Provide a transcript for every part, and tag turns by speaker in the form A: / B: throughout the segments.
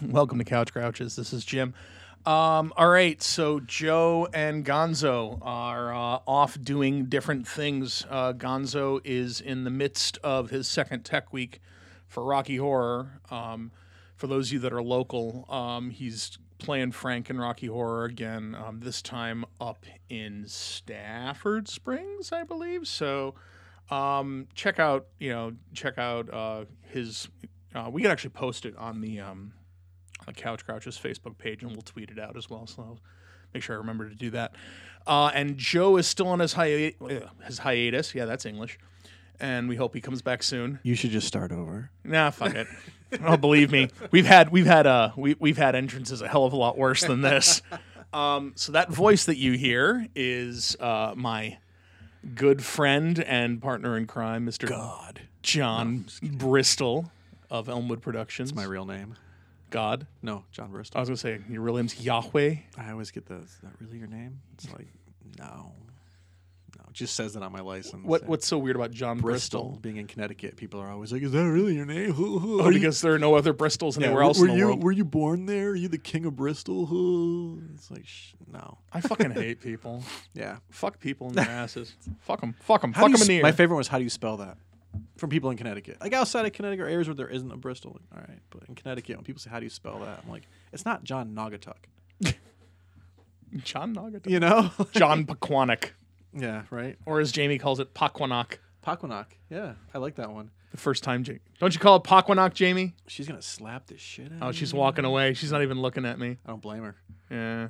A: Welcome to Couch Grouches. This is Jim. Um, all right, so Joe and Gonzo are uh, off doing different things. Uh, Gonzo is in the midst of his second tech week for Rocky Horror. Um, for those of you that are local, um, he's playing Frank in Rocky Horror again, um, this time up in Stafford Springs, I believe. So um, check out, you know, check out uh, his. Uh, we can actually post it on the um, on the Couch Crouch's Facebook page, and we'll tweet it out as well. So I'll make sure I remember to do that. Uh, and Joe is still on his hiatus. His hiatus, yeah, that's English. And we hope he comes back soon.
B: You should just start over.
A: Nah, fuck it. oh, believe me, we've had we've had uh we we've had entrances a hell of a lot worse than this. Um, so that voice that you hear is uh, my good friend and partner in crime, Mr.
B: God.
A: John Bristol of Elmwood Productions.
B: My real name.
A: God.
B: No, John Bristol.
A: I was gonna say your real name's Yahweh.
B: Oh, I always get those. Is that really your name? It's like, no. No. It just says it on my license.
A: What
B: Yeah.
A: what's so weird about John
B: Bristol.
A: Bristol?
B: Being in Connecticut, people are always like, is that really your name? Who, who
A: Oh,
B: are you-
A: because there are no other Bristols
B: Yeah,
A: anywhere
B: were-
A: else
B: were
A: in the
B: you,
A: world.
B: Were you born there? Are you the king of Bristol? Who? It's like, sh- no.
A: I fucking hate people.
B: Yeah.
A: Fuck people in their asses. Fuck them. Fuck them.
B: How do
A: Fuck
B: you
A: them in
B: s-
A: the ear.
B: My favorite one was how do you spell that? From people in Connecticut, like outside of Connecticut or areas where there isn't a Bristol. All right, but in Connecticut, when people say how do you spell that, I'm like, it's not John Naugatuck.
A: John Nugget.
B: You know?
A: John Paquonic.
B: yeah, right.
A: or as Jamie calls it, Paquanak.
B: Paquinock. Yeah, I like that one.
A: The first time, Jamie. Don't you call it Paquanak, Jamie?
B: She's gonna slap the shit out.
A: Oh,
B: of
A: she's
B: me.
A: walking away. She's not even looking at me.
B: I don't blame her.
A: Yeah.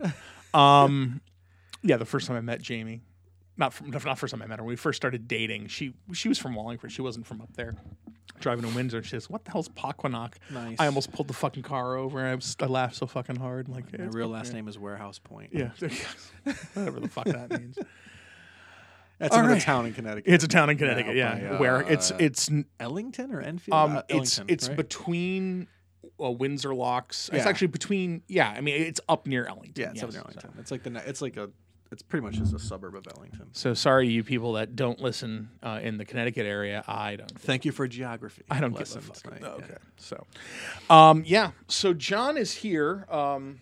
A: Um, yeah. The first time I met Jamie, not from, not first time I met her. When we first started dating, she she was from Wallingford. She wasn't from up there. Driving to Windsor, she says, "What the hell's Paquanak?"
B: Nice.
A: I almost pulled the fucking car over. I, was, I laughed so fucking hard. I'm like,
B: My
A: "It's
B: real last name is Warehouse Point.
A: Yeah, whatever the fuck that means.
B: that's
A: All
B: another
A: right.
B: town in Connecticut.
A: It's a town in Connecticut. Yeah,
B: Yeah, by,
A: where it's
B: uh,
A: it's
B: Ellington or Enfield.
A: Um,
B: Uh,
A: it's
B: Ellington,
A: it's
B: right?
A: between uh, Windsor Locks. It's
B: Yeah.
A: actually between. Yeah, I mean it's up near Ellington.
B: yeah, it's up
A: yes.
B: near Ellington. It's like the ne- it's like a it's pretty much just a suburb of Ellington.
A: So sorry, you people that don't listen uh, in the Connecticut area. I don't.
B: Thank you for geography.
A: I don't
B: lesson
A: give a fuck.
B: tonight.
A: Okay.
B: Yeah.
A: So, um, yeah. So John is here. Um,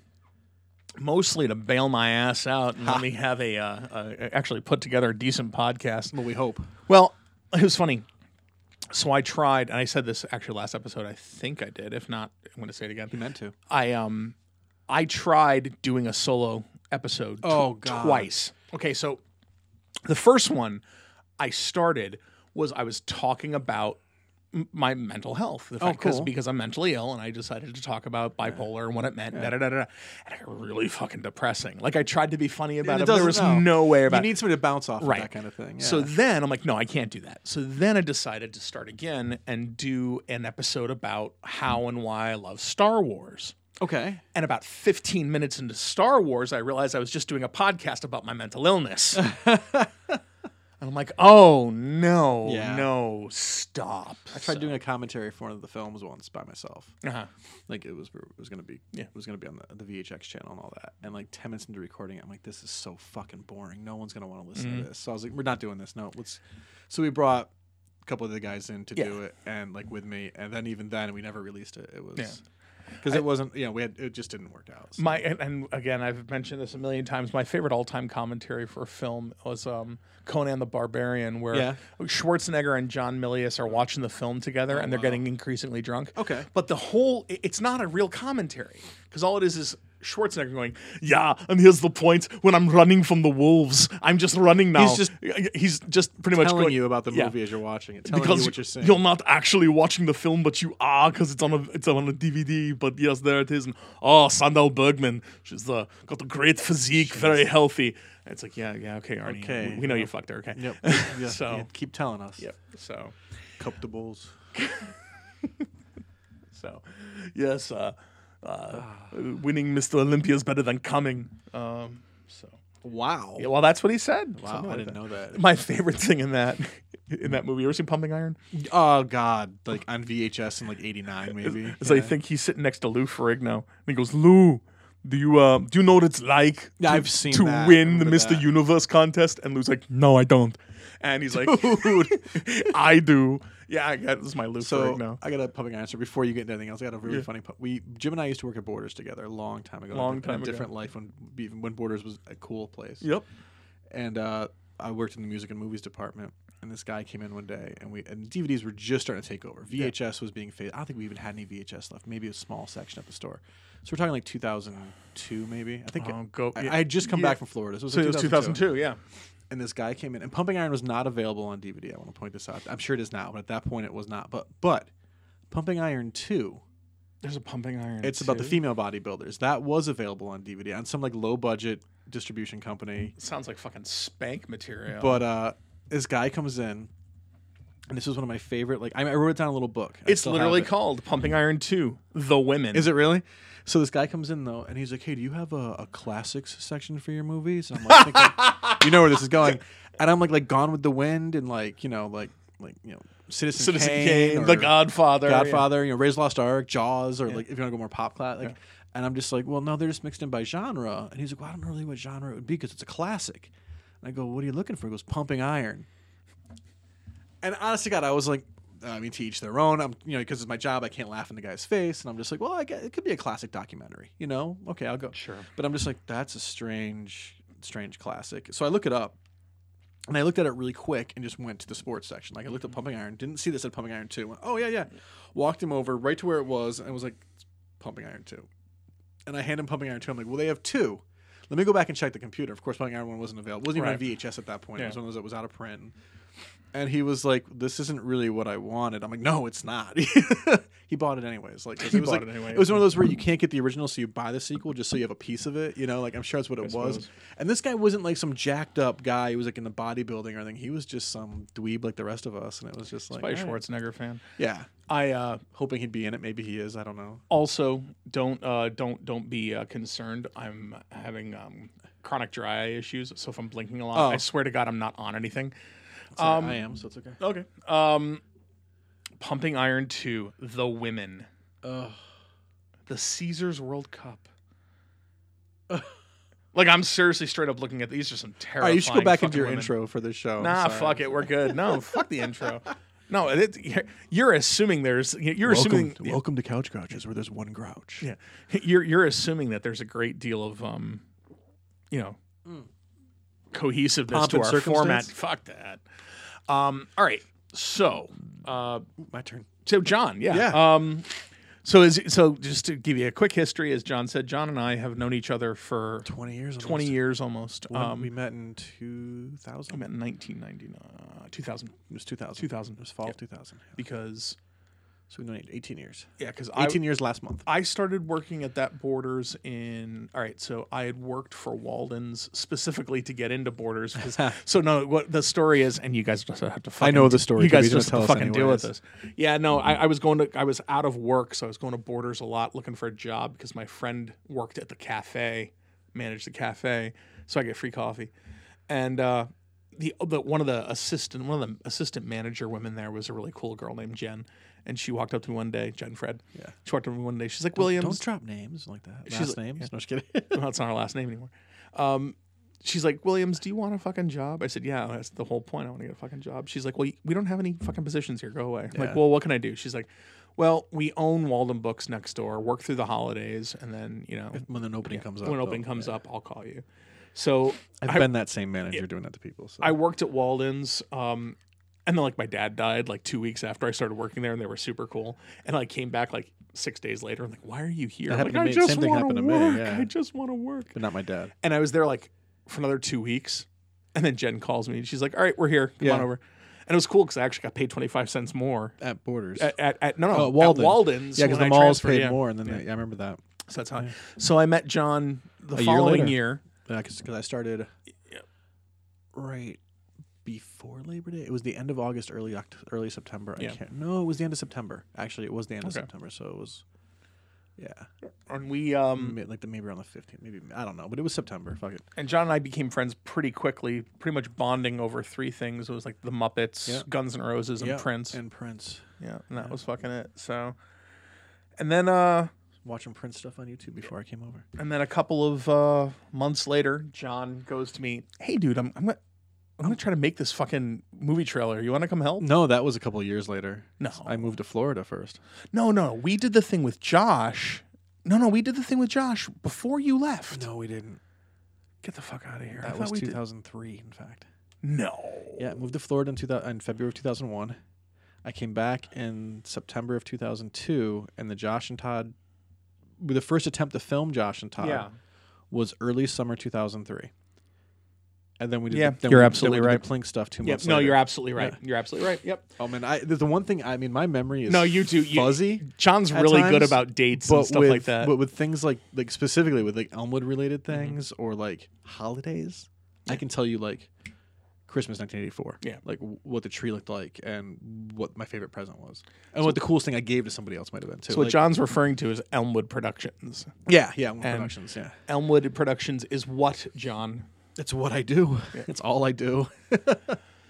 A: Mostly to bail my ass out and let me have a, uh, uh actually put together a decent podcast.
B: Well, we hope.
A: Well, it was funny. So I tried, and I said this actually last episode. I think I did. If not, I'm going to say it again.
B: You meant to.
A: I um I tried doing a solo episode tw-
B: Oh, God.
A: Uh, twice. Okay, so the first one I started was I was talking about m- my mental health. The fact, 'cause-
B: Oh, cool.
A: Because I'm mentally ill, and I decided to talk about bipolar and what it meant. Da, da, da, da, da. And it got really fucking depressing. Like I tried to be funny about it. but there was no, way about
B: You need somebody to bounce off
A: Right.
B: of that kind of thing.
A: so
B: yeah.
A: then I'm like, no, I can't do that. So then I decided to start again and do an episode about how and why I love Star Wars.
B: okay.
A: And about 15 minutes into Star Wars, I realized I was just doing a podcast about my mental illness. and I'm like, oh no,
B: Yeah.
A: no, stop.
B: I tried doing a commentary for one of the films once by myself.
A: Uh-huh.
B: Like it was it was gonna be yeah. it was gonna be on the, the VHX channel and all that. And like ten minutes into recording, it, I'm like, this is so fucking boring. No one's gonna want to
A: Mm-hmm.
B: listen to this. So I was like, we're not doing this. No, let's. So we brought a couple of the guys in to do it and like with me. And then even then, we never released it. It was because it wasn't. You know, we had it just didn't work out. So.
A: My and, and again, I've mentioned this a million times. My favorite all-time commentary for a film was um, Conan the Barbarian, where
B: Yeah.
A: Schwarzenegger and John Milius are watching the film together, and they're getting increasingly drunk.
B: Oh, Okay.
A: but the whole—it's not a real commentary because all it is is. Schwarzenegger going, yeah, and here's the point. When I'm running from the wolves, I'm just running now.
B: He's just-
A: he's just pretty much
B: telling
A: going-
B: you about the
A: Yeah
B: movie as you're watching it, telling you what you're saying.
A: you're not actually watching the film, but you are because it's on a it's on a DVD. But yes, there it is. And oh, Sandal Bergman, she's uh, got a great physique, very healthy. And it's like yeah, yeah, okay, Arnie,
B: Okay.
A: we, we know you fucked her. Okay,
B: Yep. Yeah,
A: So-
B: yeah, keep telling us.
A: yep. So
B: Cup the bulls.
A: so yes, uh, uh, winning Mr. Olympia is better than coming. Um, so
B: Wow.
A: yeah, well, that's what he said.
B: Wow,
A: Something
B: I
A: like
B: didn't know that.
A: My favorite thing in that in that movie, you ever seen Pumping Iron?
B: Oh God, like on VHS in like '89 maybe.
A: So I
B: Yeah.
A: think he's sitting next to Lou Ferrigno, and he goes, "Lou, do you uh, do you know what it's like
B: Yeah,
A: to,
B: I've seen
A: to
B: that. I
A: win the
B: remember
A: Mr.
B: that.
A: Universe contest?" And Lou's like, "No, I don't." And he's like, "I do." yeah, I got, this is my loop
B: So
A: right now.
B: I got a public answer before you get into anything else. I got a really
A: Yeah.
B: funny. Pu- we Jim and I used to work at Borders together a long time ago.
A: Long
B: in a
A: time ago.
B: different life when even when Borders was a cool place.
A: Yep.
B: And uh, I worked in the music and movies department. And this guy came in one day, and we and DVDs were just starting to take over. VHS was being phased. I don't think we even had any VHS left. Maybe a small section at the store. So we're talking like 2002, maybe. I think
A: Oh, go-
B: I,
A: yeah.
B: I had just come
A: Yeah.
B: back from Florida. So it was,
A: So
B: like
A: it was 2002, yeah.
B: and this guy came in and pumping iron was not available on dvd i want to point this out i'm sure it is now but at that point it was not but but pumping iron 2
A: There's a pumping iron.
B: it's about the
A: too.
B: female bodybuilders that was available on dvd on some like low budget distribution company
A: Sounds like fucking spank material.
B: but uh this guy comes in and this was one of my favorite like i, I wrote it down in a little book I
A: it's
B: still have
A: literally
B: it.
A: called Pumping Iron 2 The Women.
B: Is it really? So this guy comes in though, and he's like, "Hey, do you have a, a classics section for your movies?" And I'm like, thinking, "You know where this is going." And I'm like, like Gone with the Wind, and like you know, like like you know, Citizen,
A: Citizen
B: Kane,
A: Kane,
B: or
A: The Godfather. yeah.
B: Godfather, you know, Raised Lost Ark, Jaws, or like if you want to go more pop class, like. And I'm just like, well, no, they're just mixed in by genre. And he's like, well, I don't know really what genre it would be because it's a classic. And I go, what are you looking for? He goes, Pumping Iron. And honest to God, I was like, I mean, to each their own. I'm, you know, because it's my job, I can't laugh in the guy's face, and I'm just like, well, I guess it could be a classic documentary, you know? Okay, I'll go.
A: Sure.
B: But I'm just like, that's a strange, strange classic. So I look it up, and I looked at it really quick and just went to the sports section. Like I looked at Pumping Iron, didn't see this at Pumping Iron Two. Went, oh yeah, yeah. Walked him over right to where it was, and was like, "It's Pumping Iron Two. And I hand him Pumping Iron Two. I'm like, well, they have two. Let me go back and check the computer. Of course, Pumping Iron One wasn't available. It wasn't
A: Right.
B: even on VHS at that point.
A: Yeah.
B: It was one of those that was out of print. And he was like, "This isn't really what I wanted." I'm like, "No, it's not." he bought it anyways. Like 'cause
A: He
B: it was
A: bought
B: like-
A: it anyway.
B: It was one of those where you can't get the original, so you buy the sequel just so you have a piece of it. You know, like I'm sure that's what it was.
A: suppose.
B: And this guy wasn't like some jacked up guy who was like in the bodybuilding or anything. He was just some dweeb like the rest of us, and it was just like,
A: By a
B: "All right."
A: Schwarzenegger fan.
B: yeah,
A: I uh,
B: hoping he'd be in it. Maybe he is. I don't know.
A: also don't uh, don't don't be uh, concerned. I'm having um, chronic dry eye issues, so if I'm blinking a lot,
B: Oh.
A: I swear to God, I'm not on anything.
B: Um, I am, so it's okay.
A: Okay. Um, Pumping Iron Two, The Women,
B: Ugh.
A: the Caesars World Cup. like I'm seriously straight up looking at these. Are some
B: All
A: terrifying.
B: right, you should go back
A: fucking
B: into your
A: women.
B: intro for this show. I'm
A: Nah,
B: sorry.
A: fuck it, we're good. No, fuck the intro. No, it, you're, you're assuming there's you're assuming
B: Welcome, welcome to Couch Grouches, where there's one grouch.
A: Yeah, you're you're assuming that there's a great deal of um, you know, cohesiveness
B: Pomp
A: to
B: and
A: our format.
B: circumstance?
A: Fuck that. Um, all right, so uh,
B: Ooh, my turn.
A: so John, yeah,
B: Yeah.
A: Um, so is so just to give you a quick history, as John said, John and I have known each other for
B: Twenty years. almost.
A: twenty years almost.
B: When
A: Um,
B: we met in two thousand.
A: I met in 1999, 2000,
B: It was 2000.
A: 2000.
B: It was fall
A: Yeah.
B: of 2000. yeah.
A: because
B: So we've known it 18 years.
A: yeah, because I
B: 18 years last month.
A: I started working at that Borders in. All right, so I had worked for Walden's specifically to get into Borders. 'cause- so no, what the story is, and you guys just have to. Fucking,
B: know the story,
A: You
B: Jimmy,
A: guys
B: you don't
A: just have to
B: tell us
A: fucking deal with
B: anyways.
A: this. Yeah, no, I, I was going to. I was out of work, so I was going to Borders a lot looking for a job because my friend worked at the cafe, managed the cafe, so I get free coffee, and. uh the, the one of the assistant one of the assistant manager women there was a really cool girl named Jen, and she walked up to me one day, Jen Fred.
B: Yeah.
A: She walked up to me one day. She's like, Williams,
B: Don't drop names like that. Last
A: She's like-
B: names. No, just kidding.
A: well, that's not her last name anymore. Um, she's like, Williams, do you want a fucking job? I said, Yeah, that's the whole point. I want to get a fucking job. She's like, Well, y- we don't have any fucking positions here. Go away. I'm
B: Yeah.
A: Like, well, what can I do? She's like, Well, we own Walden Books next door. Work through the holidays, and then you know
B: when an opening comes up.
A: when
B: though,
A: opening comes
B: yeah.
A: up, I'll call you. So
B: I've
A: I-
B: been that same manager doing that to people. So.
A: I worked at Walden's. Um, and then like my dad died like two weeks after I started working there, and they were super cool. And I came back like six days later. I'm like, why are you here?
B: That
A: I'm
B: happened
A: like,
B: to
A: I
B: me.
A: just
B: Same thing
A: wanna
B: happened to me,
A: work.
B: yeah.
A: I just want to work.
B: but not my dad.
A: And I was there like for another two weeks. And then Jen calls me and she's like, all right, we're here. Come
B: Yeah.
A: on over. And it was cool because I actually got paid 25 cents more
B: At Borders.
A: at, at, at no, no,
B: Oh,
A: at
B: Walden.
A: Walden's.
B: yeah, because
A: when
B: the
A: I
B: malls
A: transferred,
B: paid
A: yeah.
B: more. And then they- yeah, I remember that.
A: So that's how. I, so I met John the
B: A year
A: following
B: later.
A: year.
B: Yeah, because I started right before Labor Day. It was the end of August, early Oct- early September. I
A: Yeah.
B: can't. No, it was the end of September. Actually, it was the end of
A: Okay.
B: September. So it was. Yeah.
A: And we, um,
B: Ma- like the maybe around the 15th maybe i don't know but it was september fuck it
A: and John and I became friends pretty quickly, pretty much bonding over three things. It was like the Muppets,
B: Yeah.
A: Guns N' Roses, and Prince.
B: and prince
A: yeah, and that was fucking it. So, and then, uh,
B: watching prince stuff on youtube before i came over
A: And then a couple of uh, months later, John goes to me, "Hey, dude, I'm I'm gonna, I'm gonna try to make this fucking movie trailer. You want to come help?
B: No, that was a couple of years later.
A: No.
B: I moved to Florida first.
A: No, no. We did the thing with Josh. No, no. We did the thing with Josh before you left.
B: No, we didn't.
A: Get the fuck out of here. I
B: That
A: thought
B: was
A: we did-
B: 2003, in fact.
A: No.
B: Yeah, I moved to Florida in, 2000, in February of 2001. I came back in September of 2002, and the Josh and Todd, the first attempt to film Josh and Todd was early summer 2003. And then we did
A: Yeah,
B: the, then
A: you're
B: we,
A: absolutely
B: then we
A: right.
B: Did the Plink stuff two
A: Yep.
B: months
A: No,
B: later.
A: you're absolutely right.
B: Yeah.
A: You're absolutely right. Yep.
B: Oh man, I, the the one thing I mean, my memory is
A: No, you do- you-
B: fuzzy.
A: John's
B: At
A: really good
B: times,
A: about dates
B: but
A: and stuff
B: with,
A: like that. Mm-hmm.
B: But with things like like specifically with like Elmwood related things or like holidays, I can tell you like Christmas 1984.
A: Yeah.
B: like w- what the tree looked like and what my favorite present was, and what the coolest thing I gave to somebody else might have been too.
A: so what
B: Like-
A: John's referring to is Elmwood Productions.
B: yeah, yeah, Elmwood productions. Yeah,
A: Elmwood Productions is what John.
B: it's what I do. It's all I do.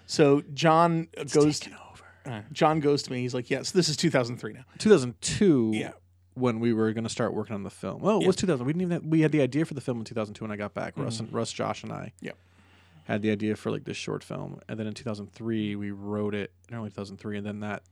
A: So John goes.
B: Taken over.
A: uh, John goes to me. He's like, "Yes, this is 2003 now."
B: 2002
A: Yeah.
B: when we were going to start working on the film well it was 2000 we didn't even have, we had the idea for the film in 2002 when i got back russ and russ josh and i
A: Mm-hmm. Yep.
B: had the idea for like this short film and then in 2003 we wrote it in early 2003 and then that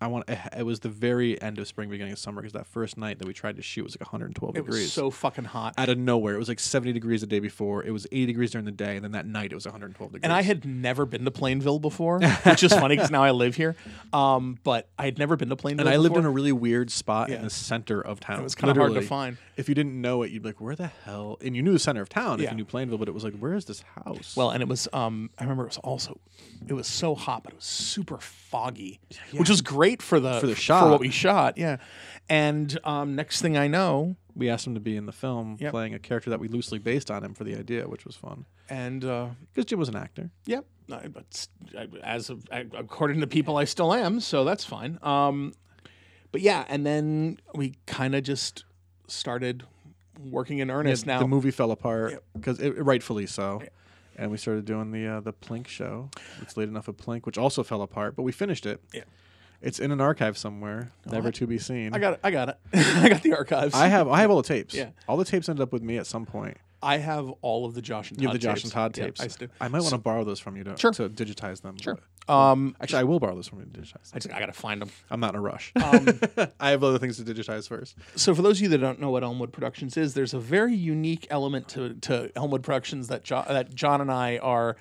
B: i want it, it was the very end of spring beginning of summer because that first night that we tried to shoot was like 112
A: It
B: degrees
A: was so fucking hot.
B: out of nowhere it was like 70 degrees the day before it was 80 degrees during the day and then that night it was 112 degrees
A: and I had never been to Plainville before, which is funny because now I live here. Um, but I had never been to Plainville.
B: and I lived in
A: before.
B: a really weird spot
A: Yeah.
B: in the center of town. It
A: was kinda hard to find.
B: If you didn't know it, you'd be like, "Where the hell?" And you knew the center of town if
A: Yeah.
B: you knew Plainville, but it was like, "Where is this house?"
A: well, and it was. Um, I remember it was also. It was so hot, but it was super foggy, which was great for the
B: For the
A: for what
B: shot.
A: we shot. Yeah, and um, next thing I know,
B: we asked him to be in the film,
A: Yep.
B: playing a character that we loosely based on him for the idea, which was fun
A: and uh,
B: because Jim was an actor.
A: Yep. I, but s- I- as of, I, according to people, I still am, so that's fine. Um, but yeah, and then we kind of just started working in earnest now.
B: The movie fell apart because it rightfully so. And we started doing the uh, the Plink show. It's late enough of Plink, which also fell apart, but we finished it.
A: Yeah.
B: It's in an archive somewhere, never to be seen.
A: I got it. I got it. I got the archives.
B: I
A: I,
B: have I have all the tapes.
A: Yeah.
B: All the tapes ended up with me at some point.
A: have all of the Josh and Todd
B: You have the Josh
A: tapes.
B: and Todd
A: Yeah,
B: tapes.
A: I still-
B: I might want to borrow those from you to,
A: Sure.
B: to digitize them. Sure.
A: Um,
B: Actually, I will borrow those from you to digitize.
A: I
B: Them.
A: just I gotta find them.
B: I'm not in a rush. I have other things to digitize first.
A: So for those of you that don't know what Elmwood Productions is, there's a very unique element to, to Elmwood Productions that jo- that John and I are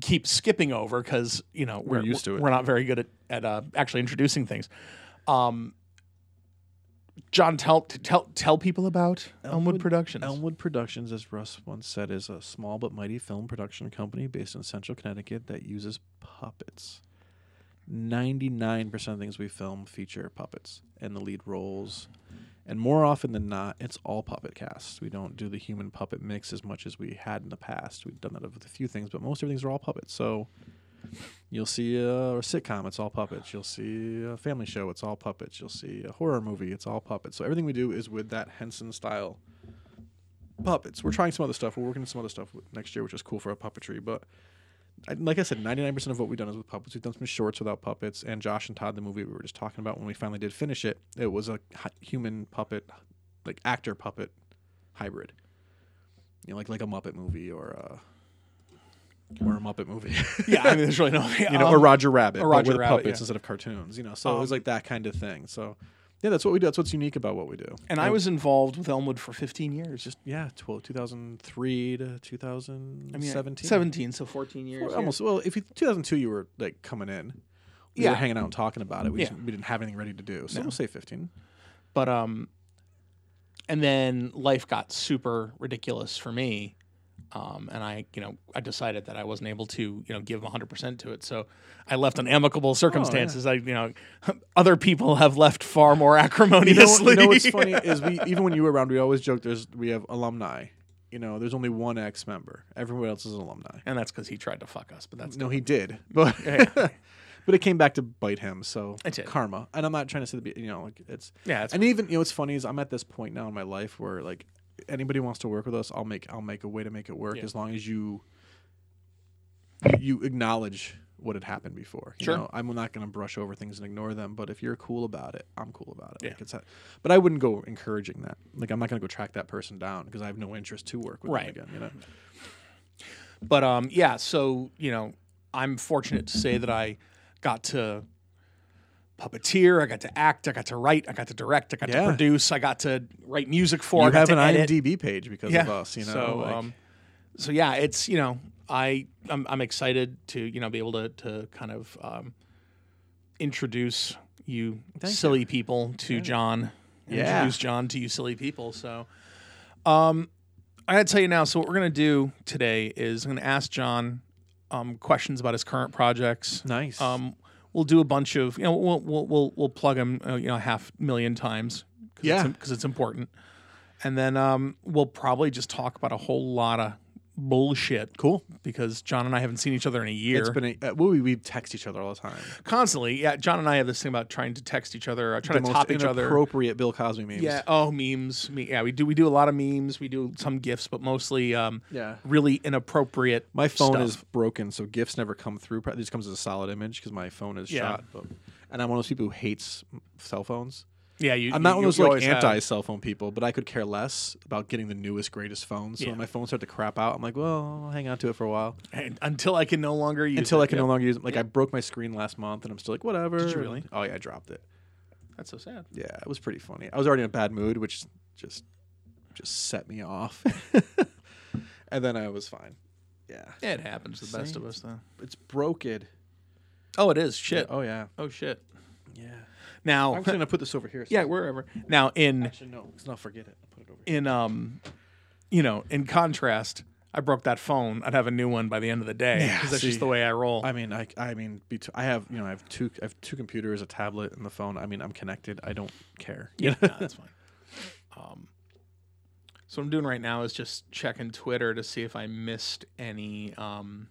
A: keep skipping over because you know we're,
B: used to it.
A: We're not very good at at uh, actually introducing things. Um, John, tell tell tell people about Elmwood, Productions.
B: Elmwood Productions, as Russ once said, is a small but mighty film production company based in central Connecticut that uses puppets. 99% of things we film feature puppets and the lead roles. And more often than not, it's all puppet casts. We don't do the human puppet mix as much as we had in the past. We've done that with a few things, but most everything's are all puppets. So You'll see a sitcom, it's all puppets. You'll see a family show, it's all puppets. You'll see a horror movie, it's all puppets. So everything we do is with that Henson style puppets. We're trying some other stuff. We're working on some other stuff with- next year, which is cool for our puppetry. But I, like I said, 99% of what we've done is with puppets. We've done some shorts without puppets. And Josh and Todd, the movie we were just talking about, when we finally did finish it, it was a hu- human puppet, like actor puppet hybrid. You know, like like a Muppet movie or a. Or a Muppet movie
A: yeah, I mean, there's really no yeah,
B: you know, or Roger Rabbit,
A: Um, or
B: but
A: Roger
B: with
A: Rabbit,
B: puppets
A: yeah. Um,
B: instead of cartoons, you know. So it was like that kind of thing. So yeah, that's what we do. That's what's unique about what we do.
A: and I was involved with Elmwood for 15 years. Just
B: yeah, 12, 2003 to 2017.
A: 17, so 14 years.
B: Well,
A: yeah.
B: almost. Well, if you 2002, you were like coming in. We
A: Yeah.
B: were hanging out and talking about it. We,
A: Yeah.
B: just, we didn't have anything ready to do. So we'll say 15.
A: but um and then life got super ridiculous for me um and i you know i decided that i wasn't able to you know give 100% to it so i left on
B: Oh,
A: amicable circumstances i you know other people have left far more
B: You know,
A: acrimoniously
B: you know what's funny is we even when you were around, we always joke there's we have alumni. You know, there's only one ex member. Everyone else is an alumni.
A: and that's because he tried to fuck us but that's
B: No, he did, but but it came back to bite him. So
A: It did.
B: karma. And I'm not trying to say that you know like it's
A: Yeah, it's
B: and even you know what's funny is I'm at this point now in my life where like anybody wants to work with us, I'll make I'll make a way to make it work as long as you you acknowledge what had happened before. You
A: Sure.
B: know, I'm not going to brush over things and ignore them, but if you're cool about it, I'm cool about it.
A: Yeah.
B: Like it's a, but I wouldn't go encouraging that. Like I'm not going to go track that person down because I have no interest to work with
A: Right.
B: them again. You know,
A: But um, yeah, so you know, I'm fortunate to say that I got to puppeteer, I got to act, I got to write, I got to direct, I got to
B: Yeah.
A: produce, I got to write music for. I
B: you
A: got
B: have
A: to
B: an
A: edit.
B: IMDb page because
A: yeah.
B: of us. You know,
A: so
B: like,
A: um, so yeah, it's you know, I I'm, I'm excited to you know be able to to kind of um, introduce you
B: Thank
A: silly people to John.
B: Yeah.
A: Introduce John to you silly people. So. um, I gotta tell you now. So what we're gonna do today is I'm gonna ask John um, questions about his current projects.
B: nice.
A: Um, we'll do a bunch of you know we'll we'll we'll, we'll plug him uh, you know half million times. Cause
B: Yeah.
A: because it's important. And then um, we'll probably just talk about a whole lot of bullshit. Cool. Because John and I haven't seen each other in a year.
B: it's been a, uh, well, we we text each other all the time.
A: Constantly, yeah. John and I have this thing about trying to text each other, uh, trying
B: the
A: to
B: most
A: top each other.
B: inappropriate Bill Cosby memes.
A: Yeah. Oh, memes. Me, yeah, we do. We do a lot of memes. We do some gifs, but mostly, um,
B: Yeah.
A: really inappropriate.
B: My phone
A: stuff.
B: is broken, so gifts never come through. It just comes as a solid image because my phone is
A: Yeah.
B: shot. But, and I'm one of those people who hates cell phones.
A: Yeah, you.
B: I'm
A: you-
B: not one
A: you-
B: of those
A: you
B: like
A: always have.
B: anti cell phone people, but I could care less about getting the newest, greatest phone. So
A: Yeah.
B: when my phone started to crap out, I'm like, well, I'll hang on to it for a while
A: And- until I can no longer use.
B: until
A: it.
B: I can no longer use it. Like I broke my screen last month, and I'm still like, whatever.
A: Did you really?
B: Oh yeah, I dropped it.
A: That's so sad.
B: Yeah, it was pretty funny. I was already in a bad mood, which just just set me off. and then I was fine. Yeah,
A: It happens to the best of us, though.
B: it's broken.
A: Oh, it is shit.
B: Oh yeah.
A: Oh shit.
B: Yeah. I'm
A: Now,
B: just gonna put this over here. so-
A: Oh, yeah, wherever. Now, in
B: Actually, no. Let's not forget it. Put it over here.
A: in um, you know, in contrast, I broke that phone. I'd have a new one by the end of the day because
B: Yeah,
A: that's
B: see.
A: just the way I roll.
B: I mean, I, I mean, bet- I have, you know, I have two, I have two computers, a tablet, and the phone. I mean, I'm connected. I don't care.
A: Yeah, no, that's fine. Um, so what I'm doing right now is just checking Twitter to see if I missed any um,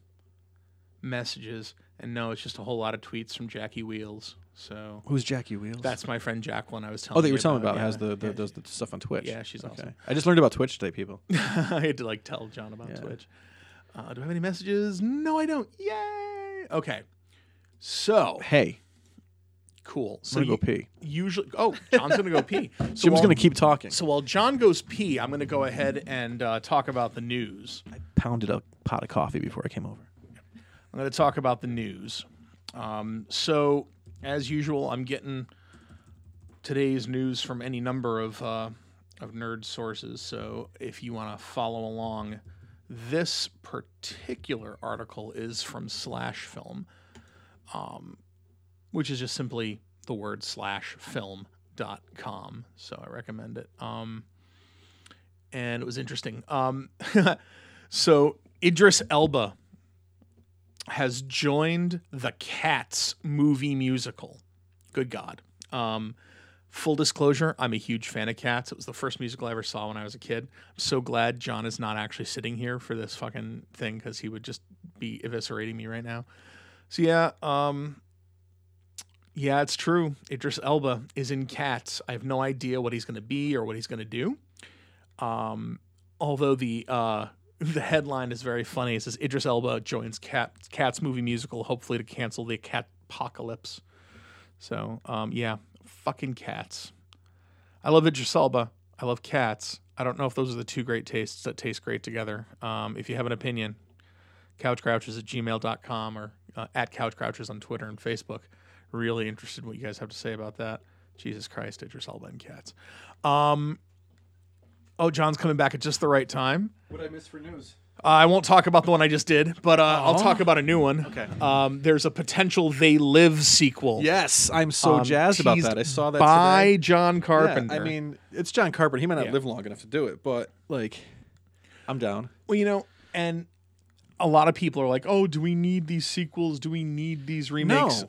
A: messages, and no, it's just a whole lot of tweets from Jackie Wheels. So
B: Who's Jackie Wheels?
A: that's my friend Jacqueline. I was telling.
B: oh, that you
A: you
B: were telling me about.
A: yeah.
B: has the, the, does the stuff on Twitch?
A: Yeah, she's awesome.
B: I just learned about Twitch today, people.
A: I had to like tell John about
B: Yeah.
A: Twitch. Uh, do I have any messages? No, I don't. Yay! Okay, so
B: Hey,
A: cool. So
B: I'm gonna
A: you,
B: go pee.
A: usually, oh, John's gonna go pee. So
B: Jim's
A: while-
B: gonna keep talking.
A: So while John goes pee, I'm going to go ahead and uh, talk about the news.
B: I pounded a pot of coffee before I came over.
A: I'm going to talk about the news. Um, so, as usual, I'm getting today's news from any number of uh, of nerd sources. So, if you want to follow along, this particular article is from Slash Film, um, which is just simply the word slash film dot com. So, I recommend it. Um, and it was interesting. Um, so, Idris Elba has joined the Cats movie musical. Good God. Um, full disclosure, I'm a huge fan of Cats. It was the first musical I ever saw when I was a kid. I'm so glad John is not actually sitting here for this fucking thing because he would just be eviscerating me right now. So, yeah, um, yeah, it's true. Idris Elba is in Cats. I have no idea what he's going to be or what he's going to do. Um, although the uh, the headline is very funny. It says Idris Elba joins Cat, Cats movie musical, hopefully to cancel the cat apocalypse. So, um, yeah, fucking cats. I love Idris Elba. I love cats. I don't know if those are the two great tastes that taste great together. Um, if you have an opinion, couchcrouches at gmail.com or uh, at couchcrouches on Twitter and Facebook. Really interested in what you guys have to say about that. Jesus Christ, Idris Elba and cats. Um, oh, John's coming back at just the right time.
B: What I miss for news?
A: Uh, I won't talk about the one I just did, but uh, I'll talk about a new one.
B: Oh. Okay.
A: Um, there's a potential They Live sequel.
B: Yes, I'm so
A: Um,
B: jazzed about
A: teased
B: that. I saw that
A: by
B: today.
A: John
B: Yeah,
A: Carpenter.
B: I mean, it's John Carpenter. He might not
A: Yeah.
B: live long enough to do it, but like, I'm down.
A: well, you know, and a lot of people are like, "Oh, do we need these sequels? Do we need these remakes?"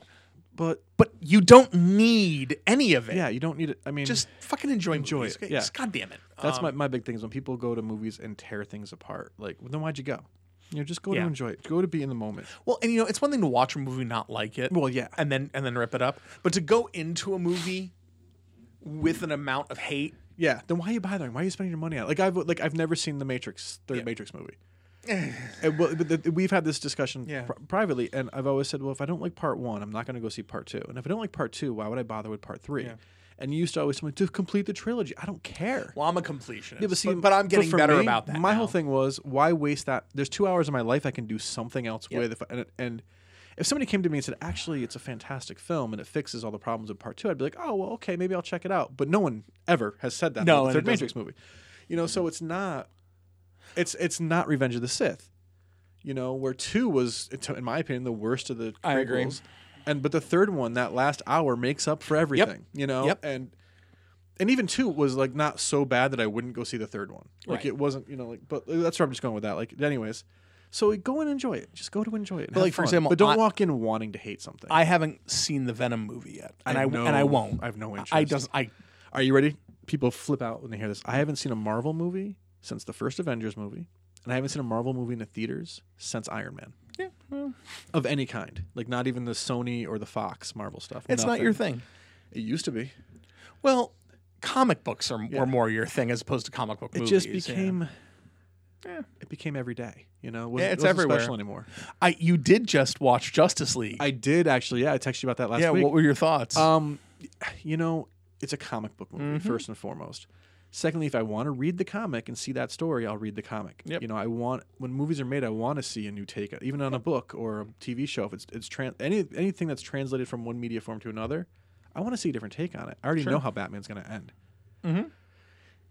B: but
A: But you don't need any of it.
B: yeah, you don't need it. I mean,
A: Just fucking enjoy enjoy
B: it, yeah.
A: God damn it.
B: that's
A: Um,
B: my, my big thing is when people go to movies and tear things apart. Like, well, then why'd you go? You know, just go
A: Yeah.
B: to enjoy it. Go to be in the moment.
A: well, and you know, it's one thing to watch a movie and not like it.
B: Well, yeah.
A: and then and then rip it up, but to go into a movie with an amount of hate.
B: Yeah. Then why are you bothering? Why are you spending your money on? it? Like I've like I've never seen the Matrix third
A: Yeah.
B: Matrix movie. and, well, but the, we've had this discussion
A: Yeah.
B: pri- privately, and I've always said, well, if I don't like part one, I'm not going to go see part two, and if I don't like part two, why would I bother with part three? And you used to always tell me to complete the trilogy. I don't care.
A: Well, I'm a completionist.
B: Yeah, but, see,
A: but, but I'm
B: but
A: getting
B: for
A: better
B: me,
A: about that.
B: My
A: now.
B: whole thing was, why waste that? There's two hours of my life I can do something else
A: Yep.
B: with. If I, and, and if somebody came to me and said, actually, it's a fantastic film and it fixes all the problems of part two, I'd be like, oh, well, okay, maybe I'll check it out. But no one ever has said that
A: No,
B: about
A: and
B: the
A: it
B: third Matrix movie. You know, so it's not, it's it's not Revenge of the Sith. You know, where two was, in my opinion, the worst of the
A: I agree.
B: prequels. And but the third one, that last hour, makes up for everything. You know,
A: Yep.
B: and and even two was like not so bad that I wouldn't go see the third one. Like
A: Right.
B: it wasn't, you know, like but that's where I'm just going with that. Like, anyways, so go and enjoy it. Just go to enjoy it. and
A: But,
B: have
A: like, for
B: fun.
A: example,
B: but don't
A: I-
B: walk in wanting to hate something.
A: I haven't seen the Venom movie yet, and I,
B: know-
A: and I won't.
B: I have no interest.
A: I doesn't. I
B: Are you ready? People flip out when they hear this. I haven't seen a Marvel movie since the first Avengers movie, and I haven't seen a Marvel movie in the theaters since Iron Man.
A: Yeah, well.
B: Of any kind, like not even the Sony or the Fox Marvel stuff.
A: it's not
B: Nothing.
A: your thing.
B: It used to be.
A: Well, comic books are were more your thing as opposed to comic book
B: It
A: movies.
B: just
A: yeah.
B: became.
A: Yeah.
B: It became every day. You know,
A: Yeah,
B: Wasn't-
A: it's
B: it wasn't
A: everywhere.
B: special anymore.
A: I you did just watch Justice League.
B: I did actually. Yeah, I texted you about that last
A: yeah,
B: week.
A: what were your thoughts?
B: um, you know, it's a comic book movie first and foremost. Secondly, if I want to read the comic and see that story, I'll read the comic.
A: Yep.
B: You know, I want when movies are made, I want to see a new take, even on a book or a TV show. If it's it's trans any anything that's translated from one media form to another, I want to see a different take on it. I already know how Batman's going to end.
A: Mhm.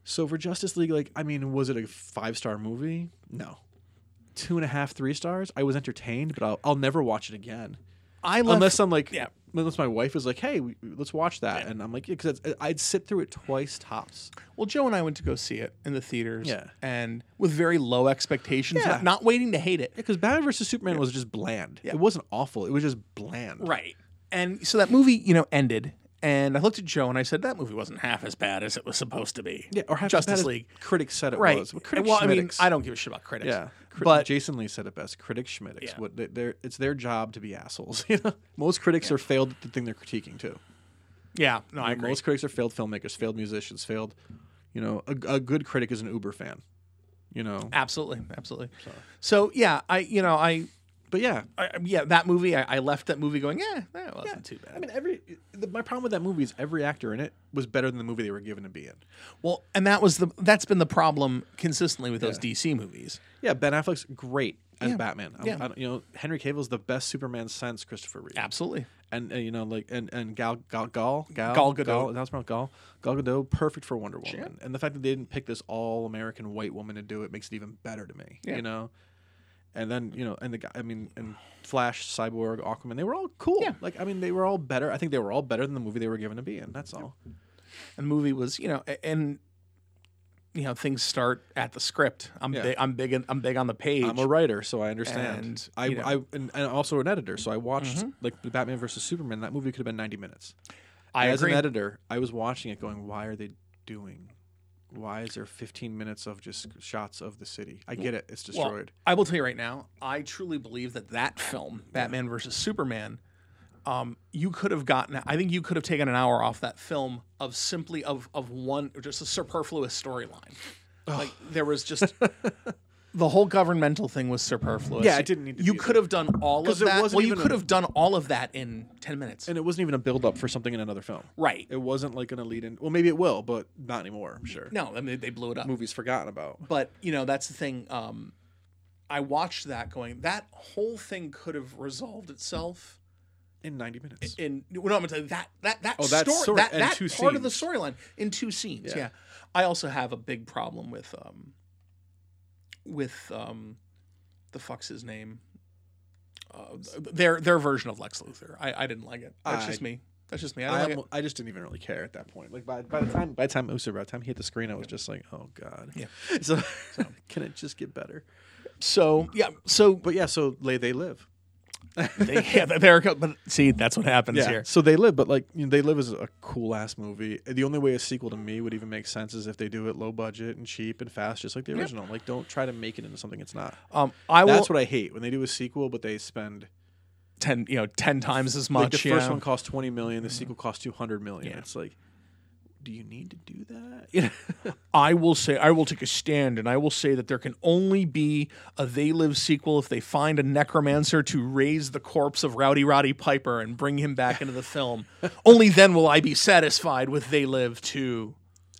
B: So for Justice League, like I mean, was it a five star movie? No, two and a half, three stars. I was entertained, but I'll I'll never watch it again
A: I left,
B: unless I'm like,
A: yeah.
B: unless my wife is like, hey, we, let's watch that, and I'm like, yeah, because I'd sit through it twice tops.
A: well, Joe and I went to go see it in the theaters,
B: Yeah.
A: and with very low expectations,
B: Yeah.
A: not, not waiting to hate it.
B: Because Batman versus Superman was just bland. It wasn't awful. It was just bland.
A: Right. And so that movie, you know, ended. And I looked at Joe and I said, that movie wasn't half as bad as it was supposed to be.
B: Yeah. Or half as
A: Justice
B: bad as
A: League.
B: Critics said it
A: Right.
B: was. Well, critics,
A: well, I mean,
B: schmitics.
A: I don't give a shit about critics.
B: Yeah. Cri-
A: But
B: Jason Lee said it best. Critic schmitics.
A: Yeah.
B: What they, they're, it's their job to be assholes. You know, most critics are failed at the thing they're critiquing too.
A: yeah, no, I
B: And
A: agree.
B: Most critics are failed filmmakers, failed musicians, failed. You know, a, a good critic is an Uber fan. You know,
A: Absolutely. Absolutely. So, yeah, I, you know, I,
B: but yeah,
A: I I- yeah, that movie, I, I left that movie going, yeah, that wasn't too bad.
B: I mean, every the, my problem with that movie is every actor in it was better than the movie they were given to be in.
A: Well, and that was the, that's been the problem consistently with those DC movies.
B: Yeah, Ben Affleck's great as Batman. I'm-
A: Yeah.
B: I don't- you know, Henry Cavill's the best Superman since Christopher Reeve.
A: Absolutely.
B: And uh, you know, like and and Gal Gal Gal Gal
A: Gal Gadot.
B: that's not Gal Gal Gadot, perfect for Wonder Woman. And the fact that they didn't pick this all American white woman to do it makes it even better to me.
A: Yeah.
B: You know. And then you know, and the guy, I mean, and Flash, Cyborg, Aquaman, they were all cool.
A: Yeah.
B: Like I mean, they were all better. I think they were all better than the movie they were given to be in. That's all.
A: and the movie was you know a- and you know things start at the script i'm
B: Yeah.
A: big i'm big in- i'm big on the page
B: I'm a writer, so I understand.
A: And,
B: I,
A: you know. Mm-hmm.
B: I and, and also an editor, so I watched like the Batman versus Superman. That movie could have been 90 minutes.
A: I
B: As
A: agree.
B: an editor, I was watching it, going, "Why are they doing? Why is there 15 minutes of just shots of the city? I get it; it's
A: Well,
B: destroyed.
A: i will tell you right now i truly believe that that film batman versus superman um, you could have gotten i think you could have taken an hour off that film of simply of of one or just a superfluous storyline like there was just the whole governmental thing was superfluous
B: Yeah, it didn't need to
A: you
B: be
A: could have done all of
B: 'Cause it
A: that
B: wasn't
A: well you
B: even
A: could
B: a-
A: have done all of that in 10 minutes
B: and it wasn't even a build up for something in another film.
A: right
B: It wasn't like going to lead in. Well, maybe it will, but not anymore. I'm sure.
A: no i mean they blew it up
B: Movie's forgotten about.
A: but you know that's the thing um i watched that going that whole thing could have resolved itself
B: In 90 minutes,
A: in well, no i'm gonna tell you that that that,
B: Oh, that
A: story,
B: story-
A: that,
B: and
A: that
B: two
A: part of the storyline in two scenes yeah.
B: Yeah.
A: i also have a big problem with um with um the fuck's his name uh, their their version of lex luthor i i didn't like it that's
B: I-
A: just me that's just me i
B: I,
A: don't like it.
B: almo- I just didn't even really care at that point. Like by, by the time by the time Uso by the time he hit the screen, I was just like, oh god.
A: Yeah.
B: So, can it just get better?
A: so yeah so
B: But yeah, so they they live.
A: they, yeah there it goes. but see that's what happens here
B: So they live, but like you know, they live is a cool ass movie. The only way a sequel to me would even make sense is if they do it low budget and cheap and fast, just like the original. Like don't try to make it into something it's not.
A: um i will
B: That's what I hate when they do a sequel, but they spend
A: ten you know ten times as much.
B: like the
A: yeah. Mm-hmm.
B: first one cost twenty million, the sequel cost two hundred million. It's like. do you need to do that? You know?
A: I will say I will take a stand and I will say that there can only be a They Live sequel if they find a necromancer to raise the corpse of Rowdy Roddy Piper and bring him back into the film. only then will I be satisfied with They Live 2.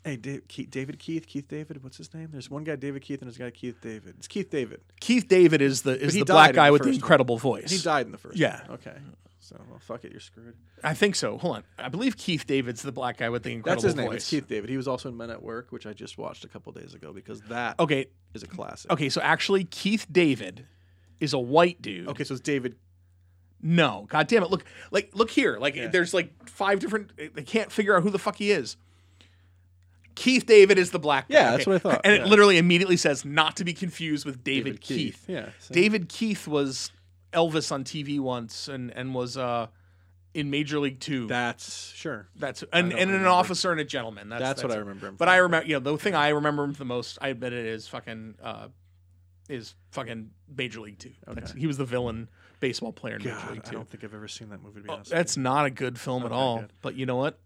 B: hey, Dave, Keith, David Keith, Keith David, what's his name? There's one guy David Keith and there's a guy Keith David. It's Keith David.
A: Keith David is the is
B: he
A: the
B: died
A: black
B: in
A: guy
B: the
A: with the
B: first one.
A: incredible
B: And he
A: voice.
B: died in the first.
A: Yeah.
B: one. Okay. So well, fuck it, you're screwed.
A: I think so. Hold on. I believe Keith David's the black guy with the incredible
B: That's his
A: voice.
B: name. It's Keith David. He was also in Men at Work, which I just watched a couple days ago because that is
A: Okay.
B: a classic.
A: Okay, so actually Keith David is a white dude.
B: Okay, so it's David.
A: No, god damn it! Look, like, look here. Like, there's like five different. They can't figure out who the fuck he is. Keith David is the black. guy,
B: Yeah, that's what I thought,
A: And
B: yeah.
A: it literally immediately says not to be confused with David,
B: David Keith,
A: Keith.
B: yeah, same.
A: David Keith was Elvis on TV once, and and was uh in Major League Two.
B: That's sure.
A: that's and, and
B: don't
A: an
B: remember.
A: officer and a gentleman. That's,
B: That's what I remember him
A: But
B: from.
A: I remember, you know, the thing I remember him the most. I admit it is fucking uh, is fucking Major League Two. That's, he was the villain baseball player in Major
B: God,
A: League
B: I
A: Two.
B: don't think I've ever seen that movie. To be honest,
A: Oh, That's not a good film at
B: Okay,
A: all.
B: good.
A: But you know what?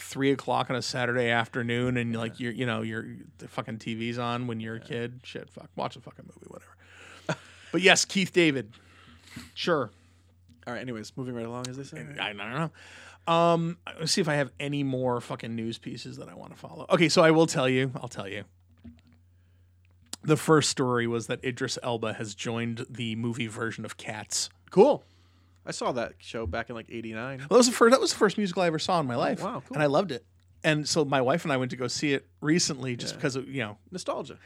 A: Three o'clock on a Saturday afternoon, and like you're, you know, your the fucking TV's on when you're a kid. Shit, fuck, watch a fucking movie, whatever. but yes, Keith David. Sure,
B: all right. Anyways, moving right along as they say.
A: I, I don't know. Um, let's see if I have any more fucking news pieces that I want to follow. Okay, so I will tell you. I'll tell you. The first story was that Idris Elba has joined the movie version of Cats.
B: Cool. I saw that show back in like '89.
A: Well, that was the first. That was the first musical I ever saw in my life.
B: wow, cool.
A: And I loved it. And so my wife and I went to go see it recently, just because of, you know,
B: Nostalgia.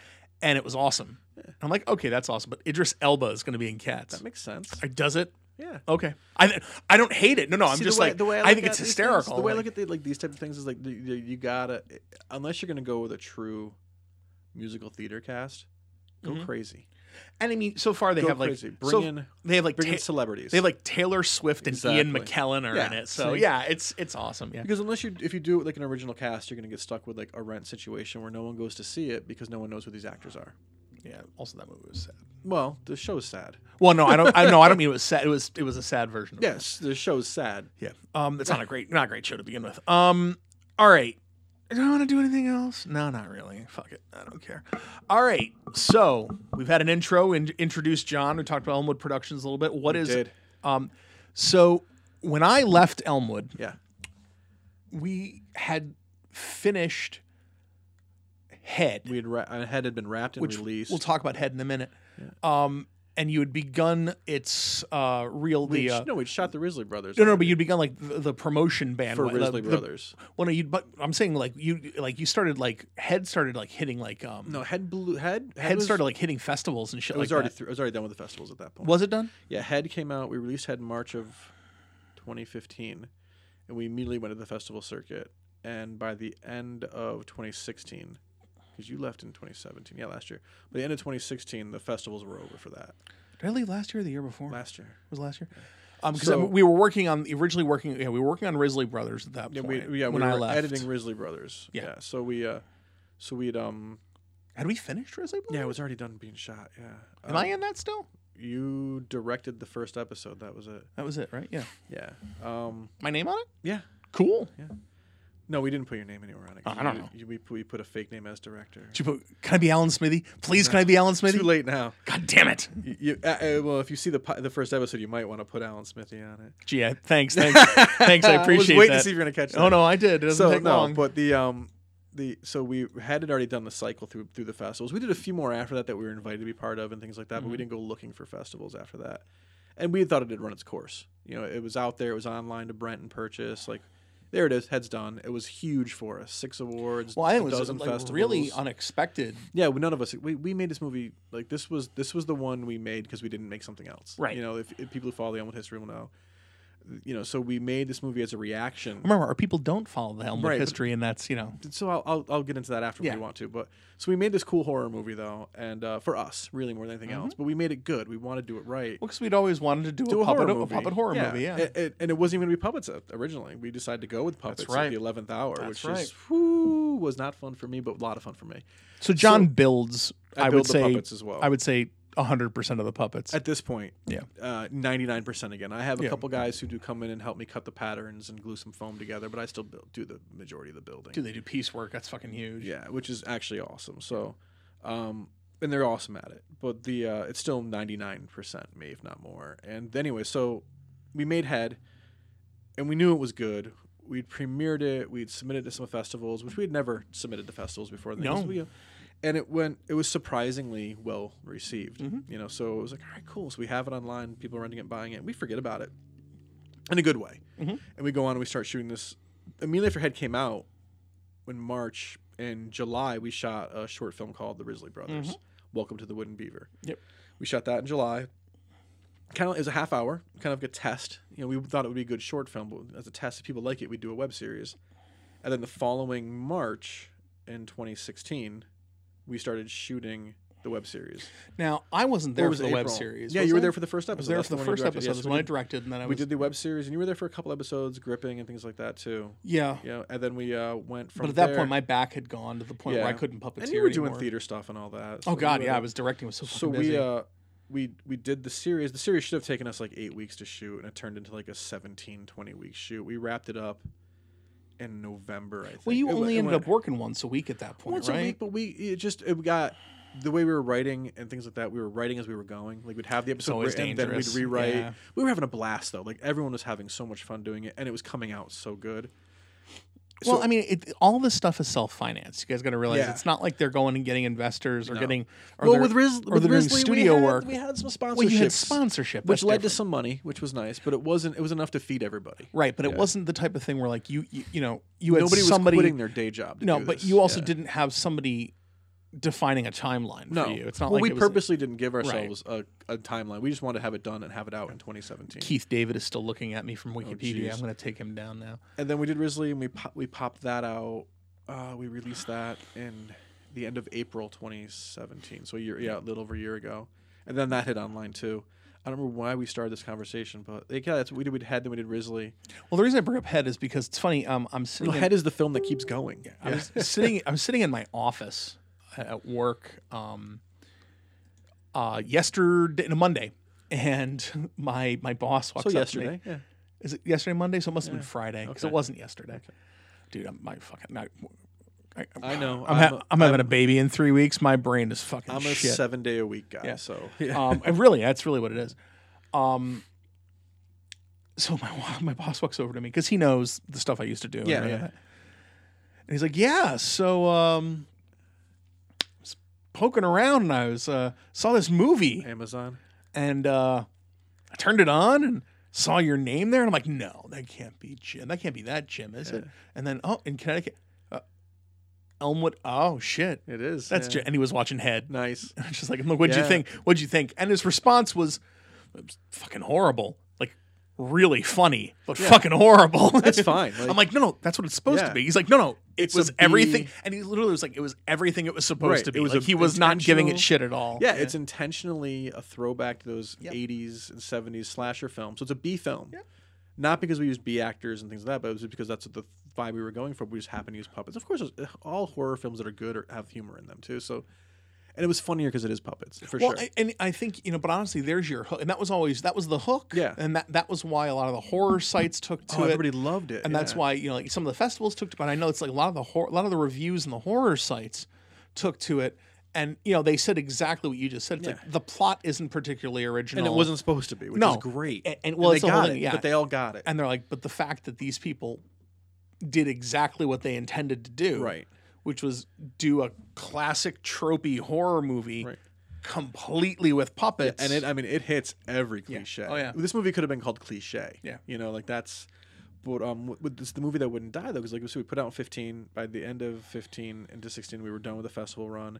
A: and it was awesome. I'm like, okay, that's awesome. But Idris Elba is going to be in Cats.
B: That makes sense.
A: Like, Does it?
B: Yeah.
A: Okay. I th- I don't hate it. No, no. I'm
B: See,
A: just
B: the way,
A: like
B: the way I,
A: I,
B: look
A: think
B: at
A: it's
B: these things-
A: hysterical.
B: the way I
A: like-
B: look at the, like these type of things is like the, the, you gotta unless you're gonna go with a true musical theater cast, go crazy.
A: and I mean, so far Mm-hmm. they
B: go
A: have like
B: crazy. Bring
A: so
B: in-
A: they have like
B: Bring in
A: Ta-
B: celebrities.
A: they have like Taylor Swift and Ian
B: Exactly.
A: McKellen are in
B: Yeah,
A: it. So
B: see?
A: yeah, it's it's awesome. Yeah.
B: because unless you if you do it like an original cast, you're gonna get stuck with like a rent situation where no one goes to see it because no one knows who these actors are.
A: Yeah. Also, that movie was sad.
B: Well, the show's sad.
A: Well, no, I don't. I no, I don't mean it was sad. It was it was a sad version. Of it.
B: Yes, the show's sad.
A: Yeah. Um, it's not a great, not a great show to begin with. Um, all right. Do I want to do anything else? No, not really. Fuck it. I don't care. All right. So we've had an intro and introduced John. We talked about Elmwood Productions a little bit. What is
B: Did
A: so? When I left Elmwood,
B: yeah.
A: we had finished Head,
B: We had ra- uh, head had been wrapped and
A: which
B: released.
A: we'll talk about Head in a minute. Um, and you had begun its uh, real the. Uh,
B: no, we shot the Risley brothers.
A: no, no, but you'd begun like the, the promotion band
B: for
A: the-
B: Risley
A: uh, the-
B: brothers.
A: Well, no, you. But I'm saying like you, like you started like head started like hitting like um
B: no, head blew head
A: head
B: was-
A: started like hitting festivals and shit
B: It was
A: like
B: already
A: that.
B: through, I was already done with the festivals at that point.
A: was it done?
B: Yeah, Head came out. We released Head in March of 2015, and we immediately went to the festival circuit. And by the end of 2016, because you left in 2017, yeah, last year. By the end of 2016, the festivals were over for that.
A: Did I leave last year or the year before?
B: Last year,
A: was it last year. Um, because
B: So-
A: we were working on originally working. Yeah, we were working on Risley Brothers at that
B: yeah,
A: point.
B: we, yeah,
A: when
B: we
A: I
B: were
A: left,
B: editing Risley Brothers.
A: Yeah.
B: so we, uh, so we'd um,
A: had we finished Risley? Brothers?
B: yeah, it was already done being shot. Yeah, Um,
A: Am I in that still?
B: You directed the first episode. That was it.
A: That was it, right? Yeah.
B: Yeah, um,
A: My name on it.
B: yeah.
A: Cool.
B: No, we didn't put your name anywhere on it. 'cause
A: Oh, I don't
B: you-
A: know.
B: you- we, we put a fake name as director.
A: Did you put, can I be Alan Smithy? Please, can I be Alan Smithy?
B: Too late now.
A: God damn it!
B: You, you- uh, uh, well, if you see the pi- the first episode, you might want to put Alan Smithy on it.
A: Gee, I, thanks, thanks, thanks. I appreciate
B: I was waiting
A: that.
B: to see if you're gonna catch. That.
A: oh no, I did. It doesn't
B: so
A: take
B: no,
A: long.
B: but the um the so we had it already done the cycle through through the festivals. We did a few more after that that we were invited to be part of and things like that, but we
A: Mm-hmm.
B: didn't go looking for festivals after that. And we had thought it had run its course. You know, it was out there. It was online to Brent and purchase. Like, there it is. Heads done. It was huge for us. Six awards.
A: well, I think
B: a
A: it was
B: dozen
A: like
B: festivals.
A: really unexpected
B: Yeah, well, none of us. We, we made this movie like this was this was the one we made because we didn't make something else.
A: Right.
B: You know, if, if people who follow the Elmwood history will know. You know, so we made this movie as a reaction.
A: remember our people don't follow the helmet
B: Right, but-
A: history and that's you know
B: So I'll I'll, I'll get into that after
A: Yeah.
B: if you want to. But so we made this cool horror movie though, and uh, for us really more than anything
A: Mm-hmm.
B: else. But we made it good. We want to do it right.
A: because we'd always wanted to do,
B: do
A: a, puppet, a puppet horror movie yeah
B: It- it- and it wasn't even going to be puppets uh, originally. We decided to go with puppets
A: right.
B: at the eleventh hour, which
A: right.
B: is whew, was not fun for me, but a lot of fun for me.
A: so john builds i,
B: I
A: would
B: build the
A: say
B: puppets as well.
A: i would say hundred percent of the puppets.
B: At this point,
A: Yeah.
B: uh, 99% again. I have a
A: Yeah.
B: couple guys who do come in and help me cut the patterns and glue some foam together, but I still build, do the majority of the building.
A: Dude, they do piecework. That's fucking huge.
B: Yeah, which is actually awesome. So, um, and they're awesome at it. But the uh, it's still ninety nine percent me, if not more. And anyway, so we made head, and we knew it was good. We'd premiered it. We'd submitted to some festivals, which we had never submitted to festivals before. then, 'cause
A: No.
B: we- and it went. It was surprisingly well received.
A: Mhm.
B: You know, so it was like, all right, cool. So we have it online. People are renting it, buying it. And we forget about it in a good way.
A: Mhm.
B: And we go on and we start shooting this. Immediately after Head came out in March and July, we shot a short film called The Risley Brothers Welcome to the Wooden Beaver.
A: Mm-hmm. Yep.
B: We shot that in July. Kind of, it was a half hour, kind of like a test. You know, we thought it would be a good short film, but as a test, if people like it, we'd do a web series. And then the following March in 2016, we started shooting the web series.
A: Now I wasn't there
B: Or was
A: for
B: it
A: the web
B: April?
A: series.
B: Yeah,
A: was
B: you were
A: I?
B: there for the first
A: I was
B: episode.
A: there
B: That's
A: for the
B: one you
A: first
B: directed.
A: episode.
B: Yes,
A: That's
B: we
A: when I
B: did-
A: directed, and then I
B: we
A: was
B: did the web series, and you were there for a couple episodes, gripping and things like that too.
A: yeah.
B: Yeah, and then we uh, went from.
A: But at that
B: there-
A: point, my back had gone to the point where I
B: Yeah.
A: couldn't puppeteer
B: and you were doing
A: anymore.
B: theater stuff and all
A: Oh
B: that. so we
A: god,
B: were
A: yeah, I
B: like-
A: was directing. I was so fucking
B: So
A: busy.
B: we uh, we we did the series. The series should have taken us like eight weeks to shoot, and it turned into like a 17, 20 week shoot. We wrapped it up in November, I think.
A: well, you
B: It wa-
A: only
B: it
A: ended
B: went-
A: up working once a week at that point,
B: once
A: right?
B: a week, but we it just it got the way we were writing and things like that. We were writing as we were going. Like we'd have the episode
A: always
B: written, then we'd
A: dangerous.
B: rewrite.
A: Yeah.
B: We were having a blast though. Like everyone was having so much fun doing it, and it was coming out so good.
A: Well,
B: So-
A: I mean, it, all this stuff is self-financed. You guys got to realize
B: Yeah.
A: it's not like they're going and getting investors or
B: No.
A: getting. Or
B: Well,
A: they're-
B: with Riz,
A: or
B: with
A: they're doing
B: Risley, we
A: studio
B: had-
A: work.
B: we had some sponsorships,
A: well, you had sponsorship,
B: which
A: that's
B: led to
A: different.
B: some money, which was nice, but it wasn't. It was enough to feed everybody.
A: right, but it
B: Yeah.
A: wasn't the type of thing where like you, you, you know, you had
B: Nobody
A: somebody.
B: was quitting their day job. To
A: no,
B: do
A: but
B: this.
A: you also
B: Yeah.
A: didn't have somebody defining a timeline
B: No,
A: for you. It's not
B: well,
A: like
B: we
A: it was
B: purposely didn't give ourselves a, a timeline. We just wanted to have it done and have it out in 2017.
A: Keith David is still looking at me from Wikipedia.
B: Oh, jeez.
A: I'm going to take him down now.
B: and then we did Risley, and we pop, we popped that out. Uh, we released that in the end of April 2017, so a year, yeah, a little over a year ago. And then that hit online too. I don't remember why we started this conversation, but like, yeah, that's what we did. We had then we did Risley.
A: Well, the reason I bring up Head is because it's funny. Um, I'm sitting.
B: Well,
A: in-
B: Head is the film that keeps going. Yeah,
A: I was sitting. I'm sitting in my office at- at work. Um, uh, yesterday, no, Monday, and my my boss walks
B: so
A: up. to me-
B: yesterday, yeah.
A: is it yesterday, Monday? So it must have been Friday because it
B: okay.
A: wasn't yesterday. Dude, I'm my fucking. I, I,
B: I know.
A: I'm,
B: I'm
A: ha-
B: a-
A: I'm having a baby in three weeks. My brain is fucking
B: I'm a
A: shit.
B: seven day a week guy, so yeah.
A: um, and really, that's really what it is. Um, so my wa- my boss walks over to me because he knows the stuff I used to do. and
B: Yeah,
A: all
B: yeah.
A: that. And he's like, "Yeah, so um, I was poking around and I was uh, saw this movie
B: Amazon.
A: and uh, I turned it on and saw your name there and I'm like, no, that can't be Jim. That can't be that Jim, is it? And then oh, in Connecticut, uh, Elmwood. Oh shit,
B: It is.
A: that's
B: yeah.
A: Jim. And he was watching Head.
B: nice.
A: And she's like, look, what'd you
B: Yeah.
A: think? What'd you think? And his response was, it was fucking horrible. Like, really funny, but fucking horrible.
B: That's fine, like-
A: I'm like, no, no, that's what it's supposed to
B: Yeah.
A: be. He's like, no, no, it
B: It's a
A: was
B: B-
A: everything. And he literally was like, it was everything it was supposed
B: Right,
A: to be.
B: it was
A: like,
B: a-
A: he was not giving it
B: intentional-
A: shit at all.
B: Yeah, it's intentionally a throwback to those
A: Oh, Yep.
B: 80s and 70s slasher films. So it's a B film. Not because we used B actors and things like that, but it was because that's the vibe we were going for. We just happened to use puppets. Of course, there's- all horror films that are good or have humor in them too. So, and it was funnier because it is puppets for
A: Well,
B: sure.
A: I- and I think you know, but honestly, there's your hook, and that was always that was the hook.
B: Yeah.
A: and that that was why a lot of the horror sites took to
B: oh,
A: it.
B: everybody loved it,
A: and that's
B: yeah.
A: why you know like some of the festivals took to. But I know it's like a lot of the hor- a lot of the reviews and the horror sites took to it, and you know they said exactly what you just said. It's
B: Yeah.
A: like the plot isn't particularly original,
B: And it wasn't supposed to be, which
A: No.
B: is great.
A: A- and- well,
B: they
A: it's the whole
B: got
A: thing,
B: it,
A: yeah.
B: but they all got it.
A: And they're like, but the fact that these people did exactly what they intended to do,
B: Right.
A: Which was do a classic tropey horror movie,
B: Right.
A: completely with puppets,
B: and it I mean it hits every cliche.
A: Oh, yeah.
B: This movie could have been called cliche.
A: Yeah.
B: You know, like that's but um with- with this the movie that wouldn't die though because like so we put out in 15 by the end of 15 into 16 we were done with the festival run.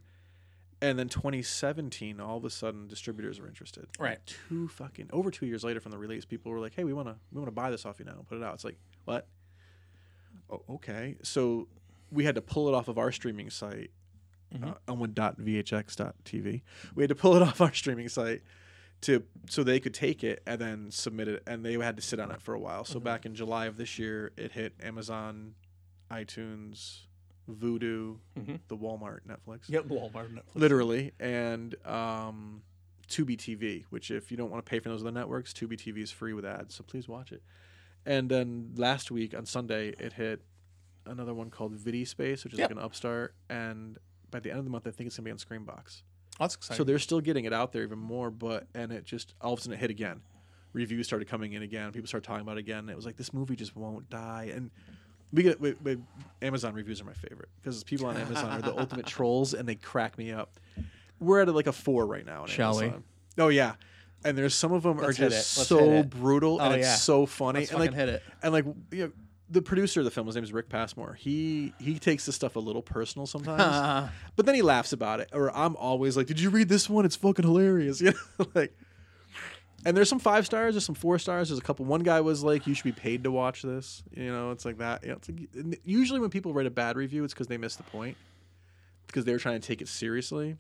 B: And then 2017 all of a sudden distributors were interested.
A: Right.
B: Two fucking over 2 years later from the release people were like, "Hey, we want to we want to buy this off you now and put it out." It's like, "What?" Oh, okay. So we had to pull it off of our streaming site uh, elmwood.vhx.tv. We had to pull it off our streaming site to so they could take it and then submit it, and they had to sit on it for a while. So back in July of this year, it hit Amazon, iTunes, Voodoo,
A: Mhm.
B: the Walmart, Netflix,
A: Yep, Walmart, Netflix.
B: literally, and um, Tubi TV, which if you don't want to pay for those other networks, Tubi TV is free with ads, so please watch it. And then last week on Sunday, it hit another one called Vidi Space, which is
A: Yeah.
B: like an upstart. And by the end of the month, I think it's gonna be on Screenbox.
A: That's exciting.
B: So they're still getting it out there even more, but and it just all of a sudden it hit again. Reviews started coming in again. People started talking about it again. It was like this movie just won't die. And we get we, we, Amazon reviews are my favorite because people on Amazon are the ultimate trolls, and they crack me up. We're at like a four right now. On
A: Shall we?
B: Amazon. Oh yeah. And there's some of them
A: Let's
B: are
A: hit
B: just
A: it. Let's hit
B: so
A: it.
B: brutal
A: Oh,
B: and
A: yeah.
B: it's so funny.
A: Let's
B: and like
A: fucking hit it.
B: and like you know, the producer of the film, his name is Rick Passmore. He he takes this stuff a little personal sometimes, but then he laughs about it. Or I'm always like, "Did you read this one? It's fucking hilarious." You know, like. And there's some five stars, there's some four stars, there's a couple. One guy was like, "You should be paid to watch this." You know, it's like that. You know, it's like, and usually when people write a bad review, it's because they missed the point, because they were trying to take it seriously,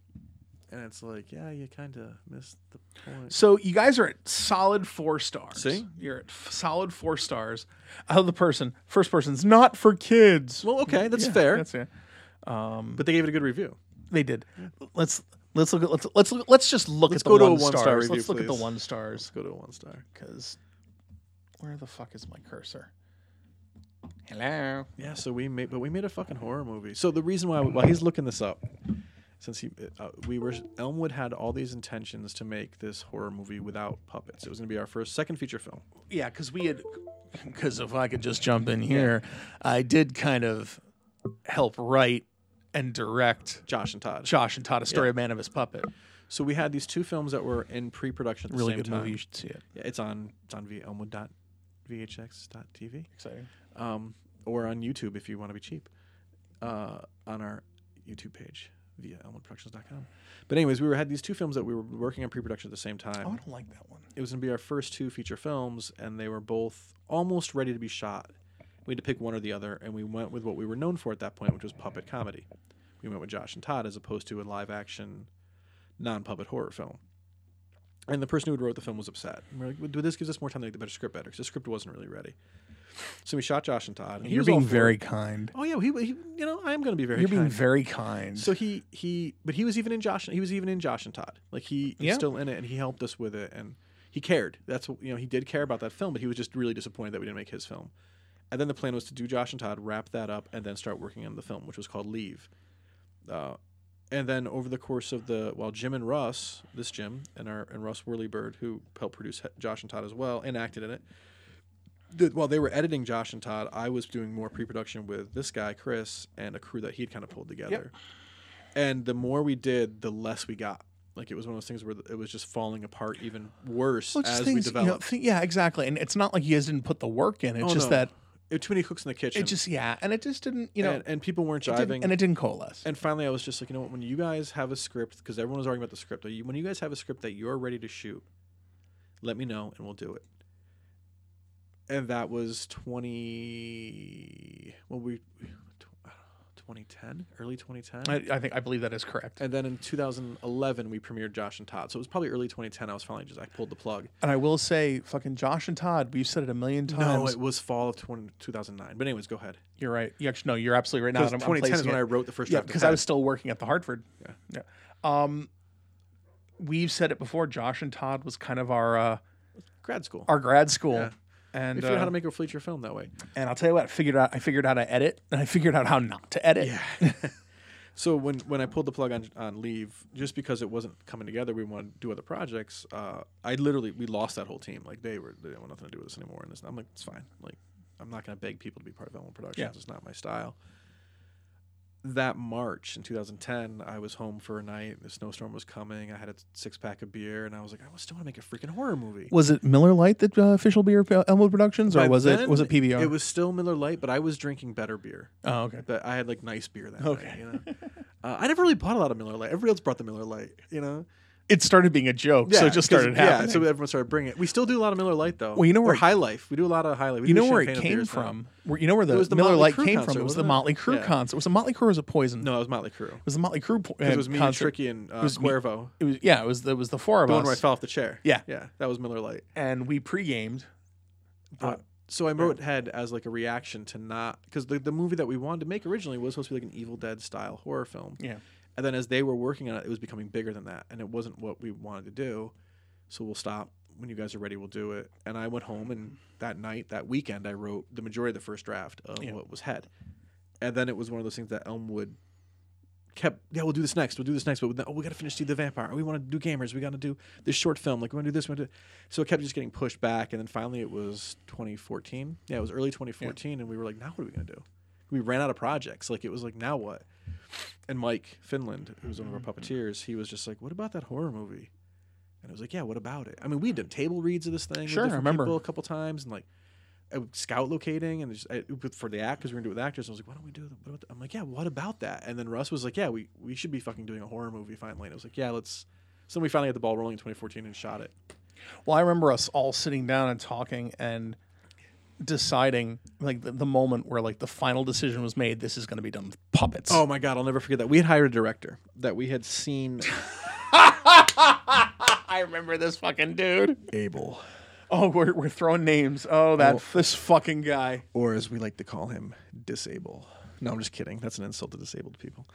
B: and it's like, yeah, you kind of missed the point.
A: So you guys are at solid four stars.
B: See?
A: you're at f- solid four stars. Out of the person, first person's not for kids.
B: Well, okay, that's fair,
A: That's it.
B: but they gave it a good review.
A: They did. Let's let's look at let's let's look, let's just look
B: Let's
A: at the
B: go to a
A: one
B: one-star
A: stars.
B: review,
A: let's look at the
B: please.
A: one stars
B: Let's go to a one star.
A: because where the fuck is my cursor? Hello.
B: Yeah, so we made, but we made a fucking horror movie. So the reason why, while he's looking this up, since he, uh, we were Elmwood had all these intentions to make this horror movie without puppets. It was going to be our first, second feature film.
A: Yeah, because we had because if I could just jump in here, I did kind of help write and direct
B: Josh and Todd.
A: Josh and Todd a story of man of his puppet.
B: So we had these two films that were in pre-production at the
A: Really
B: same
A: good
B: time.
A: movie. You should see it.
B: Yeah, it's on it's on v, elmwood.vhx.tv
A: Exciting.
B: um, or on YouTube if you want to be cheap uh, on our YouTube page via elmwoodproductions.com. But anyways, we were had these two films that we were working on pre-production at the same time.
A: Oh, I don't like that one.
B: it was going to be our first two feature films, and they were both almost ready to be shot. We had to pick one or the other, and we went with what we were known for at that point, which was puppet comedy. We went with Josh and Todd as opposed to a live action, non puppet horror film. And the person who wrote the film was upset. And we're like, well, this gives us more time to make the better script better because the script wasn't really ready. So we shot Josh and Todd. And he
A: You're
B: was all
A: being
B: for it.
A: very kind.
B: Oh yeah, he, he you know I am going to be very.
A: You're being
B: kind.
A: very kind.
B: So he he but he was even in Josh he was even in Josh and Todd. Like he
A: Yeah.
B: he's still in it and he helped us with it and he cared. That's what you know, he did care about that film, but he was just really disappointed that we didn't make his film. And then the plan was to do Josh and Todd, wrap that up, and then start working on the film, which was called Leave. Uh, and then over the course of the while Jim and Russ, this Jim and our and Russ Whirlybird, who helped produce He- Josh and Todd as well and acted in it, th- while they were editing Josh and Todd, I was doing more pre-production with this guy Chris and a crew that he'd kind of pulled together. And the more we did, the less we got. Like it was one of those things where it was just falling apart even worse
A: Well, it's
B: as
A: just
B: we
A: things, you know,
B: developed.
A: thi- yeah, exactly. And it's not like you guys didn't put the work in. It's
B: Oh,
A: just
B: no.
A: that
B: It- too many cooks in the kitchen.
A: it just yeah, and it just didn't you know
B: and, and people weren't
A: it didn't-
B: driving.
A: and it didn't coalesce.
B: And finally, I was just like, you know what? When you guys have a script, because everyone was arguing about the script, like, you- when you guys have a script that you're ready to shoot, let me know and we'll do it. And that was 20. Well, we. tw- I don't know, 2010, early 2010.
A: I, I think I believe that is correct.
B: and then in 2011, we premiered Josh and Todd. So it was probably early 2010. I was finally just, I pulled the plug.
A: And I will say, fucking Josh and Todd, we've said it a million
B: No,
A: times.
B: it was fall of 20, 2009. But, anyways, go ahead.
A: you're right. You actually no, you're absolutely right. Now
B: Because
A: that I'm,
B: 2010 is
A: I'm
B: when
A: placing
B: I
A: it.
B: wrote the first
A: yeah,
B: draft of
A: because I
B: Head.
A: was still working at the Hartford. Yeah, yeah. Um, we've said it before. Josh and Todd was kind of our uh,
B: grad school.
A: our grad school. And
B: we figured out
A: uh,
B: how to make a feature film that way.
A: And I'll tell you what, I figured out I figured out how to edit and I figured out how not to edit. Yeah.
B: So when when I pulled the plug on on leave, just because it wasn't coming together, we wanted to do other projects. Uh, I literally we lost that whole team. Like they were they didn't want nothing to do with us anymore. And this, I'm like, it's fine. Like I'm not gonna beg people to be part of Elmwood Productions.
A: Yeah.
B: It's not my style. That March in 2010, I was home for a night. The snowstorm was coming. I had a six pack of beer, and I was like, I still want to make a freaking horror movie.
A: Was it Miller Lite that uh, official beer of Elmwood Productions
B: By
A: or was it
B: then,
A: was it PBR?
B: It was still Miller Lite, but I was drinking better beer.
A: Oh, okay.
B: That I had like nice beer that night.
A: Okay.
B: You know, uh, I never really bought a lot of Miller Lite. Everybody else brought the Miller Lite. You know,
A: It started being a joke, so it just
B: 'cause-
A: started
B: Yeah,
A: happening.
B: so everyone started bringing it. We still do a lot of Miller Lite though.
A: Well, you know
B: Or
A: where-
B: High Life. We do a lot of High Life. We
A: you
B: do
A: know where it
B: champagne
A: came
B: beers now.
A: from? Where, you know where the,
B: was the
A: Miller
B: Motley
A: Lite
B: Crue
A: came
B: concert,
A: from? It was the
B: wasn't it?
A: Motley Crue
B: Yeah.
A: concert. It was the Motley Crue was a poison.
B: No, it was Motley Crue.
A: It was the Motley Crue po-
B: It was me, and
A: concert.
B: Tricky, and uh,
A: was me-
B: Cuervo.
A: It was yeah, it was the, it was the four of
B: The one
A: us.
B: where I fell off the chair.
A: Yeah.
B: yeah, that was Miller Lite.
A: And we pre-gamed.
B: But so I wrote Head as like a reaction to not because the, the movie that we wanted to make originally was supposed to be like an Evil Dead style horror film.
A: Yeah.
B: And then as they were working on it, it was becoming bigger than that, and it wasn't what we wanted to do. So we'll stop when you guys are ready. We'll do it. And I went home, and that night, that weekend, I wrote the majority of the first draft of
A: Yeah.
B: what was head. And then it was one of those things that Elmwood kept. Yeah, we'll do this next. We'll do this next. But then, oh, we got to finish Steve the Vampire. We want to do gamers. We got to do this short film. Like we want to do this. We wanna do... So it kept just getting pushed back, and then finally it was 2014. Yeah, it was early 2014, and we were like, now what are we gonna do? We ran out of projects. Like it was like now what? And Mike Finland, who was one of our
A: Mm-hmm.
B: puppeteers, he was just like, what about that horror movie? And I was like, yeah, what about it? I mean, we did table reads of this thing. with
A: Sure, I
B: different
A: remember.
B: people a couple times, and like I would scout locating and just, I, for the act because we're gonna do it with actors. I was like, why don't we do that? What about that? I'm like, yeah, what about that? And then Russ was like, yeah, we we should be fucking doing a horror movie finally. And I was like, yeah, let's. So then we finally got the ball rolling in 2014 and shot it.
A: Well, I remember us all sitting down and talking and deciding like the, the moment where like the final decision was made. This is going to be done with puppets.
B: Oh my god, I'll never forget that. We had hired a director that we had seen
A: I remember this fucking dude.
B: Abel,
A: Oh, we're, we're throwing names. Oh, that
B: Well-
A: this fucking guy.
B: or as we like to call him, Disable. No, I'm just kidding. That's an insult to disabled people,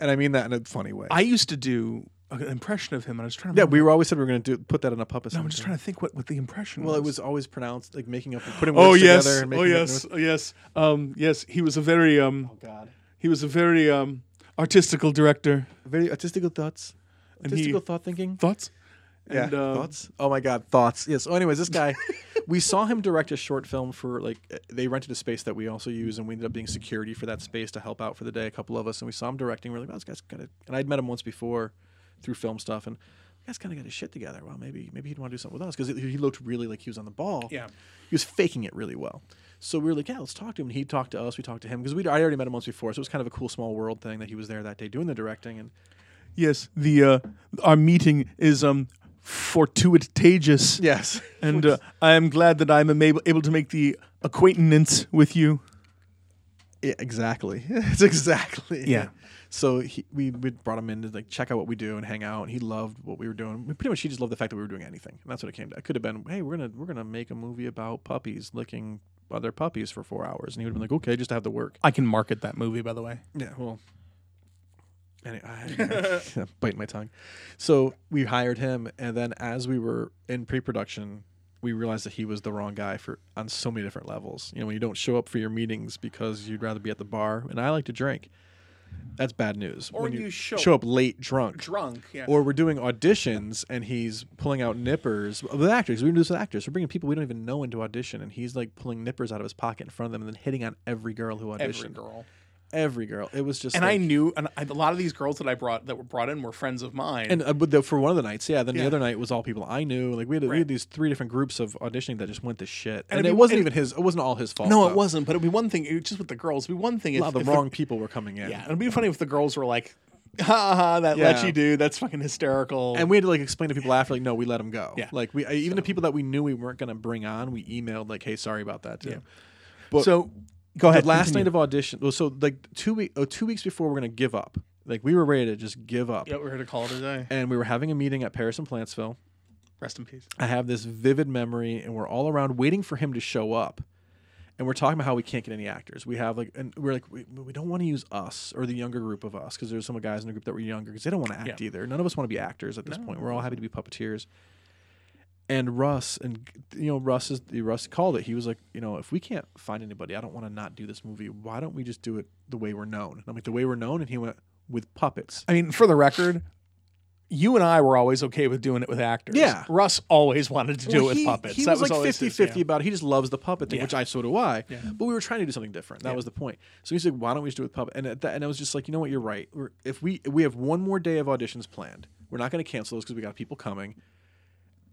B: and I mean that in a funny way.
A: I used to do an impression of him, and I was trying to.
B: yeah, we were always said we were gonna do put that in a puppet.
A: I'm just trying to think what, what the impression.
B: Well,
A: was.
B: it was always pronounced like making up, putting words
A: Oh yes.
B: together. and
A: Oh
B: making up
A: yes. Oh yes. Um, yes. He was a very um.
B: Oh God.
A: He was a very um artistical director.
B: Very artistical thoughts. Artistical thought thinking.
A: Thoughts?
B: Yeah.
A: And, uh,
B: thoughts. Oh my God. Thoughts. Yes. Oh, anyways, this guy, we saw him direct a short film for like uh, they rented a space that we also use, and we ended up being security for that space to help out for the day. A couple of us, and we saw him directing. We're like, wow, this guy's got it. And I'd met him once before through film stuff, and the guy's kind of got his shit together. Well, maybe maybe he'd want to do something with us because he looked really like he was on the ball.
A: Yeah.
B: He was faking it really well. So we were like, yeah, let's talk to him. And he talked to us. We talked to him because we I already met him once before, so it was kind of a cool small world thing that he was there that day doing the directing and.
A: Yes. The uh, our meeting is um fortuitous.
B: Yes.
A: And uh, I am glad that I'm am- able, able to make the acquaintance with you.
B: Yeah, exactly. it's exactly. it.
A: Yeah.
B: So he, we we brought him in to like check out what we do and hang out, and he loved what we were doing. We- Pretty much, he just loved the fact that we were doing anything, and that's what it came to. It could have been, hey, we're gonna we're gonna make a movie about puppies licking other puppies for four hours, and he would have been like, okay, just to have the work.
A: I can market that movie, by the way.
B: Yeah. Well. Any, I, I'm biting my tongue. So we hired him, and then as we were in pre-production, we realized that he was the wrong guy for on so many different levels. You know, when you don't show up for your meetings because you'd rather be at the bar, and I like to drink. That's bad news.
A: Or
B: when
A: you show
B: up late, drunk,
A: Drunk. Yeah.
B: or we're doing auditions and he's pulling out nippers with actors. We do this with actors. We're bringing people we don't even know into audition, and he's like pulling nippers out of his pocket in front of them and then hitting on every girl who auditioned.
A: Every girl.
B: Every girl. It was just
A: And
B: like,
A: I knew, and I, a lot of these girls that I brought that were brought in were friends of mine.
B: And uh, but the, for one of the nights, yeah. Then
A: Yeah.
B: the other night was all people I knew. Like we had, we
A: Right.
B: had these three different groups of auditioning that just went to shit.
A: And
B: And,
A: it'd
B: it
A: be-
B: wasn't
A: and-
B: even his. It wasn't all his fault.
A: no,
B: though.
A: it wasn't. But it'd be one thing. It, just with the girls, it'd be one thing.
B: A
A: If,
B: lot of the
A: if
B: wrong people were coming in.
A: Yeah, it'd be funny if the girls were like, "Ha ha, that
B: Yeah.
A: let you do. That's fucking hysterical."
B: And we had to like explain to people after, like, no, we let him go.
A: Yeah.
B: Like we I- even the people that we knew we weren't gonna bring on, we emailed like, hey, sorry about that. Too.
A: Yeah.
B: But
A: so go ahead.
B: the last
A: continue.
B: night of audition. Well, so like two week, oh, two weeks before we're gonna give up. Like we were ready to just give up.
A: yeah, we're here to call it a day.
B: And we were having a meeting at Paris and Plantsville.
A: Rest in peace.
B: I have this vivid memory, and we're all around waiting for him to show up. And we're talking about how we can't get any actors. We have like, and we're like, we, we don't want to use us or the younger group of us because there's some guys in the group that were younger because they don't want to act
A: Yeah.
B: either. None of us want to be actors at this point. We're all happy to be puppeteers. And Russ, and you know, Russ is Russ called it. He was like, you know, if we can't find anybody, I don't want to not do this movie. Why don't we just do it the way we're known? And I'm like, the way we're known. And he went with puppets.
A: I mean, for the record, you and I were always okay with doing it with actors.
B: Yeah.
A: Russ always wanted to do
B: Well,
A: it with
B: he,
A: puppets.
B: He
A: that
B: was, like
A: always
B: 50
A: his-
B: 50
A: yeah.
B: about it. He just loves the puppet thing,
A: Yeah.
B: which I so do I.
A: Yeah.
B: But we were trying to do something different. That was the point. So he's like, why don't we just do it with puppet? And, at that, and I was just like, you know what? You're right. We're, if we we have one more day of auditions planned, we're not going to cancel those because we got people coming.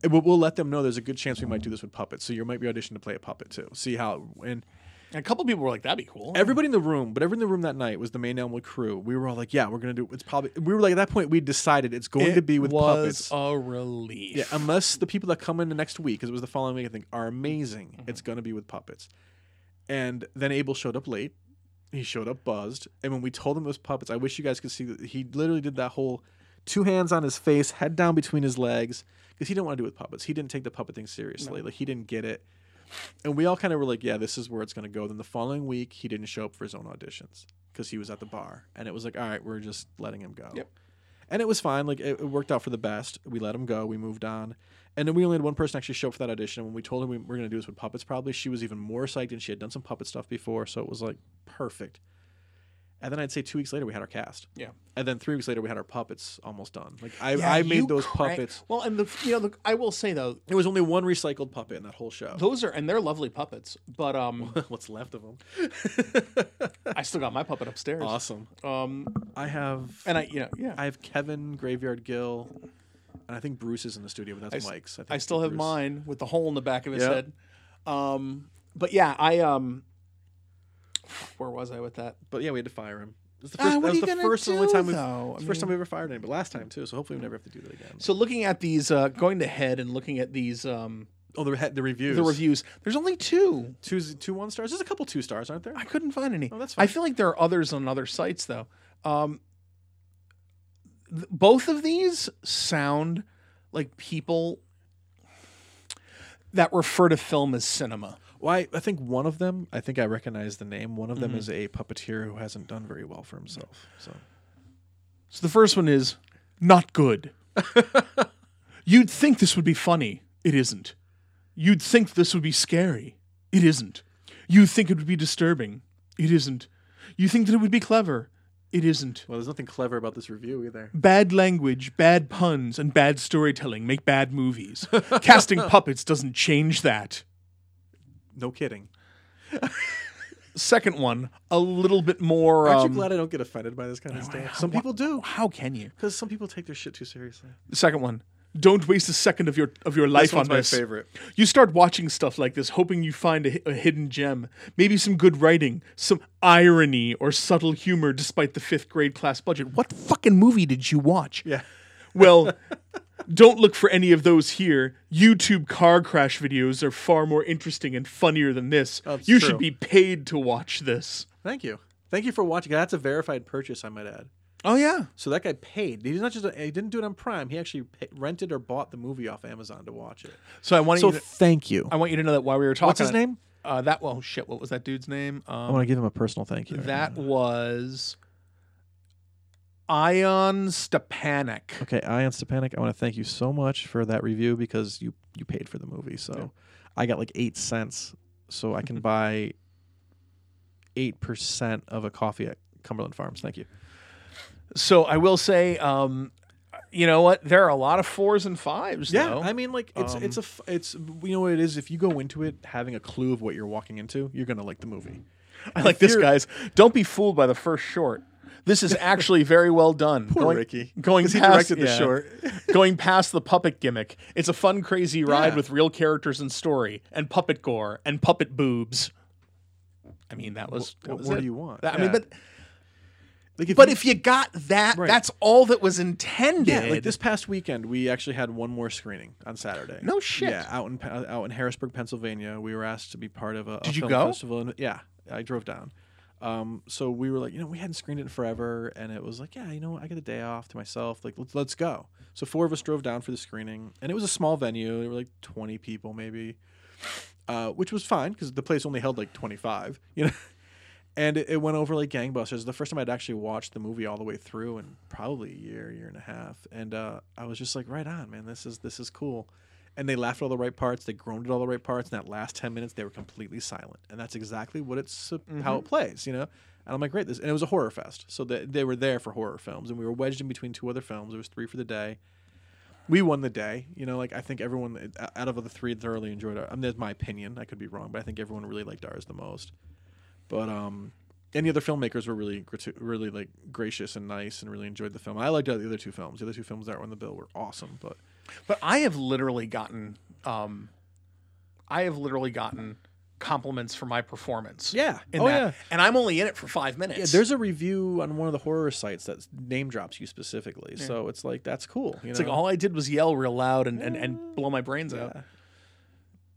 B: And We'll, we'll let them know there's a good chance we might do this with puppets. So you might be auditioned to play a puppet too. See how. And
A: A couple people were like, "That'd be cool."
B: everybody in the room, but everyone in the room that night was the main Elmwood crew. We were all like, yeah, we're going to do It's probably. We were like, at that point, we decided it's going
A: It
B: to be with
A: was
B: puppets.
A: a relief.
B: Yeah, unless the people that come in the next week, because it was the following week, I think, are amazing, it's going to be with puppets. And then Abel showed up late. He showed up buzzed. And when we told him it was puppets, I wish you guys could see that he literally did that whole two hands on his face, head down between his legs, because he didn't want to do it with puppets. He didn't take the puppet thing seriously. Like, he didn't get it. And we all kind of were like, yeah, this is where it's going to go. Then the following week, he didn't show up for his own auditions because he was at the bar. And it was like, all right, we're just letting him go.
A: Yep.
B: And it was fine. Like, it, it worked out for the best. We let him go. We moved on. And then we only had one person actually show up for that audition. And when we told him we were going to do this with puppets, probably, she was even more psyched and she had done some puppet stuff before. So it was like perfect. And then I'd say two weeks later, we had our cast.
A: Yeah.
B: And then three weeks later, we had our puppets almost done. Like, I,
A: Yeah,
B: I
A: you
B: made those
A: cra-
B: puppets.
A: Well, and the you know, the, I will say though,
B: There was only one recycled puppet in that whole show.
A: those are and they're lovely puppets, but um,
B: What's left of them?
A: I still got my puppet upstairs.
B: Awesome.
A: Um,
B: I have
A: and I, you know, yeah,
B: I have Kevin Graveyard Gill, and I think Bruce is in the studio, but that's
A: s-
B: Mike's. think
A: I still have
B: Bruce-
A: mine with the hole in the back of his
B: Yep.
A: head. Um, but yeah, I um, where was I with that?
B: But yeah, we had to fire him. It was the
A: Ah,
B: first,
A: what
B: that
A: are
B: was
A: you
B: the
A: gonna
B: first and only
A: do,
B: time we
A: though? I
B: the first time we ever fired him, but last time too. So hopefully we never have to do that again.
A: So looking at these, uh, going to head and looking at these, um,
B: Oh, the, re- the reviews.
A: the reviews. There's only two.
B: Two, two one stars. There's a couple two stars, aren't there?
A: I couldn't find any.
B: Oh, that's
A: I
B: fine.
A: feel like there are others on other sites though. Um, th- both of these sound like people that refer to film as cinema.
B: Well, I, I think one of them. I think I recognize the name. One of them is a puppeteer who hasn't done very well for himself. So
A: So the first one is not good. You'd think this would be funny. It isn't. You'd think this would be scary. It isn't. You think it would be disturbing. It isn't. You think that it would be clever. It isn't.
B: well, there's nothing clever about this review either.
A: Bad language, bad puns, and bad storytelling make bad movies. Casting puppets doesn't change that.
B: No kidding.
A: Second one, a little bit more.
B: Aren't
A: um,
B: you glad I don't get offended by this kind of stuff? Some
A: wha-
B: people do.
A: How can you?
B: Because some people take their shit too seriously.
A: The second one, don't waste a second of your of your life
B: This one's
A: on
B: my
A: this.
B: favorite.
A: You start watching stuff like this, hoping you find a, hi- a hidden gem, maybe some good writing, some irony or subtle humor, despite the fifth grade class budget. What fucking movie did you watch?
B: Yeah.
A: Well, don't look for any of those here. YouTube car crash videos are far more interesting and funnier than this.
B: That's
A: you
B: true.
A: should be paid to watch this.
B: Thank you. Thank you for watching. That's a verified purchase, I might add.
A: Oh yeah,
B: So that guy paid. He's not just. uh, he didn't do it on Prime. He actually pa rented or bought the movie off Amazon to watch it.
A: So I want
B: So
A: you. To,
B: thank you.
A: I want you to know that while we were talking.
B: What's his name?
A: Uh, that well, shit. What was that dude's name?
B: I
A: Um,
B: want to give him a personal thank you. right
A: that
B: now.
A: was Ion Stepanek.
B: Okay, Ion Stepanic. I want to thank you so much for that review because you you paid for the movie. So I got like eight cents, so I can buy eight percent of a coffee at Cumberland Farms. Thank you.
A: So I will say, um, you know what? There are a lot of fours and fives.
B: Yeah,
A: though.
B: I mean, like it's it's a f- it's you know what it is. If you go into it having a clue of what you're walking into, you're gonna like the movie.
A: I like this, guys. Don't be fooled by the first short. This is actually very well done. Poor going,
B: Ricky.
A: Going
B: 'Cause
A: past,
B: he directed the short.
A: going past the puppet gimmick. It's a fun, crazy ride
B: Yeah.
A: with real characters and story, and puppet gore, and puppet boobs. I mean, that was. that
B: what
A: was
B: more
A: it.
B: do you want?
A: That- I mean,
B: Yeah.
A: but
B: Like if
A: but
B: you-
A: if you got that,
B: Right.
A: that's all that was intended.
B: yeah, like this past weekend, we actually had one more screening on Saturday.
A: No shit.
B: Yeah, out in Pa- out in Harrisburg, Pennsylvania, we were asked to be part of a, a
A: Did you
B: film
A: go?
B: festival. And, yeah, I drove down. Um, so we were like, you know, we hadn't screened it in forever, and it was like, yeah, you know, what, I got a day off to myself. Like, let's, let's go. So four of us drove down for the screening, and it was a small venue. There were like twenty people, maybe, uh, which was fine because the place only held like twenty five. You know. And it, it went over like gangbusters. The first time I'd actually watched the movie all the way through in probably a year, year and a half, and uh, I was just like, right on, man. This is this is cool. And they laughed at all the right parts. They groaned at all the right parts. And that last ten minutes, they were completely silent. And that's exactly what it's how it plays, you know. And I'm like, great. This and it was a horror fest, so they, they were there for horror films, and we were wedged in between two other films. There was three for the day. We won the day, you know. Like I think everyone uh, out of the three thoroughly enjoyed. Our, I mean, that's my opinion. I could be wrong, but I think everyone really liked ours the most but um any other filmmakers were really gratu- really like gracious and nice and really enjoyed the film i liked the other two films the other two films that were on the bill were awesome but
A: But I have literally gotten, um, I have literally gotten compliments for my performance.
B: Yeah.
A: in
B: Oh,
A: that.
B: yeah.
A: And I'm only in it for five minutes.
B: yeah, there's a review on one of the horror sites that name drops you specifically so it's like that's cool you
A: it's
B: know?
A: like all I did was yell real loud and and, and blow my brains out.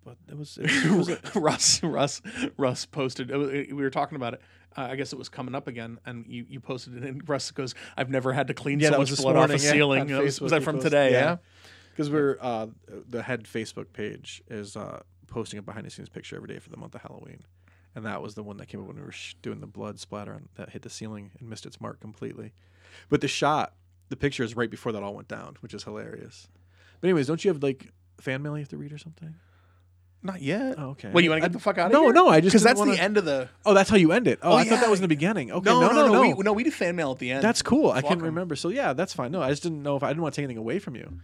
B: but it was, it was- it was a-
A: Russ, Russ, Russ posted. it was- it- We were talking about it. Uh, I guess it was coming up again, and you, you posted it. And Russ goes, "I've never had to clean
B: yeah,
A: so
B: that
A: much
B: was this
A: blood
B: morning,
A: off a
B: yeah,
A: ceiling."
B: on
A: That was,
B: Facebook
A: was that
B: he
A: from
B: posted-
A: today? Yeah.
B: because we're uh, the head Facebook page is uh, posting a behind the scenes picture every day for the month of Halloween. And that was the one that came up when we were sh- doing the blood splatter and that hit the ceiling and missed its mark completely. But the shot, the picture is right before that all went down, which is hilarious. But anyways, don't you have like fan mail you have to read or something?
A: Not yet.
B: Oh, okay.
A: Wait, you want to get the fuck out of
B: no,
A: here?
B: no, I just
A: Because
B: didn't
A: that's
B: wanna-
A: the end of the.
B: Oh, that's how you end it. Oh,
A: Oh,
B: I
A: yeah.
B: thought that was in the beginning. Okay,
A: No, no, no,
B: no.
A: We, no, we do fan mail at the end.
B: That's cool. I can
A: Fuck 'em.
B: remember. So yeah, that's fine. No, I just didn't know if I didn't want to take anything away from you.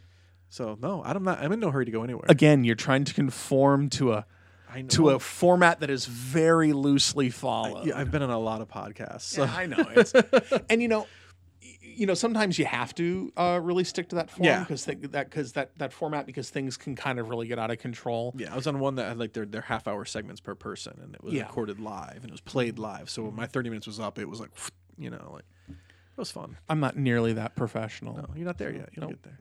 B: So no, I'm not. I'm in no hurry to go anywhere.
A: again. You're trying to conform to a
B: I know.
A: to a format that is very loosely followed.
B: yeah, I've been on a lot of podcasts. So.
A: Yeah, I know. It's, and you know, y- you know, sometimes you have to uh, really stick to that form
B: Yeah.
A: because that because that that format because things can kind of really get out of control.
B: Yeah, I was on one that had like their, their half hour segments per person, and it was
A: Yeah.
B: recorded live and it was played live. So when my thirty minutes was up, it was like, you know, like it was fun.
A: I'm not nearly that professional.
B: No, you're not there yet. You'll get there.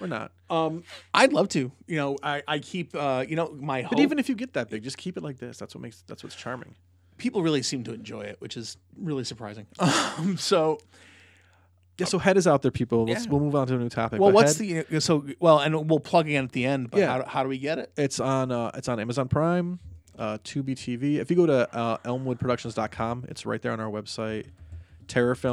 B: We're not.
A: Um, I'd love to. You know, I, I keep uh, you know my hope.
B: But even if you get that big, just keep it like this. That's what makes. That's what's charming.
A: people really seem to enjoy it, which is really surprising. Um, so
B: Yeah. So head is out there, people. Let's
A: Yeah.
B: we'll move on to a new topic.
A: well,
B: But
A: what's
B: Head-
A: the uh, so well, and we'll plug again at the end. But
B: Yeah.
A: how, do- how do we get it?
B: It's on uh, it's on Amazon Prime, uh, Tubi TV. If you go to uh, ElmwoodProductions.com, it's right there on our website.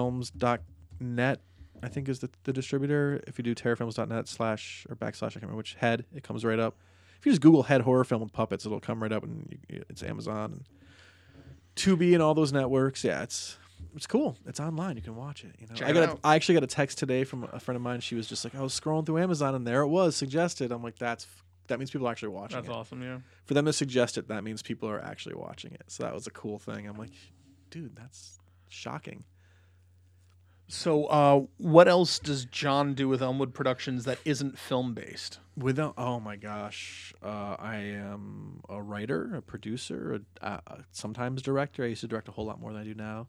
B: Terrafilms.net, I think, is the, the distributor. If you do terrafilms.net slash or backslash, I can't remember which head, it comes right up. If you just Google head horror film with puppets, it'll come right up, and you, it's Amazon and Tubi and all those networks. Yeah, it's it's cool. It's online. You can watch it. You know,
A: Check
B: I
A: it
B: got a-
A: out.
B: I actually got a text today from a friend of mine. She was just like, "I was scrolling through Amazon, and there it was suggested." I'm like, "That's f- that means people are actually watching it."
A: awesome. Yeah.
B: for them to suggest it, that means people are actually watching it. So that was a cool thing. I'm like, dude, that's shocking.
A: So, uh, what else does John do with Elmwood Productions that isn't film based?
B: Without, oh my gosh, uh, I am a writer, a producer, a, uh, uh, sometimes director. I used to direct a whole lot more than I do now.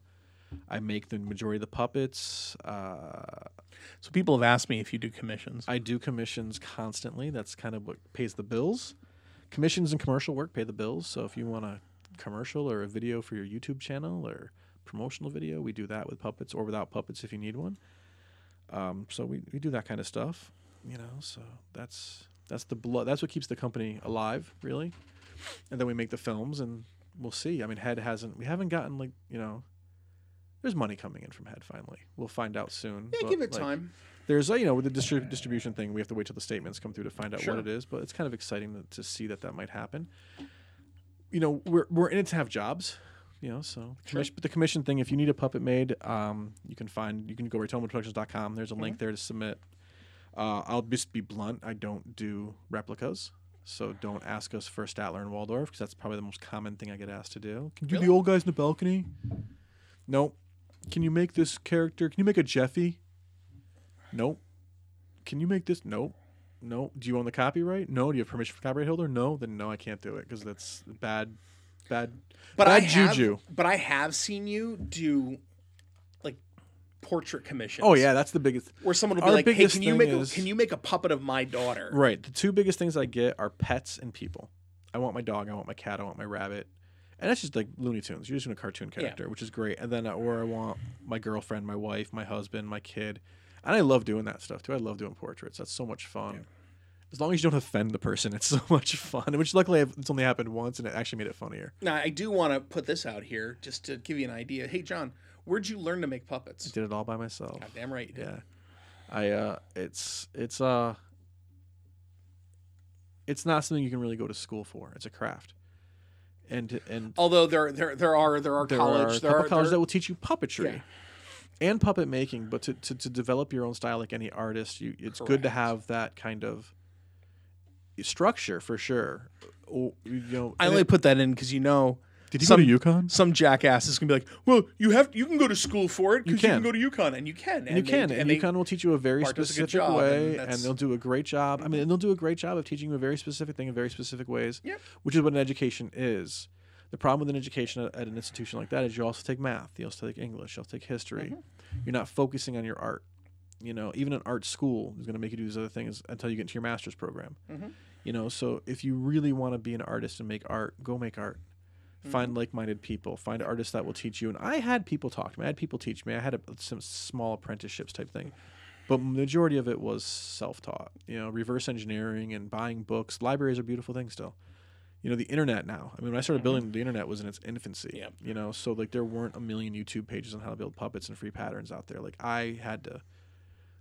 B: I make the majority of the puppets. Uh,
A: So people have asked me if you do commissions.
B: I do commissions constantly. That's kind of what pays the bills. Commissions and commercial work pay the bills. So if you want a commercial or a video for your YouTube channel or promotional video, we do that with puppets or without puppets if you need one. Um, so we, we do that kind of stuff, you know. So that's that's the blood. That's what keeps the company alive, really. And then we make the films, and we'll see. I mean, Head hasn't. We haven't gotten like you know. There's money coming in from Head finally. We'll find out soon. but, like, there's a, you know with the distri- distribution thing we have to wait till the statements come through to find out
A: Sure.
B: what it is but it's kind of exciting to, to see that that might happen you know we're, we're in it to have jobs you know so
A: Sure.
B: commis- but the commission thing if you need a puppet made um, you can find you can go right to homeproductions.com there's a link there to submit uh, i'll just be blunt i don't do replicas so don't ask us for Statler and Waldorf because that's probably the most common thing I get asked to do. Can you do
A: Really?
B: the old guys in the balcony? Nope. Can you make this character? Can you make a Jeffy? Nope. Can you make this? Nope. No. Do you own the copyright? No. Do you have permission from the copyright holder? No. Then no, I can't do it because that's bad, bad,
A: But I
B: bad
A: have,
B: juju.
A: But I have seen you do like portrait commissions.
B: Oh yeah, that's the biggest.
A: where someone will be
B: Our
A: like, "Hey,
B: biggest
A: can you
B: thing
A: make
B: is-
A: a, can you make a puppet of my daughter?"
B: Right. The two biggest things I get are pets and people. I want my dog. I want my cat. I want my rabbit. And that's just like Looney Tunes. You're just doing a cartoon character, which is great. And then, uh, or I want my girlfriend, my wife, my husband, my kid. And I love doing that stuff too. I love doing portraits. That's so much fun. As long as you don't offend the person, it's so much fun. Which luckily, I've- it's only happened once, and it actually made it funnier.
A: Now, I do want to put this out here just to give you an idea. Hey, John, where'd you learn to make puppets?
B: Did it all by myself.
A: God damn right you did.
B: Yeah. I uh it's it's uh it's not something you can really go to school for. It's a craft. And and
A: Although there there there are there are
B: there
A: college
B: are a
A: there
B: couple
A: are
B: colleges
A: there-
B: that will teach you puppetry
A: Yeah.
B: and puppet making, but to, to, to develop your own style like any artist, you it's good to
A: Correct.
B: have that kind of structure for sure. Or, you know,
A: I
B: and
A: only
B: it-
A: put that in because you know
B: did
A: some-
B: Yukon?
A: some jackass is gonna be like, "Well, you have you can go to school for it because you, can
B: can.
A: go to UConn and you can
B: And you
A: they-
B: can, and,
A: they-
B: UConn will teach you a very
A: Bart does a good
B: specific
A: job, and
B: way, and,
A: that's- Mm-hmm.
B: they'll do a great job. I mean, and they'll do a great job of teaching you a very specific thing in very specific ways,
A: Yep.
B: which is what an education is. The problem with an education at, at an institution like that is you also take math, you also take English, you also take history.
A: Mm-hmm.
B: You're not focusing on your art. You know, even an art school is going to make you do these other things until you get into your master's program.
A: Mhm.
B: You know, so if you really want to be an artist and make art, go make art
C: Mm-hmm.
B: find like-minded people find artists that will teach you and i had people talk to me i had people teach me i had a, some small apprenticeships type thing but majority of it was self-taught you know reverse engineering and buying books libraries are beautiful things still you know the internet now. I mean, when I started
C: Mm-hmm.
B: building, the internet was in its infancy.
A: Yep.
B: You know, so like there weren't a million YouTube pages on how to build puppets and free patterns out there. Like I had to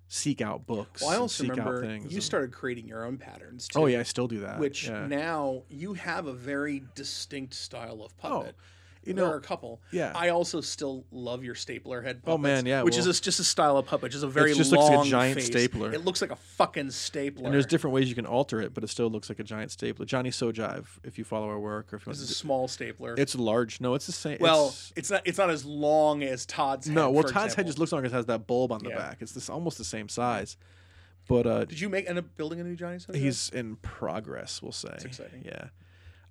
B: seek out books.
C: Well, I
B: and
C: also
B: seek
C: remember
B: out things
C: you
B: and-
C: started creating your own patterns too.
B: Oh yeah, I still do that.
C: Which
B: yeah.
C: now you have a very distinct style of puppet.
B: Oh, you
C: there
B: know,
C: are a couple.
B: yeah.
C: I also still love your stapler head puppets.
B: Oh, man, yeah,
C: Which
B: well-
C: is a, just a style of puppet, just a very
B: just looks
C: long
B: like a giant
C: face.
B: stapler.
C: It looks like a fucking stapler.
B: and there's different ways you can alter it, but it still looks like a giant staple. Johnny Sojive, if you follow our work or if you want
C: This
B: to
C: is
B: do-
C: a small stapler.
B: It's large. No, it's the same.
C: well,
B: it's-
C: it's, not. It's not as long as Todd's. Head,
B: no. Well,
C: for
B: Todd's head
C: example.
B: just looks like it has that bulb on the
C: Yeah.
B: back. It's this almost the same size, but uh,
C: Did you make end up building a new Johnny Soda?
B: he's in progress. We'll say.
C: exciting.
B: Yeah,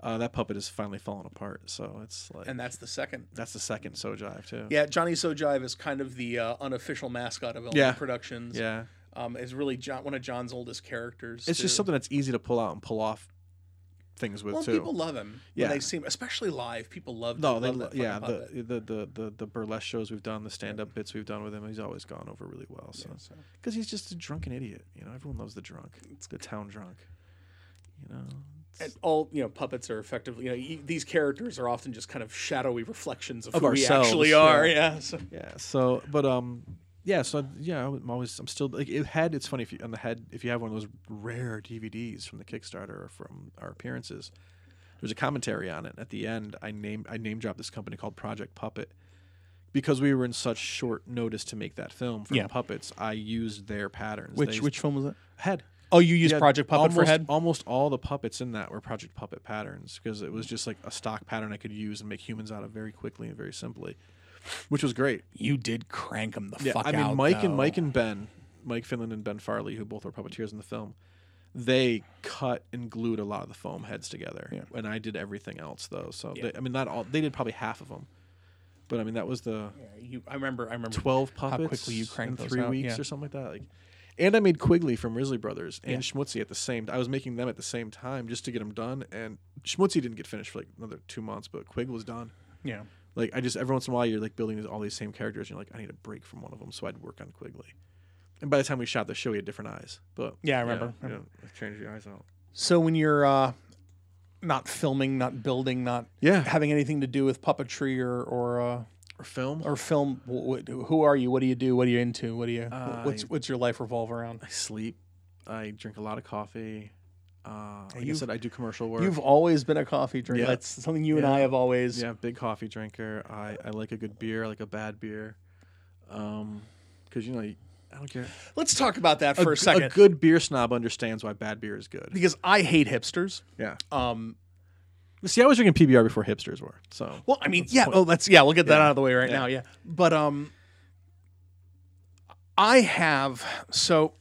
B: uh, that puppet is finally falling apart. So it's like
C: and that's the second.
B: that's the second Sojive too.
C: Yeah, Johnny Sojive is kind of the uh, unofficial mascot of Element
B: Yeah.
C: Productions.
B: Yeah.
C: um, is really John, one of John's oldest characters.
B: It's just
C: too.
B: something that's easy to pull out and pull off things with
C: Well,
B: too.
C: people love him. Yeah,
B: Yeah.
C: when they see him, especially live. People love.
B: No,
C: love
B: they
C: that
B: lo-
C: fucking
B: yeah
C: puppet.
B: the, the the the the burlesque shows we've done, the stand up bits we've done with him. He's always gone over really well. So
C: so.
B: because he's just a drunken idiot, you know. Everyone loves the drunk, the town drunk. You know,
C: And all you know, puppets are effectively. You know, y these characters are often just kind of shadowy reflections of,
B: Of
C: who
B: ourselves,
C: we actually
B: yeah.
C: are. Yeah. so-
B: yeah. So, but um, yeah. So yeah, I'm always I'm still like it had. It's funny if you on the head if you have one of those rare DVDs from the Kickstarter or from our appearances. There's a commentary on it at the end. I named I name dropped this company called Project Puppet because we were in such short notice to make that film from
A: Yeah.
B: puppets. I used their patterns. They-
A: Which which film was that?
B: head?
A: Oh, you used
B: Yeah,
A: Project Puppet
B: almost,
A: for head.
B: Almost all the puppets in that were Project Puppet patterns because it was just like a stock pattern I could use and make humans out of very quickly and very simply, which was great.
A: You did crank him the
B: Yeah,
A: fuck
B: I
A: out.
B: mean, Mike
A: though.
B: and Mike and Ben, Mike Finland and Ben Farley, who both were puppeteers in the film, they cut and glued a lot of the foam heads together,
A: Yeah.
B: and I did everything else though. So
C: Yeah.
B: they, I mean, not all they did probably half of them, but I mean that was the
C: yeah, you, I remember. I remember.
B: twelve puppets
A: quickly you cranked
B: in
A: those
B: three
A: out,
B: weeks
A: yeah.
B: or something like that. Like, and I made Quigley from Risley Brothers and Schmutzy at the same. I was making them at the same time just to get them done. And Schmutzy didn't get finished for like another two months, but Quig was done.
A: Yeah.
B: Like I just every once in a while you're like building these, all these same characters. And you're like I need a break from one of them, so I'd work on Quigley. And by the time we shot the show, he had different eyes. But
A: Yeah, I remember.
B: You know, change your eyes out.
A: So when you're uh, not filming, not building, not
B: Yeah,
A: having anything to do with puppetry or or uh,
B: or film.
A: or film, wh- wh- who are you? What do you do? What are you into? What do you?
B: Uh,
A: what's
B: I-
A: what's your life revolve around?
B: I sleep. I drink a lot of coffee. Uh, like I
A: you've-
B: said, I do commercial work.
A: You've always been a coffee drinker.
B: Yeah.
A: That's something you and I have always.
B: Yeah, big coffee drinker. I, I like a good beer. I like a bad beer. Um, because you know, you- I don't care.
A: Let's talk about that for a,
B: g-
A: second
B: a good beer snob understands why bad beer is good.
A: because I hate hipsters.
B: Yeah.
A: Um,
B: See, I was drinking PBR before hipsters were. So
A: Well, I mean, yeah. Oh, let's yeah. We'll get that
B: Yeah.
A: out of the way right
B: Yeah.
A: now. Yeah, but um, I have so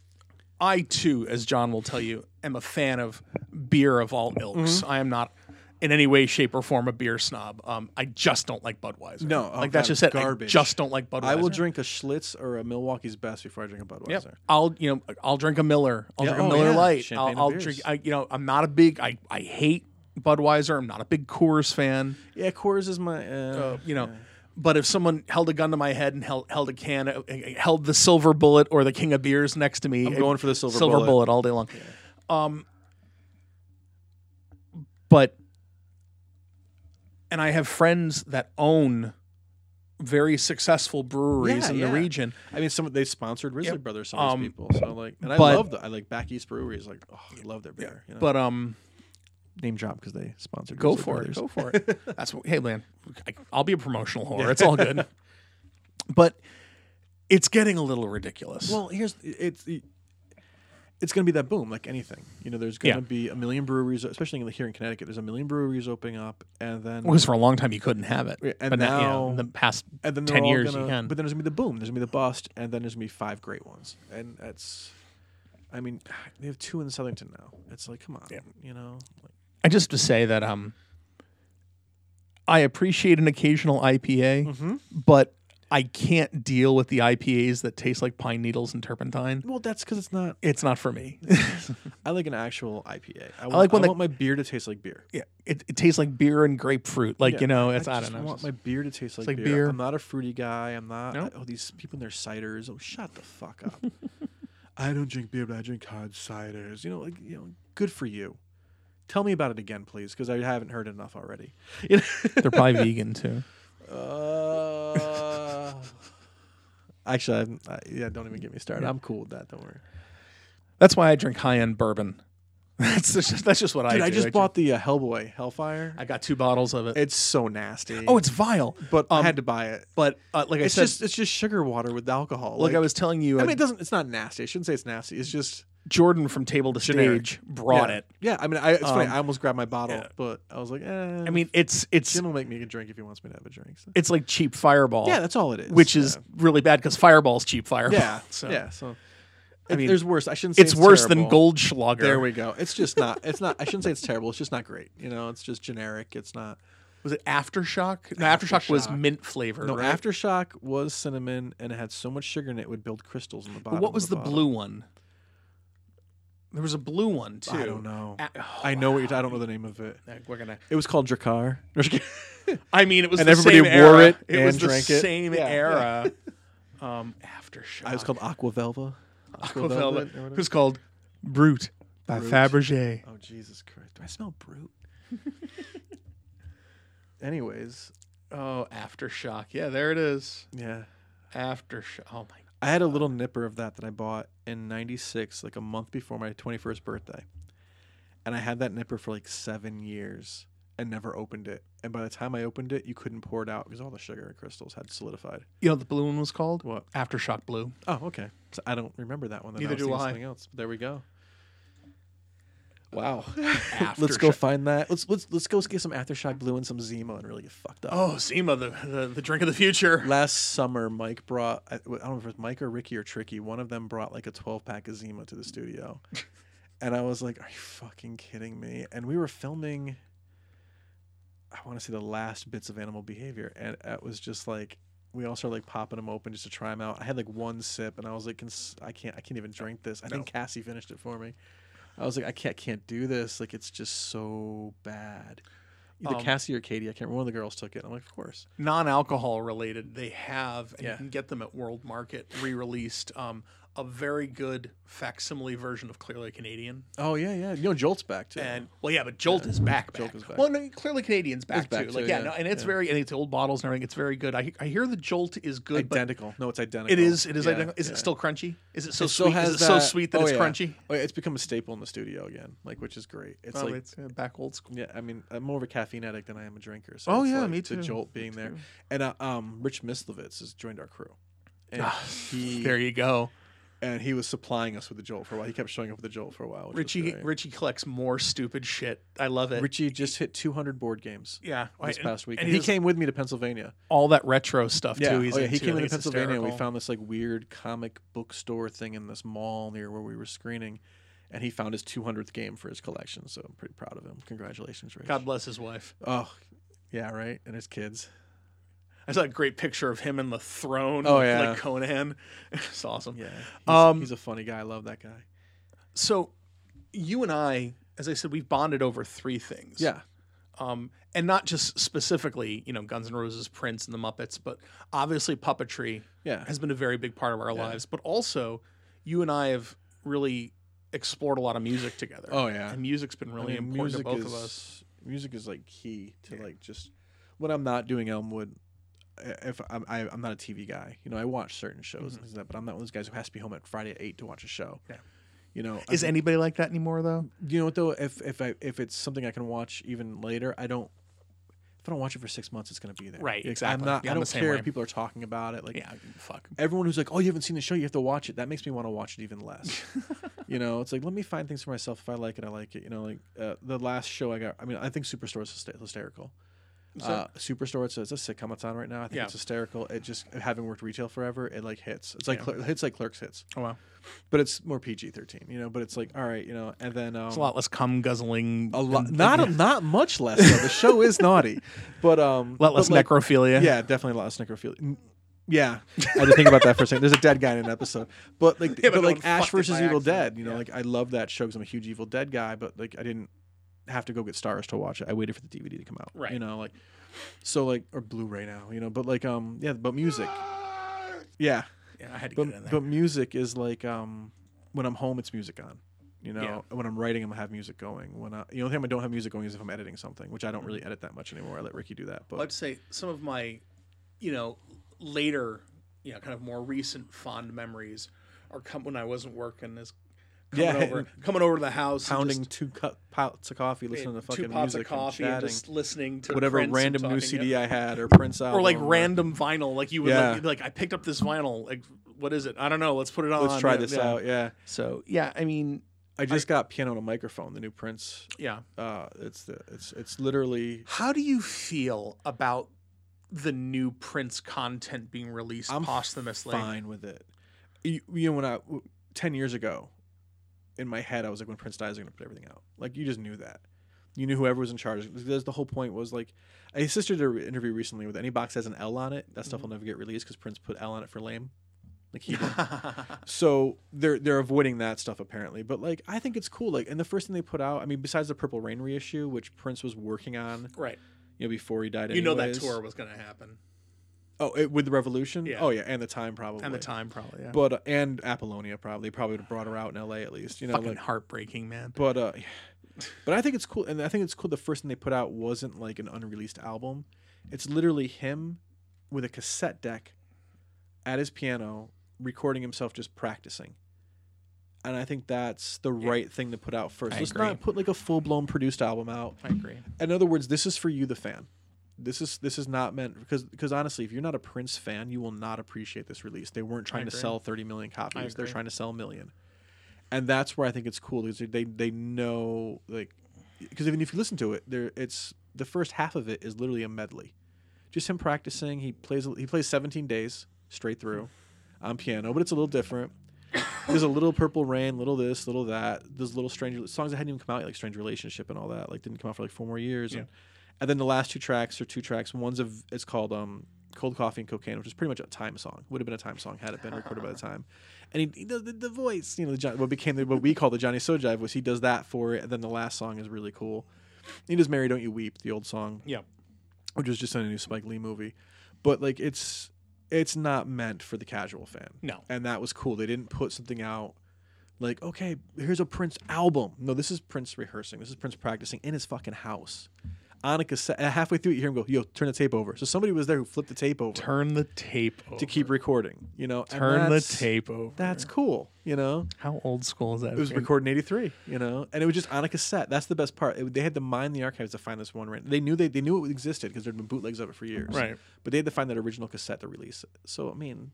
A: I too, as John will tell you, am a fan of beer of all ilks.
B: Mm-hmm.
A: I am not in any way, shape, or form a beer snob. Um, I just don't like Budweiser.
B: No, oh
A: like that's
B: God,
A: just it. I
B: garbage.
A: just don't like Budweiser.
B: I will drink a Schlitz or a Milwaukee's Best before I drink a Budweiser.
A: Yep. I'll you know I'll drink a Miller. I'll
B: Yeah,
A: drink a
B: oh,
A: Miller
B: yeah.
A: Light.
B: Champagne
A: I'll,
B: and
A: I'll
B: beers.
A: drink. I, you know I'm not a big. I I hate Budweiser. I'm not a big Coors fan.
B: Yeah, Coors is my. Uh,
A: you know. But if someone held a gun to my head and held, held a can, uh, uh, held the silver bullet or the king of beers next to me,
B: I'm going for the silver
A: silver
B: bullet.
A: bullet. all day long. Um, but and I have friends that own very successful breweries
B: Yeah,
A: in
B: yeah.
A: the region.
B: I mean, some they sponsored Risley
A: Yep.
B: Brothers. Some of
A: Um,
B: these people. So like, and I
A: but-
B: love the I like back east breweries. Like, oh, I love their beer. you know?
A: But um,
B: name drop because they sponsored.
A: go
B: Risley
A: for
B: Brothers.
A: it. Go for it. That's what. Hey, man, I, I'll be a promotional whore. It's all good. but it's getting a little ridiculous.
B: Well, here's it's it's going to be that boom, like anything. You know, there's going to
A: Yeah.
B: be a million breweries, especially here in Connecticut. There's a million breweries opening up, and then
A: Because for a long time you couldn't have it,
B: Yeah, and
A: but now, you know,
B: now-
A: in the past
B: and then they're
A: ten
B: all
A: years
B: gonna-
A: you can.
B: But then there's going to be the boom. There's going to be the bust, and then there's going to be five great ones, and that's. I mean, they have two in Southington now. It's like, come on, you know. Like,
A: I just to say that um, I appreciate an occasional IPA,
B: Mm-hmm.
A: but I can't deal with the IPAs that taste like pine needles and turpentine.
B: well, that's because it's not.
A: It's not for me.
B: I like an actual IPA. I, want,
A: like when
B: I
A: the-
B: want my beer to taste like beer.
A: yeah, it, it tastes like beer and grapefruit. Like you know, it's I,
B: I
A: don't
B: just
A: know.
B: want
A: it's
B: my
A: just-
B: beer to taste like,
A: like
B: beer.
A: beer.
B: I'm not a fruity guy. I'm not.
A: No?
B: Oh, these people and their ciders. Oh, shut the fuck up. I don't drink beer, but I drink hard ciders. You know, like you know, good for you. Tell me about it again, please, because I haven't heard enough already.
A: They're probably vegan too.
B: Uh, actually, I'm, I, yeah, don't even get me started. I'm cool with that. Don't worry.
A: That's why I drink high end bourbon. That's just, that's just what I
B: Dude,
A: do.
B: I, just
A: drink-
B: bought the uh, Hellboy Hellfire.
A: I got two bottles of it.
B: it's so nasty.
A: oh, it's vile.
B: but I
A: um,
B: had to buy it.
A: But uh, like I
B: It's
A: said,
B: just it's just sugar water with alcohol.
A: like
B: Like,
A: I was telling you,
B: I
A: uh,
B: mean, it doesn't. It's not nasty. I shouldn't say it's nasty. It's just
A: Jordan from Table to
B: Generic.
A: Stage brought
B: yeah.
A: it.
B: Yeah, I mean, I, it's funny.
A: Um,
B: I almost grabbed my bottle,
A: yeah.
B: but I was like, eh. I
A: I
B: mean,
A: mean, it's it's
B: Jim will make me a drink if he wants me to have a drink. So.
A: it's like cheap Fireball.
B: Yeah, that's all it is.
A: which is really bad because Fireball's cheap
B: yeah,
A: Fireball.
B: yeah.
A: so
B: yeah, so
A: I
B: It-
A: mean,
B: there's worse. I shouldn't. say
A: it's,
B: It's,
A: worse than
B: terrible.
A: Goldschlager.
B: There we go. It's just not. It's not. I shouldn't say it's terrible. It's just not great. You know, it's just generic. It's not.
A: was it Aftershock? No, Aftershock, was
B: Aftershock.
A: mint flavored.
B: No,
A: right?
B: aftershock was cinnamon, and it had so much sugar in it, it would build crystals in the
A: But
B: bottom.
A: what
B: of
A: was the,
B: bottle.
A: blue one? There was a blue one too.
B: I don't know.
A: A-
B: I know what you're, I don't know the name of it.
A: We're gonna.
B: It was called Drakkar.
A: I mean, it was
B: And
A: the
B: everybody
A: same
B: wore
A: era.
B: it
A: It was
B: and
A: the
B: drank it.
A: same
B: Yeah, yeah.
A: era. Um, aftershock.
B: I was called Aquavelva.
A: Aqua Velvet.
B: or whatever.
A: It was called Brute by
B: Brut.
A: Fabergé.
B: Oh Jesus Christ! Do I smell brute? Anyways,
A: Oh, aftershock. Yeah, there it is.
B: yeah,
A: Aftershock. Oh my.
B: I had a little nipper of that that I bought in '96, like a month before my 21st birthday, and I had that nipper for like seven years and never opened it. And by the time I opened it, you couldn't pour it out because all the sugar and crystals had solidified.
A: You know what the blue one was called
B: What?
A: Aftershock Blue.
B: Oh, okay. So I don't remember that one. Then
A: Neither
B: was
A: do
B: thinking
A: I.
B: Something else. There we go. Wow. let's
A: Aftershock.
B: go find that. Let's let's let's go get some aftershock blue and some Zima and really get fucked up.
A: Oh, Zima, the, the the drink of the future.
B: Last summer, Mike brought, I I don't know if it was Mike or Ricky or Tricky, one of them brought like a 12 pack of Zima to the studio. and I was like, are you fucking kidding me? And we were filming, I want to say the last bits of animal behavior. And it was just like, we all started like popping them open just to try them out. I had like one sip and I was like, "Can s- I can't, I can't even drink this. I think Cassie finished it for me. I was like, I can't, can't do this. Like, it's just so bad. Either
A: Um,
B: Cassie or Katie, I can't remember. One of the girls took it. I'm like, of course.
A: Non-alcohol related. They have, and
B: Yeah.
A: you can get them at World Market re-released. Um, a very good facsimile version of Clearly Canadian.
B: Oh yeah, yeah. You know, Jolt's back too.
A: And well, yeah, but Jolt is back.
B: Jolt
A: back.
B: is back.
A: Well, no, Clearly Canadian's back,
B: back
A: too.
B: too,
A: Like, yeah,
B: yeah,
A: no, and it's
B: yeah.
A: very and it's old bottles and everything. It's very good. I I hear the Jolt is good, but
B: identical. No, it's identical.
A: It is. It is
B: Yeah,
A: identical. Is
B: yeah.
A: it still crunchy? Is it so
B: It still
A: sweet?
B: has
A: Is it so sweet that
B: oh,
A: it's
B: yeah.
A: crunchy?
B: Oh, yeah, it's become a staple in the studio again, like which is great. It's like
A: back old school.
B: yeah, I mean, I'm more of a caffeine addict than I am a drinker. So
A: Oh,
B: it's
A: yeah,
B: like
A: me too.
B: The jolt being there, and uh, um, Rich Mislovitz has joined our crew, and
A: Ah,
B: he
A: There you go.
B: and he was supplying us with the jolt for a while. He kept showing up with the jolt for a while. which was
A: Richie
B: great.
A: Richie collects more stupid shit. I love it.
B: Richie just hit 200 board games.
A: yeah,
B: This
A: I-
B: past week,
A: and
B: and he
A: he's-
B: came with me to Pennsylvania.
A: all that retro stuff too. He's
B: oh, yeah. he
A: into.
B: came
A: I
B: into
A: think it's
B: Pennsylvania and we
A: hysterical.
B: found this like weird comic bookstore thing in this mall near where we were screening, and he found his 200th game for his collection. So I'm pretty proud of him. Congratulations, Rich.
A: God bless his wife.
B: Oh, yeah, right. And his kids.
A: I saw a great picture of him in the throne.
B: Oh,
A: like-
B: yeah.
A: like Conan. It's awesome.
B: Yeah, he's,
A: Um,
B: he's a funny guy. I love that guy.
A: So, you and I, as I said, we've bonded over three things.
B: Yeah,
A: um, and not just specifically, you know, Guns N' Roses, Prince, and the Muppets, but obviously puppetry
B: Yeah.
A: has been a very big part of our lives. But also, you and I have really explored a lot of music together.
B: Oh,
C: Uh,
B: yeah.
A: and music's been really
B: I mean,
A: important to both
B: is,
A: of us.
B: Music is like key to like just when I'm not doing Elmwood. i- If I'm, I, I'm not a TV guy, you know, I watch certain shows and things like that, but I'm not one of those guys who has to be home at Friday at eight to watch a show.
A: Mm-hmm. Yeah.
B: You know, I
A: Is anybody like that anymore, though?
B: you know what though if if i if it's something i can watch even later i don't if i don't watch it for six months it's going to be there
A: Right,
B: Like,
A: exactly.
B: i'm not
A: Yeah,
B: i
A: I'm the
B: don't
A: same
B: care
A: way.
B: if people are talking about it like
A: Yeah, fuck.
B: everyone who's like oh you haven't seen the show you have to watch it that makes me want to watch it even less you know it's like let me find things for myself if i like it i like it you know like uh, the last show i got i mean i think superstore is hyster- hysterical uh, Superstore, it's a, it's a sitcom it's on right now. I think
A: Yeah.
B: it's hysterical. It just having worked retail forever, it like hits. It's like Cler- hits like Clerks hits,
A: Oh wow,
B: but it's more PG thirteen. You know, but it's like all right, you know. And then um,
A: it's a lot less cum guzzling,
B: a lot, not not much less. Though. The show is naughty, but um,
A: a lot less
B: but, like,
A: necrophilia.
B: Yeah, definitely a lot less necrophilia. N- Yeah, I had to think about that for a second. There's a dead guy in an episode, but like,
A: Yeah, but no
B: but,
A: one
B: like
A: fucked
B: Ash
A: it by
B: versus Evil
A: accident.
B: Dead. You know,
A: Yeah.
B: like I love that show because I'm a huge Evil Dead guy, but like I didn't have to go get stars to watch it. I waited for the DVD to come out.
A: Right.
B: You know, like so like or Blu-ray now. You know, but like um yeah, but music. Yeah,
A: Yeah, I had to get in
B: but
A: there.
B: but music is like um when I'm home, it's music on. You know,
A: Yeah.
B: when I'm writing, I'm gonna have music going. When I, the only time I don't have music going is if I'm editing something, which I don't really edit that much anymore. I let Ricky do that, but
C: I'd say some of my, you know, later, you know, kind of more recent fond memories are come when I wasn't working is coming
B: Yeah.
C: over coming over to the house and
B: pounding
C: just-
B: two cu- pots of coffee, listening to fucking
C: two pots
B: music,
C: of coffee
B: and
C: and,
B: chatting,
C: just listening to
B: whatever
C: Prince and
B: random new
C: talking,
B: CD
C: yeah.
B: I had or Prince album,
A: or like random vinyl. Like you would
B: Yeah.
A: like, you'd be like, I picked up this vinyl. Like what is it? I don't know. Let's put it on.
B: Let's try
A: Yeah,
B: this
A: yeah.
B: out. Yeah,
A: So yeah, I mean,
B: I just got piano and a microphone, the new Prince.
A: yeah.
B: Uh, it's the it's it's literally
A: How do you feel about the new Prince content being released
B: I'm
A: posthumously?
B: fine with it. You, you know, when I w- ten years ago, in my head, I was like, when Prince dies, I'm gonna put everything out. Like you just knew that. You knew whoever was in charge. That's the whole point. Was like, I just did an interview recently with any box that has an L on it. That stuff
C: Mm-hmm.
B: will never get released because Prince put L on it for lame. Like he did. so they're they're avoiding that stuff apparently. But like, I think it's cool. Like, and the first thing they put out, I mean, besides the Purple Rain reissue, which Prince was working on,
C: Right.
B: you know, before he died.
C: You know that
B: anyways.
C: tour was going to happen.
B: Oh, it, with the Revolution.
C: Yeah.
B: Oh yeah, and the time probably.
A: and the time probably. Yeah.
B: But uh, and Apollonia probably probably would have brought her out in L.A. at least, you know.
A: Fucking
B: Like,
A: heartbreaking, man.
B: but uh, but I think it's cool, and I think it's cool. The first thing they put out wasn't like an unreleased album. It's literally him with a cassette deck at his piano recording himself just practicing. And I think that's the right thing to put out first.
A: I
B: Let's
A: agree.
B: not put like a full blown produced album out
A: I agree.
B: in other words, this is for you, the fan. This is this is not meant because because honestly, if you're not a Prince fan, you will not appreciate this release. They weren't trying to
A: agree.
B: sell 30 million copies; they're
A: agree.
B: trying to sell a million, and that's where I think it's cool because they they know like because even if you listen to it, there it's the first half of it is literally a medley, just him practicing. He plays he plays 17 days straight through on piano, but it's a little different. There's a little Purple Rain, little this, little that. There's little strange songs that hadn't even come out yet, like Strange Relationship and all that. Like didn't come out for like four more years. And, and then the last two tracks are two tracks. One's of it's called um, Cold Coffee and Cocaine, which is pretty much a time song. Would have been a time song had it been recorded by the time. And he, he does the, the voice, you know, the, John- what became the, what we call the Johnny Sojive was he does that for it. And then the last song is really cool. He does Mary Don't You Weep, the old song
A: Yep.
B: which is just in a new Spike Lee movie. But like it's it's not meant for the casual fan.
A: No.
B: And that was cool. They didn't put something out like, okay, here's a Prince album. No, this is Prince rehearsing. This is Prince practicing in his fucking house. On a cassette and halfway through you hear him go, yo, turn the tape over. So somebody was there who flipped the tape over
A: Turn the tape over.
B: to keep recording. You know, and
A: Turn the
B: that's-
A: tape over.
B: That's cool, you know.
A: how old school is that?
B: It was recorded in '83, you know, and it was just on a cassette. That's the best part. It, they had to mine the archives to find this one. ran- They knew they, they knew it existed because there'd been bootlegs of it for years,
A: Right.
B: But they had to find that original cassette to release it. So I mean,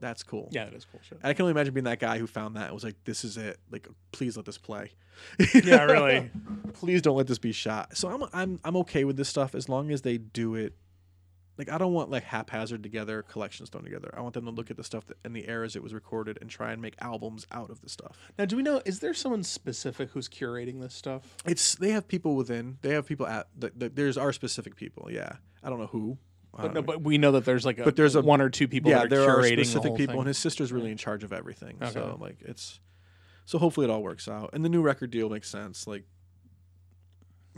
B: that's cool.
A: Yeah, that is cool shit.
B: And I can only imagine being that guy who found that and was like, "This is it. Like, please let this play.
A: yeah, really.
B: please don't let this be shot." So I'm I'm I'm okay with this stuff as long as they do it. Like I don't want like haphazard together collections thrown together. I want them to look at the stuff that, and the eras it was recorded and try and make albums out of the stuff.
A: Now, do we know? Is there someone specific who's curating this stuff?
B: It's they have people within. They have people at. The, the, there's our specific people. Yeah, I don't know who.
A: But
B: I don't
A: no,
B: know.
A: but we know that there's like a,
B: Uh, But there's a-
A: one or two people.
B: yeah,
A: that are
B: there are
A: curating the
B: specific
A: whole
B: people,
A: thing.
B: and his sister's really in charge of everything. So
A: Okay.
B: like it's, so hopefully it all works out, and the new record deal makes sense. Like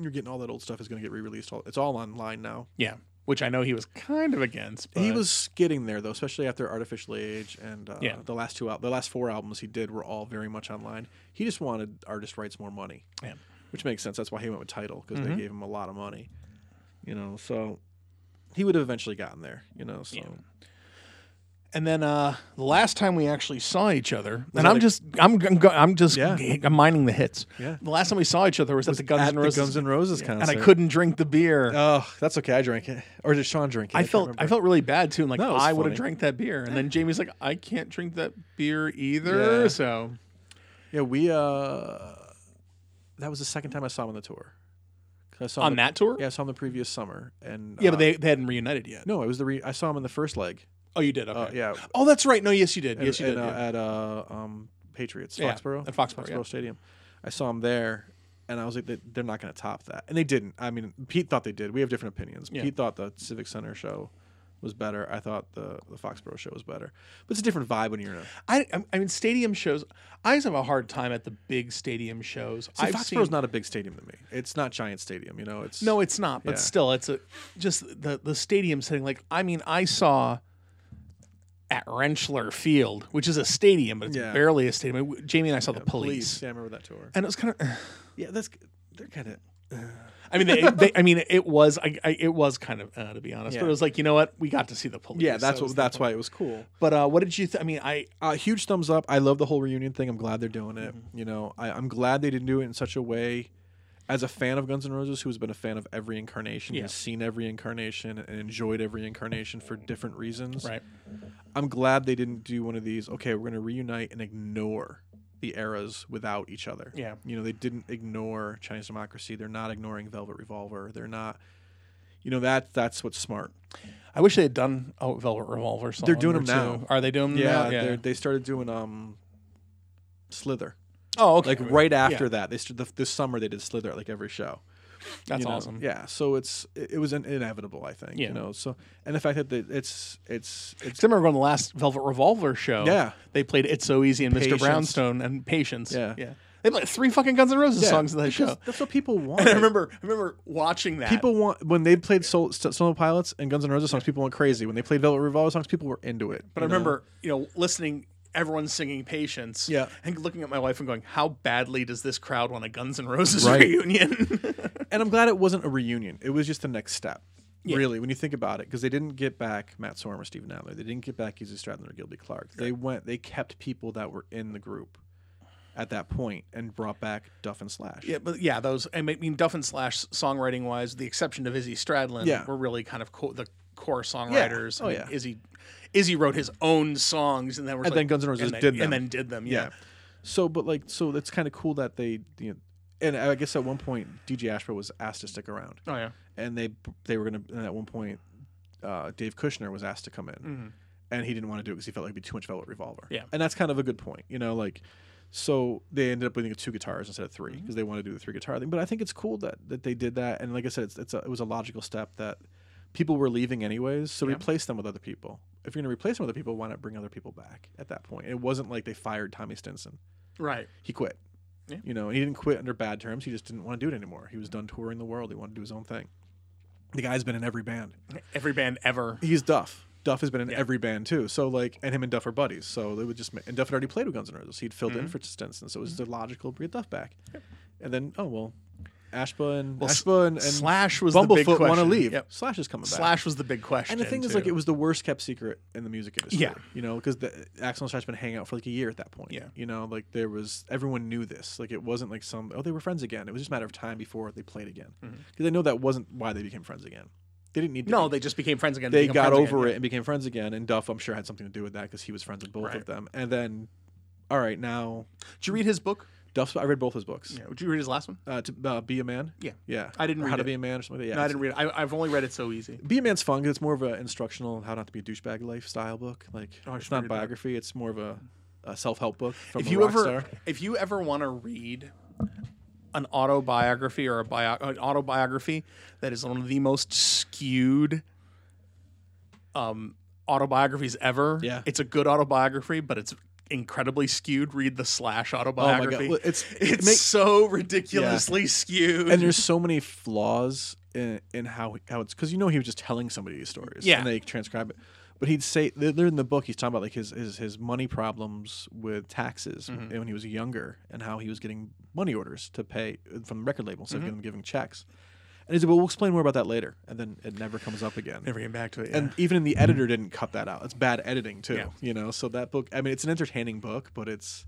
B: you're getting all that old stuff is going to get re-released. All it's all online now.
A: yeah, which I know he was kind of against. But
B: He was getting there though, especially after Artificial Age and uh,
A: Yeah.
B: the last two out, the last four albums he did were all very much online. He just wanted artist rights more money.
A: Yeah.
B: which makes sense. That's why he went with Title because
A: Mhm.
B: they gave him a lot of money. You know, so he would have eventually gotten there. You know, so
A: Yeah. And then uh, the last time we actually saw each other,
B: Was
A: and
B: at
A: I'm
B: a-
A: just I'm g- I'm go- I'm just
B: Yeah.
A: g- I'm mining the hits.
B: Yeah.
A: The last time we saw each other was, at the Guns
B: at
A: N'
B: the
A: Roses,
B: Guns N' Roses concert,
A: and I couldn't drink the beer.
B: Oh, that's okay. I drank it, or did Sean drink it?
A: I
B: can't
A: felt I
B: remember.
A: felt really bad too. and, Like
B: No, it was
A: I would have
B: funny.
A: drank that beer, and then Jamie's like, I can't drink that beer either.
B: Yeah.
A: So
B: Yeah, we. uh That was the second time I saw him on the tour. 'Cause I saw him
A: on
B: the-
A: that tour,
B: Yeah, I saw him the previous summer, and
A: Yeah,
B: uh,
A: but they, they hadn't reunited yet.
B: No, it was the. Re- I saw him in the first leg.
A: Oh, you did. Okay.
B: Uh, yeah.
A: Oh, that's right. No, yes, you did.
B: and-
A: yes, you
B: and,
A: did.
B: uh,
A: yeah.
B: at uh, um, Patriots,
A: Yeah,
B: Foxborough,
A: at Foxborough, yeah.
B: Stadium. I saw him there, and I was like, they- they're not going to top that, and they didn't. I mean, Pete thought they did. We have different opinions.
A: Yeah.
B: Pete thought the Civic Center show was better. I thought the the Foxborough show was better, but it's a different vibe when you're in. A,
A: I, I- I mean, stadium shows. I just have a hard time at the big stadium shows.
B: See,
A: I've
B: Foxborough's
A: seen,
B: not a big stadium to me. It's not Giant Stadium. You know, it's
A: No, it's not. But
B: Yeah.
A: still, it's a just the the stadium setting. Like, I mean, I saw
D: at Rensselaer Field, which is a stadium, but it's
B: Yeah.
D: barely a stadium. Jamie and I saw the police.
B: Yeah, I remember that tour.
D: and it was kind of.
B: Yeah, that's they're kind of.
D: I mean, they, they, I mean, it was, I, I, it was kind of, uh, to be honest. But
B: Yeah.
D: it was like, you know what? We got to see the police.
B: Yeah, that's
D: That was
B: what.
D: the
B: That's
D: point.
B: why it was cool.
D: But uh, what did you? Th- I mean, I
B: Uh, huge thumbs up. I love the whole reunion thing. I'm glad they're doing it.
D: Mm-hmm.
B: You know, I, I'm glad they didn't do it in such a way. As a fan of Guns N' Roses, who has been a fan of every incarnation,
D: Yeah.
B: has seen every incarnation and enjoyed every incarnation for different reasons.
D: right.
B: I'm glad they didn't do one of these. Okay, we're going to reunite and ignore the eras without each other.
D: Yeah.
B: You know, they didn't ignore Chinese Democracy. They're not ignoring Velvet Revolver. They're not. You know that that's what's smart.
D: I wish they had done oh, Velvet Revolver. Song
B: They're doing
D: or
B: them now.
D: two. Are they doing them now?
B: Yeah, they're they started doing um, Slither.
D: Oh, okay.
B: like right after that they st- the, this summer they did slither at like every show
D: That's
B: you know?
D: awesome.
B: yeah so it's it, it was an inevitable i think
D: Yeah.
B: you know so and the fact that the, it's it's it's
D: 'Cause I remember on the last Velvet Revolver
A: Oh.
D: show.
B: Yeah.
D: They played It's So Easy and Mr.
B: Patience.
D: Brownstone and Patience.
B: Yeah.
D: Yeah. They played three fucking Guns N' Roses
B: yeah,
D: songs in that
B: because
D: show.
B: that's what people want
A: And I remember, I remember watching that.
B: people want when they played Soul, St- solo pilots and guns N' roses songs people went crazy when they played velvet revolver songs people were into it
A: but I remember, you know, listening everyone singing "Patience."
B: Yeah.
A: and looking at my wife and going, "How badly does this crowd want a Guns N' Roses
B: Right.
A: reunion?"
B: and i'm glad it wasn't a reunion it was just the next step Really, when you think about it, because they didn't get back Matt Sorum or Steven Adler, they didn't get back Izzy Stradlin or Gilby Clark. They went, they kept people that were in the group at that point and brought back Duff and Slash.
A: yeah, but yeah, those. I mean, Duff and Slash songwriting wise, the exception of Izzy Stradlin,
B: Yeah.
A: were really kind of co- the core songwriters. I
B: Oh,
A: mean,
B: yeah.
A: Izzy, Izzy wrote his own songs, and then was
B: And
A: like-
B: then Guns N' Roses
A: and then-
B: did them.
A: and then did them.
B: Yeah.
A: Yeah,
B: So, but like, so that's kind of cool that they, you know, and I guess at one point DJ Ashbrook was asked to stick around,
A: oh yeah,
B: and they they were gonna. And at one point, uh, Dave Kushner was asked to come in, and he didn't want to do it because he felt like it'd be too much Velvet Revolver.
A: Yeah.
B: and that's kind of a good point, you know, like. So they ended up with I think, two guitars instead of three because they wanted to do the three guitar thing. But I think it's cool that, that they did that. And like I said, it's, it's a, it was a logical step that people were leaving anyways. So replace them with other people. If you're going to replace them with other people, why not bring other people back at that point? It wasn't like they fired Tommy Stinson
A: right.
B: he quit.
A: Yeah.
B: You know, and he didn't quit under bad terms. He just didn't want to do it anymore. He was done touring the world. He wanted to do his own thing. The guy's been in every band.
A: Every band ever.
B: He's Duff. Duff has been in every band too. So like, and him and Duff are buddies. So they would just ma- and Duff had already played with Guns N' Roses. He'd filled in for Stinson. So it was the logical to get Duff back. And then oh well, Ashba and
D: Well, S-
B: Ashba and, and
D: Slash was the big
B: Bumblefoot
D: question.
B: want to leave.
D: Yep.
B: Slash is coming back.
D: Slash was the big question.
B: And the thing is, like,
D: too.
B: it was the worst kept secret in the music industry.
D: Yeah.
B: You know, because the Axel and Slash had been hanging out for like a year at that point.
D: Yeah.
B: You know, like there was everyone knew this. Like it wasn't like some oh they were friends again. It was just a matter of time before they played again. Because I know that wasn't why they became friends again. They didn't need to.
A: Mm-hmm. No,
B: be.
A: they just became friends again.
B: they got over it and became friends again. And Duff, I'm sure, had something to do with that because he was friends with both of
A: Right.
B: them. And then, all right, now
A: Did you read his book?
B: Duff's. I read both his books.
A: Yeah. Did you read his last one?
B: Uh, to uh, be a man.
A: Yeah.
B: Yeah.
A: I didn't
B: Or how
A: read
B: to
A: it.
B: be a man or something. Yeah.
A: No, I
B: it's-
A: didn't read it. I, I've only read it so easy.
B: Be a Man's fun 'cause it's more of an instructional how not to be a douchebag lifestyle book. Like
A: Oh, I
B: it's
A: should
B: not
A: read that.
B: biography. It's more of a, a self help book from
A: If
B: a
A: you
B: rock
A: ever,
B: star.
A: if you ever want to read an autobiography or a bio, an autobiography that is one of the most skewed um, autobiographies ever,
B: Yeah.
A: it's a good autobiography, but it's incredibly skewed. Read the slash autobiography.
B: Oh Well, it's- it
A: it's
B: makes-
A: so ridiculously skewed.
B: And there's so many flaws in, in how how it's because you know he was just telling somebody these stories.
A: Yeah.
B: And they transcribe it. But he'd say they're they're in the book. He's talking about like his his, his money problems with taxes
A: Mm-hmm.
B: when he was younger and how he was getting money orders to pay from the record label instead
A: Mm-hmm.
B: of giving, giving checks. And he said, "Well, we'll explain more about that later." And then it never comes up again.
A: never came back to it.
B: and even in the editor didn't cut that out. It's bad editing too,
A: Mm-hmm. Yeah.
B: you know. So that book, I mean, it's an entertaining book, but it's,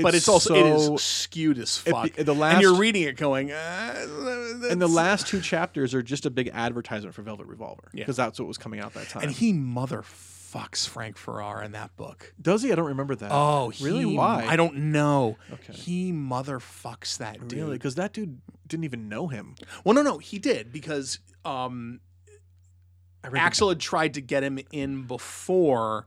A: but it's also it
B: so-
A: is skewed as fuck.
B: be- the
A: and
B: last-
A: you're reading it going, uh,
B: and the last two chapters are just a big advertisement for Velvet Revolver
A: Yeah.
B: because that's what was coming out that time.
A: and he motherfucks Frank Farrar in that book.
B: does he? I don't remember that.
A: Oh,
B: really?
A: he-
B: Why?
A: I don't know.
B: Okay.
A: He motherfucks that dude.
B: really because that dude didn't even know him.
A: Well, no, no, he did because um,
B: I read the-
A: Axel had tried to get him in before.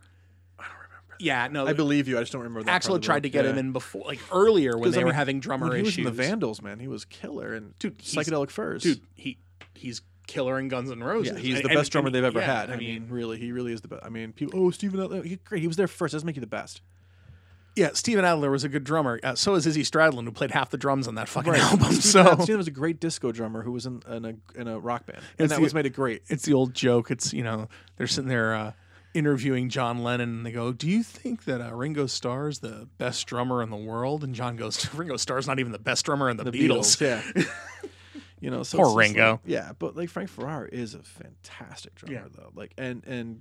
A: I don't remember. Yeah, no,
B: I believe you. I just don't remember. that
A: Axel
B: part
A: had
B: of the
A: tried to
B: book.
A: get
B: Yeah.
A: him in before, like earlier when
B: 'Cause,
A: they
B: I
A: were
B: mean,
A: having drummer
B: when he was
A: issues.
B: in the Vandals, man. He was killer and
A: Dude, he's-
B: psychedelic furs.
A: Dude, he he's killer in Guns N' Roses.
B: Yeah, he's
A: And-
B: the
A: and-
B: best drummer
A: and-
B: they've ever
A: yeah,
B: had.
A: I mean,
B: really, he really is the best. I mean, people. Oh, Steven, Adler, he- great. He was there first. Doesn't make you the best.
A: Yeah, Steven Adler was a good drummer. Uh, so is Izzy Stradlin, who played half the drums on that fucking album.
B: Steven
A: so
B: Adler- Steven was a great disco drummer who was in, in a in a rock band, and
A: It's
B: that
A: the-
B: was made it great.
A: it's the old joke. It's you know they're sitting there. Uh, interviewing John Lennon, and they go, "Do you think that uh, Ringo Starr is the best drummer in the world?" And John goes, "Ringo Starr's not even the best drummer in the, Beatles."
B: Yeah. you know, so
A: Poor
B: it's just
A: Ringo.
B: like- yeah, but like Frank Ferrara is a fantastic drummer
C: Yeah.
B: though. Like and and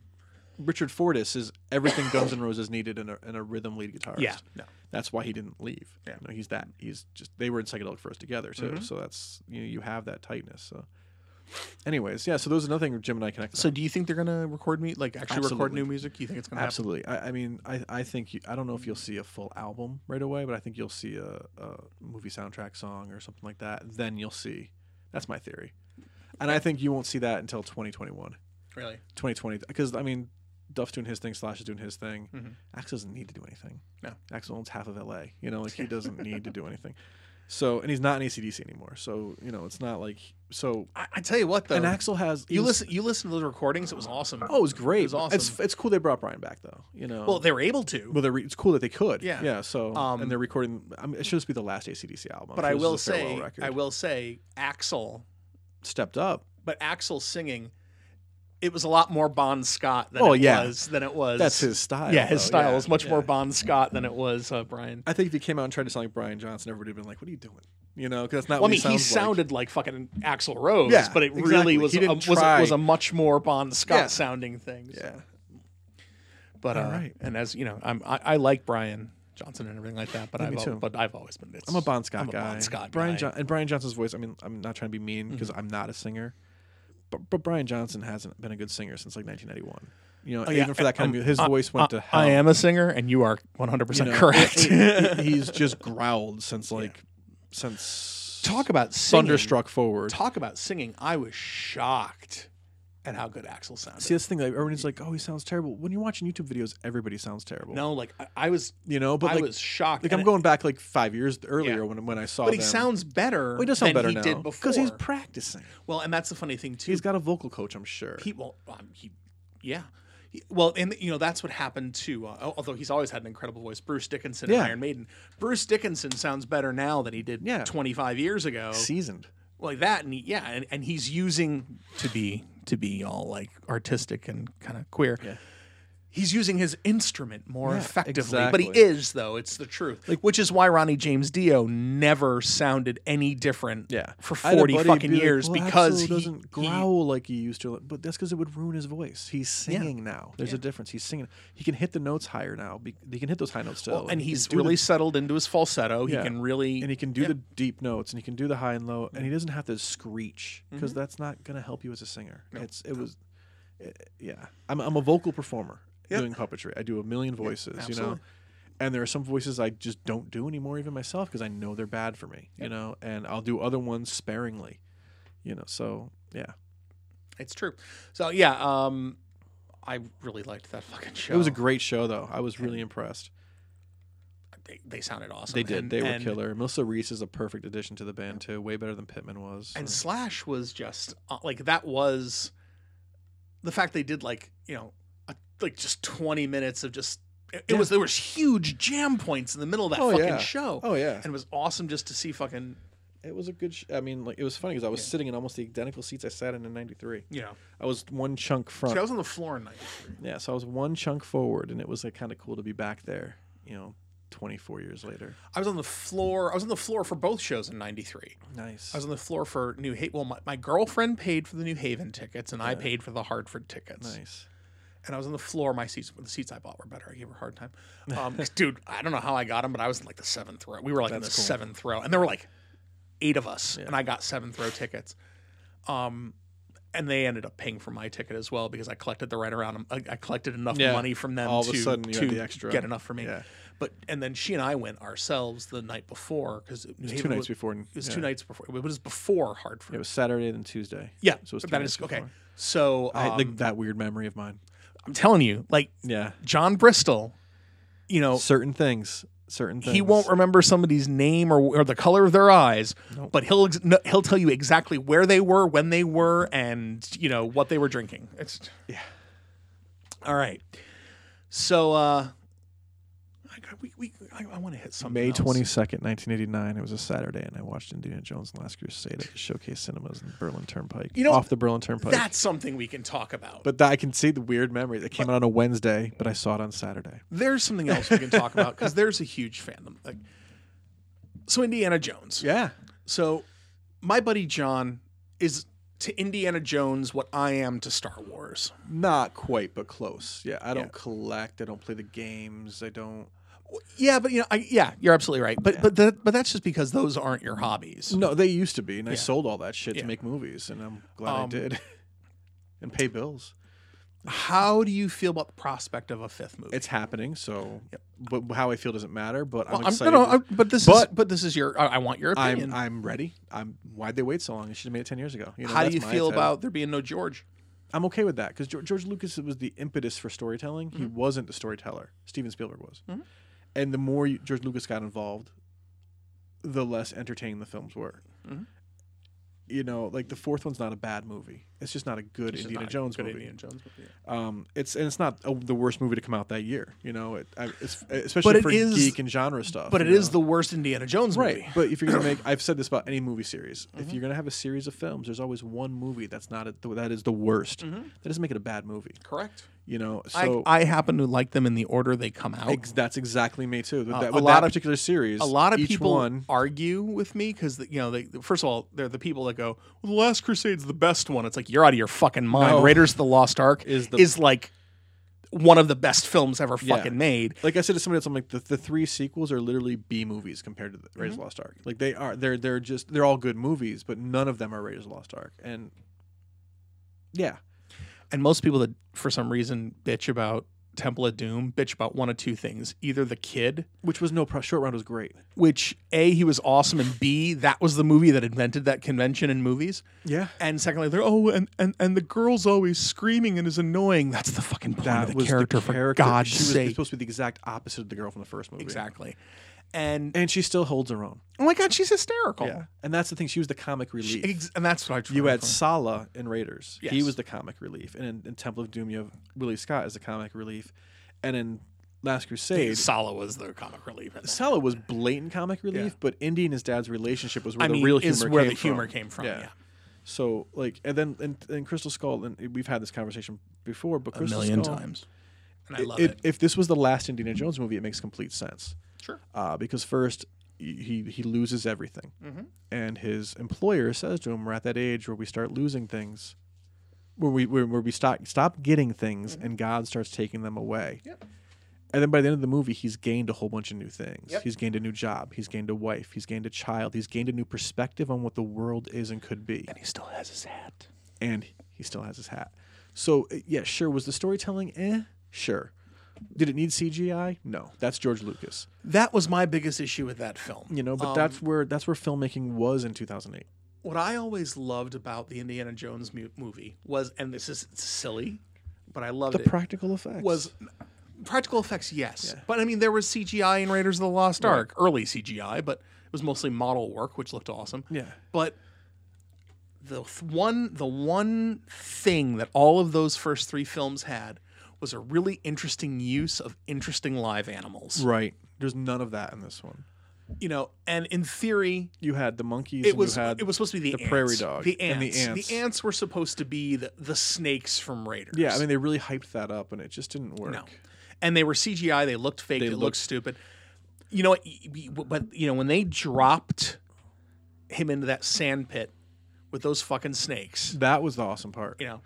B: Richard Fortus is everything Guns N' Roses needed in a in a rhythm lead guitarist.
A: Yeah, no.
B: That's why he didn't leave.
C: Yeah.
B: You know, he's that he's just they were in psychedelic first together too. So that's you know, you have that tightness. So anyways, yeah, so those another thing Jim and I connected.
A: So, do you think they're gonna record me, like actually record
B: Absolutely.
A: new music? You think it's gonna happen?
B: Absolutely. I, I mean, I, I think you, I don't know if you'll see a full album right away, but I think you'll see a, a movie soundtrack song or something like that. Then you'll see. That's my theory, and I think you won't see that until 2021,
C: Really?
B: 2020. Because I mean, Duff's doing his thing, Slash is doing his thing.
A: Mm-hmm.
C: Mhm.
B: Axe doesn't need to do anything.
C: No.
B: Axe owns half of LA. You know, like he doesn't need to do anything. So, and he's not in ACDC anymore. So, you know, it's not like so.
A: I, I tell you what, though,
B: And Axel has
A: you
B: he's-
A: listen, you listen to those recordings. It was awesome.
B: Oh, it was great.
A: It was awesome.
B: It's it's cool they brought Brian back though. You know.
A: well, they were able to.
B: Well, they're re- it's cool that they could.
A: Yeah.
B: Yeah. So,
A: Um,
B: and they're recording. I mean, it should just be the last ACDC album. I'm
A: but
B: sure
A: I
B: this
A: will
B: is a farewell
A: say,
B: record.
A: I will say, Axel,
B: stepped up.
A: but Axel singing, it was a lot more Bon Scott than
B: Oh,
A: it
B: yeah.
A: was than it was.
B: That's his style.
A: Yeah, his
B: though.
A: style
B: Yeah.
A: is much more
B: Yeah.
A: Bon Scott than it was uh, Brian.
B: I think if he came out and tried to sound like Brian Johnson, everybody would have been like, "What are you doing?" You know, because that's not.
A: Well, I
B: what
A: mean,
B: he,
A: he
B: sounds like.
A: sounded like fucking Axl Rose,
B: Yeah,
A: but it
B: exactly.
A: really was
B: He
A: a,
B: didn't
A: was, a, was
B: try.
A: a much more Bon Scott
B: Yeah.
A: sounding thing. so.
B: Yeah.
A: But uh,
B: All right.
A: and as you know, I'm I, I like Brian Johnson and everything like that. But
B: Yeah,
A: I've
B: me
A: al-
B: too.
A: but I've always been. It's,
B: I'm a Bon Scott
A: I'm a
B: guy.
A: Bon Scott
B: Brian
A: guy. Mm-hmm.
B: John- and Brian Johnson's voice. I mean, I'm not trying to be mean because I'm not a singer, but but Brian Johnson hasn't been a good singer since like 1991. You know,
A: Oh, yeah,
B: even for that kind
A: I'm-
B: of music, his
A: I-
B: voice went
A: I,
B: to hell.
A: I am a singer, and you are 100
B: oh. you
A: percent
B: know,
A: correct.
B: he- he- he's just growled since like since
A: Talk about singing.
B: thunderstruck forward.
A: Talk about singing. I was shocked at how good Axel sounded.
B: See, that's the thing. Like, everyone's like, "Oh, he sounds terrible." When you're watching YouTube videos, everybody sounds terrible.
A: no, like I, I was,
B: you know, but
A: I
B: like,
A: was shocked.
B: like
A: and
B: I'm
A: it-
B: going back like five years earlier
A: Yeah.
B: when when I saw.
A: but he
B: them.
A: sounds better.
B: Well, he does sound
A: than
B: better
A: he
B: now
A: did before.
B: he's practicing.
A: well, and that's the funny thing too.
B: He's got a vocal coach, I'm sure.
A: he well, um, he, yeah. He- Well, and you know that's what happened to. Uh, al- although he's always had an incredible voice, Bruce Dickinson in
B: Yeah.
A: Iron Maiden. Bruce Dickinson sounds better now than he did
B: Yeah.
A: 25 years ago.
B: seasoned.
A: like that, and he, yeah, and, and he's using to be to be all like artistic and kind of queer.
B: Yeah.
A: He's using his instrument more
B: Yeah,
A: effectively, but
B: exactly.
A: he is though. It's the truth, which is why Ronnie James Dio never sounded any different.
B: Yeah,
A: for
B: I had a
A: forty
B: buddy
A: fucking
B: be like,
A: years
B: "Well,
A: because he
B: Axl doesn't
A: he-
B: growl like he used to. But that's because it would ruin his voice. He's singing now. There's a difference. He's singing. He can hit the notes higher now. Be, he can hit those high notes still,
A: Oh, and
B: he can
A: he's
B: do the-
A: really settled into his falsetto.
B: Yeah.
A: He can really
B: and he can do the deep notes and he can do the high and low and he
A: Mm-hmm.
B: doesn't have to screech because that's not going to help you as a singer it's it was it- yeah I'm, I'm a vocal performer doing puppetry i do a million voices you know
A: absolutely.
B: and there are some voices i just don't do anymore even myself because i know they're bad for me you know and i'll do other ones sparingly you know so yeah
A: it's true. So yeah, um, I really liked that fucking show.
B: it was a great show though i was really impressed
A: they, they sounded awesome.
B: they did
A: And-
B: they were
A: and-
B: killer melissa reese is a perfect addition to the band too way better than pittman was
A: And
B: so.
A: Slash was just uh, like that was the fact they did like you know a, like just twenty minutes of just it, it
B: Yeah.
A: was there was huge jam points in the middle of that
B: Oh,
A: fucking
B: yeah.
A: show,
B: oh yeah
A: and it was awesome just to see fucking
B: It was a good. Sh- I mean, like it was funny because I was sitting in almost the identical seats I sat in in '93.
A: you know.
B: I was one chunk
A: See,
B: front.
A: I was on the floor in '93.
B: yeah, so I was one chunk forward, and it was like kind of cool to be back there. You know, 24 years later.
A: I was on the floor. I was on the floor for both shows in '93.
B: Nice.
A: I was on the floor for New Haven. Well, my, my girlfriend paid for the New Haven tickets, and I paid for the Hartford tickets.
B: nice.
A: And I was on the floor. My seats, the seats I bought were better. I gave her a hard time. Um, 'cause, dude, I don't know how I got them, but I was in like the seventh row. We were like in the
B: That's cool.
A: seventh row, and there were like eight of us, and I got seventh row tickets. Um, and they ended up paying for my ticket as well because I collected the right around. I, I collected enough
B: Yeah.
A: money from them
B: All of
A: to,
B: a sudden, you
A: to
B: had the extra.
A: get enough for me.
B: Yeah.
A: But and then she and I went ourselves the night before because New Haven
B: Two nights
A: was,
B: before.
A: it was
B: yeah.
A: two nights before. It was before Hartford.
B: It was Saturday then Tuesday.
A: yeah,
B: So it was two
A: that
B: nights
A: is okay.
B: before.
A: So
B: I had, like
A: um,
B: that weird memory of mine.
A: I'm telling you, like
B: Yeah.
A: John Bristol, you know,
B: Certain things. Certain things.
A: he won't remember somebody's name or, or the color of their eyes,
B: Nope.
A: but he'll ex- no- he'll tell you exactly where they were, when they were, and you know what they were drinking. It's
B: Yeah.
A: All right. So uh, I, got- we, we, I, I want to hit something.
B: May
A: else.
B: twenty second, nineteen eighty nine. It was a Saturday, and I watched Indiana Jones and the Last Crusade at the Showcase Cinemas in Berlin Turnpike.
A: You know,
B: off the Berlin Turnpike.
A: That's something we can talk about.
B: but that, I can see the weird memory that came out on a Wednesday, but I saw it on Saturday.
A: there's something else we can talk about because there's a huge fandom. Like, so Indiana Jones.
B: Yeah,
A: So my buddy John is to Indiana Jones what I am to Star Wars.
B: not quite, but close. Yeah, I don't collect. I don't play the games. I don't.
A: Yeah, but you know, I, yeah, you're absolutely right. But but that, but that's just because those aren't your hobbies.
B: No, they used to be, and I sold all that shit
A: Yeah.
B: to make movies, and I'm glad I
A: Um,
B: did, and pay bills.
A: How do you feel about the prospect of a fifth movie?
B: It's happening, so but how I feel doesn't matter. But
A: Well,
B: I'm
A: I'm-
B: excited.
A: no, no, I'm- but this is
B: But-
A: but this is your. I, I want your opinion.
B: I'm I'm ready. I'm why'd they wait so long? They should have made it ten years ago. You know,
A: How do
B: that's
A: you
B: my
A: feel
B: attitude.
A: about there being no George?
B: I'm okay with that because George Lucas was the impetus for storytelling. He
A: Mm-hmm.
B: wasn't the storyteller. Steven Spielberg was. And the more you, George Lucas got involved, the less entertaining the films were.
A: Mhm.
B: You know, like the fourth one's not a bad movie. It's just not a good
A: It's just
B: Indiana
A: not a
B: Jones
A: good
B: movie.
A: Indiana Jones movie.
B: Um, it's and it's not uh the worst movie to come out that year. You know, it, I, it's, especially
A: But it
B: for
A: is-
B: geek and genre stuff.
A: But it
B: you
A: is
B: know?
A: the worst Indiana Jones movie.
B: Right. But if you're gonna make, I've said this about any movie series.
A: Mm-hmm.
B: If you're gonna have a series of films, there's always one movie that's not a, that is the worst. That doesn't make it a bad movie.
A: Correct.
B: You know. So
A: Mm-hmm. I, I happen to like them in the order they come out.
B: ex- that's exactly me too. With,
A: Uh,
B: that,
A: a
B: with
A: lot
B: that
A: of-
B: particular series,
A: a lot of
B: each
A: people
B: one.
A: argue with me because you know they first of all they're the people that go well, the last crusade's the best one it's like you're out of your fucking mind
B: No.
A: raiders of the lost ark
B: Is
A: is,
B: the-
A: like one of the best films ever fucking made
B: Like I said to somebody else, I'm like the, the three sequels are literally B movies compared to the Raiders
A: Mm-hmm.
B: of the Lost Ark. Like they are, they're they're just they're all good movies, but none of them are Raiders of the Lost Ark. And yeah,
A: and most people that for some reason bitch about temple of doom bitch about one of two things either the kid
B: which was no pro- short round was great.
A: which a he was awesome and b that was the movie that invented that convention in movies
B: Yeah,
A: and secondly they're oh and, and and the girl's always screaming and is annoying that's the fucking point
B: that
A: of the
B: was
A: character,
B: the character.
A: for god's
B: she was
A: sake
B: supposed to be the exact opposite of the girl from the first movie.
A: Exactly. And
B: and she still holds her own.
A: oh my god, she's hysterical.
B: and that's the thing. She was the comic
A: She-
B: relief.
A: ex- and that's what I tried
B: you had
A: for.
B: Sala in Raiders. He
A: Yes.
B: was the comic relief, and in, in Temple of Doom, you have Willie Scott as the comic relief, and in Last Crusade,
A: Sala was the comic relief. in that.
B: Sala was blatant comic relief, but Indy and his dad's relationship was where
A: I
B: the
A: mean,
B: real humor
A: is where
B: came
A: the humor
B: from.
A: came from.
B: Yeah.
A: Yeah.
B: So like, and then and, and Crystal Skull, and we've had this conversation before, but Crystal Skull,
A: And I love
B: it-
A: it.
B: If this was the last Indiana Jones movie, it makes complete sense.
A: Sure.
B: Uh, because first, he he- he loses everything,
A: Mm-hmm.
B: and his employer says to him, "We're at that age where we start losing things, where we where, where we stop stop getting things, and God starts taking them away."
A: Mm-hmm. Yep.
B: And then by the end of the movie, he's gained a whole bunch of new things.
A: Yep.
B: He's gained a new job. He's gained a wife. He's gained a child. He's gained a new perspective on what the world is and could be
A: And he still has his hat.
B: and he still has his hat. So uh, yeah, sure. Was the storytelling eh? Sure. Did it need CGI? No. That's George Lucas.
A: That was my biggest issue with that film.
B: You know, but
A: Um,
B: that's where that's where filmmaking was in 2008.
A: what I always loved about the Indiana Jones mu- movie was, and this is silly, but I loved
B: The
A: it.
B: practical effects
A: was practical effects, yes. But I mean, there was CGI in Raiders of the Lost Ark, early CGI, but it was mostly model work, which looked awesome.
B: Yeah.
A: But the th- one, the one thing that all of those first three films had was a really interesting use of interesting live animals.
B: right. There's none of that in this one.
A: You know, and in theory,
B: You had the monkeys.
A: it
B: and
A: was
B: you had
A: it was supposed to be the,
B: the
A: ants,
B: prairie dog
A: the
B: and
A: ants.
B: the ants.
A: The ants were supposed to be the, the snakes from Raiders.
B: Yeah, I mean they really hyped that up, and it just didn't work.
A: No. And they were CGI. They looked fake. They looked,
B: looked-
A: stupid. You know, what, y- y- but you know when they dropped him into that sand pit with those fucking snakes,
B: That was the awesome part.
A: you know,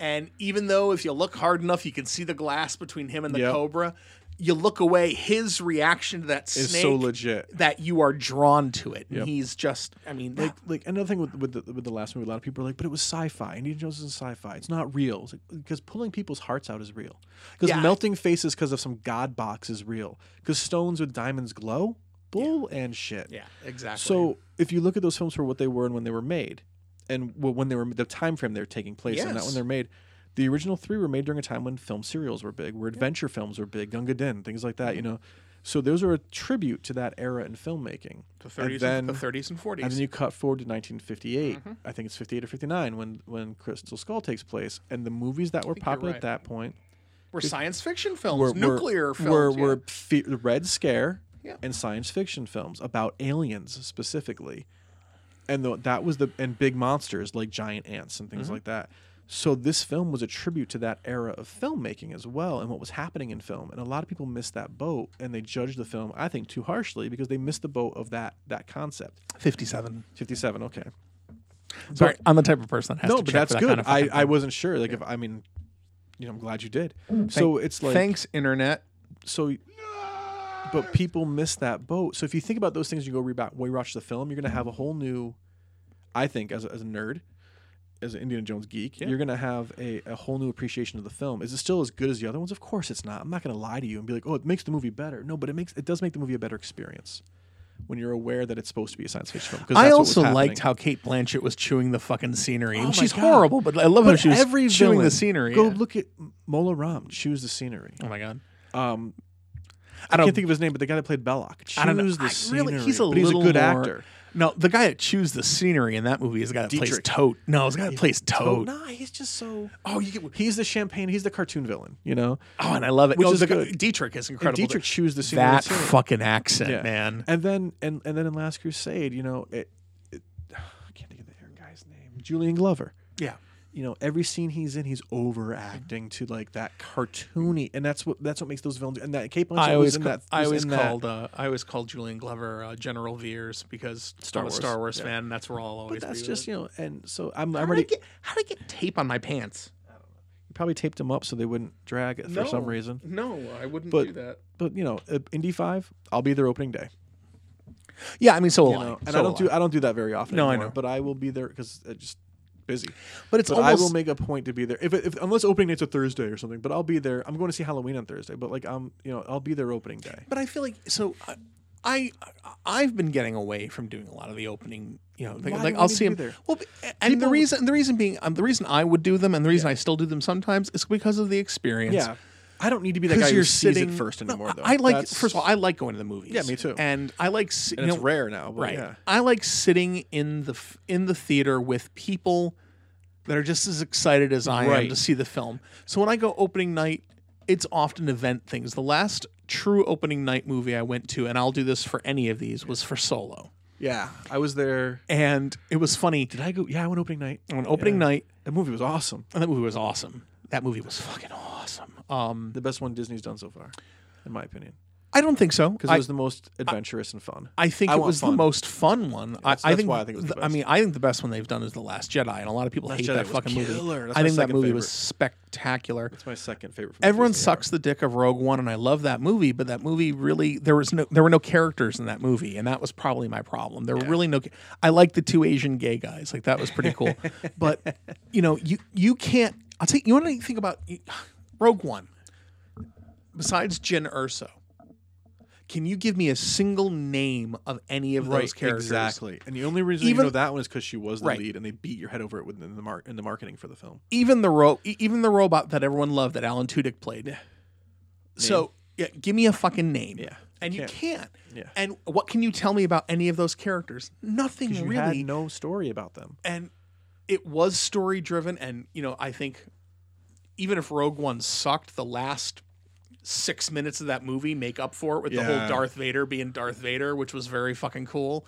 A: and even though if you look hard enough, you can see the glass between him and the
B: Yep.
A: cobra. You look away. His reaction to that
B: It's
A: snake
B: so legit.
A: that you are drawn to it.
B: Yep.
A: And he's just, I mean,
B: Like, like another thing with with the, with the last movie, a lot of people are like, "But it was sci-fi. Indiana Jones is sci-fi. It's not real." It's like, because pulling people's hearts out is real. Because
A: Yeah.
B: melting faces because of some god box is real. Because stones with diamonds glow, bull and shit.
A: yeah, exactly.
B: So if you look at those films for what they were and when they were made, and wh- when they were the time frame they're taking place, and not
A: Yes.
B: when they're made. The original three were made during a time when film serials were big, where adventure films were big, Gunga Din, things like that. You know, so those are a tribute to that era in filmmaking.
A: the
B: And
A: 30s,
B: then-
A: and, the 30s and 40s.
B: and then you cut forward to 1958. I think it's 58 or 59 when when Crystal Skull takes place, and the movies that were popular at
A: right.
B: that point
A: were science fiction films,
B: were were-
A: nuclear films.
B: were
A: yeah.
B: were fe- the Red Scare,
C: Yeah.
B: and science fiction films about aliens specifically. And tho- that was the and big monsters like giant ants and things like that. So this film was a tribute to that era of filmmaking as well and what was happening in film. And a lot of people missed that boat and they judged the film I think too harshly because they missed the boat of that that concept.
A: 57.
B: 57, okay.
A: Sorry, I'm the type of person that has
B: No,
A: to
B: but
A: check
B: that's
A: for that
B: good.
A: Kind of
B: I,
A: fucking
B: I
A: thing.
B: wasn't sure like if I mean you know, I'm glad you did. so it's like
A: Mm, Thanks, internet.
B: so but people miss that boat so if you think about those things you go reba- rewatch the film you're going to
A: Mm-hmm.
B: have a whole new i think as a, as a nerd as an indiana jones geek you're going to have a, a whole new appreciation of the film is it still as good as the other ones of course it's not i'm not going to lie to you and be like oh it makes the movie better no but it makes it does make the movie a better experience when you're aware that it's supposed to be a science fiction film 'cause
A: I
B: that's what was
A: also liked
B: happening. Oh
A: how Kate Blanchett was chewing the fucking scenery.
B: my
A: and she's
B: God.
A: horrible, Oh, but I love how
B: But
A: she was
B: every
A: chewing
B: villain-
A: the scenery.
B: go
A: yeah.
B: look at mola ram choose the scenery
A: oh my god.
B: um
A: I
B: I,
A: don't-
B: can't think of his name, but the guy that played Belloc. Choose
A: I don't know.
B: the
A: I
B: scenery.
A: really- he's a
B: but he's a
A: little
B: good
A: more-
B: actor.
A: No, the guy that chews the scenery in that movie is the guy that plays
B: Dietrich.
A: Toad. No, it's the guy that plays Toad.
B: Oh, Nah, he's just so. Oh, you get, he's the champagne. He's the cartoon villain. You know.
A: Oh, and I love it.
B: Which
A: no,
B: is
A: the Guy,
B: good.
A: Dietrich is
B: And
A: incredible.
B: Dietrich chews the scenery.
A: that
B: too.
A: fucking accent,
B: Yeah.
A: man.
B: And then and and then in Last Crusade, you know, it, it I can't think of the guy's name. Julian Glover.
A: Yeah.
B: You know, every scene he's in, he's overacting to like that cartoony, and that's what that's what makes those villains. And that Kate Blanchett
A: I always,
B: was in
A: ca-
B: that.
A: I
B: was
A: always
B: in that-
A: called, uh, I always called Julian Glover uh, General Veers because
B: Star
A: I'm a
B: Wars.
A: Star Wars
B: Yeah.
A: fan. And that's where I'll always.
B: But that's
A: be
B: just you know, and so I'm
A: With.
B: I'm
A: How did I
B: already
A: get? How did I get tape on my pants?
B: probably taped them up so they wouldn't drag it for
C: No,
B: some reason.
C: No, I wouldn't
B: But-
C: do that.
B: but you know, uh, Indy Five, I'll be there opening day.
A: Yeah, I mean, so
B: You know, and I don't do I don't do that very often.
A: No, I
B: anymore,
A: know.
B: but I will be there because I just busy.
A: But it's
B: But
A: almost.
B: I will make a point to be there if, if unless opening night's a Thursday or something. But I'll be there. I'm going to see Halloween on Thursday, but like I'm you know I'll be there opening day.
A: but I feel like so. I, I I've been getting away from doing a lot of the opening. You know, like,
B: Why
A: like
B: do we
A: I'll
B: need
A: see them.
B: to be there?
A: Well, b- and the
B: People-
A: reason the reason being um, the reason I would do them and the reason I still do them sometimes is because of the experience.
B: Yeah, I don't need to be that guy
A: Because
B: who
A: you're
B: sees
A: sitting
B: it first
A: No,
B: anymore. though
A: I, I like
B: That's-
A: first of all, I like going to the movies.
B: Yeah, me too.
A: And I like si-
B: and
A: you
B: it's
A: know,
B: rare now. But
A: Right.
B: Yeah.
A: I like sitting in the f- in the theater with people that are just as excited as I am
B: Right.
A: to see the film. So when I go opening night, it's often event things. The last true opening night movie I went to, and I'll do this for any of these, was for Solo,
B: Yeah, I was there.
A: and it was funny
B: Did I go? Yeah, I went opening night.
A: on opening night.
B: That movie was awesome.
A: And that movie was awesome. That movie was fucking awesome. Um,
B: The best one Disney's done so far, in my opinion,
A: I don't think so
B: because
A: I-
B: it was the most adventurous and fun.
A: I think
B: I
A: it
B: want
A: was the
B: fun.
A: most fun one. I,
B: that's-
A: I
B: that's
A: think,
B: why I think it was the
A: th- I
B: best.
A: mean, I think the best one they've done is The Last Jedi, and a lot of people hate
B: Jedi
A: that
B: was
A: fucking
B: killer.
A: movie.
B: That's
A: I
B: my
A: think that
B: second
A: movie
B: favorite.
A: was spectacular.
B: It's my second favorite. From
A: Everyone
B: Disney era.
A: sucks the dick of Rogue One, and I love that movie, but that movie really there was no there were no characters in that movie, and that was probably my problem. There were really no. ca- I like the two Asian gay guys, like that was pretty cool, but you know you you can't. I'll take you want to think about Rogue One. Besides Jin Urso, can you give me a single name of any of those characters?
B: Exactly. And the only reason
A: Even-
B: you know that one is because she was the
A: Right.
B: lead, and they beat your head over it within the mar- in the marketing for the film.
A: even the ro- e- even the robot that everyone loved that Alan Tudyk played. So yeah, give me a fucking name.
B: Yeah.
A: and you
B: Can't.
A: can't.
B: Yeah.
A: And what can you tell me about any of those characters? Nothing
B: You
A: really.
B: had no story about them.
A: and it was story driven, and you know I think even if Rogue One sucked, the last six minutes of that movie make up for it with the whole
B: Yeah.
A: Darth Vader being Darth Vader, which was very fucking cool.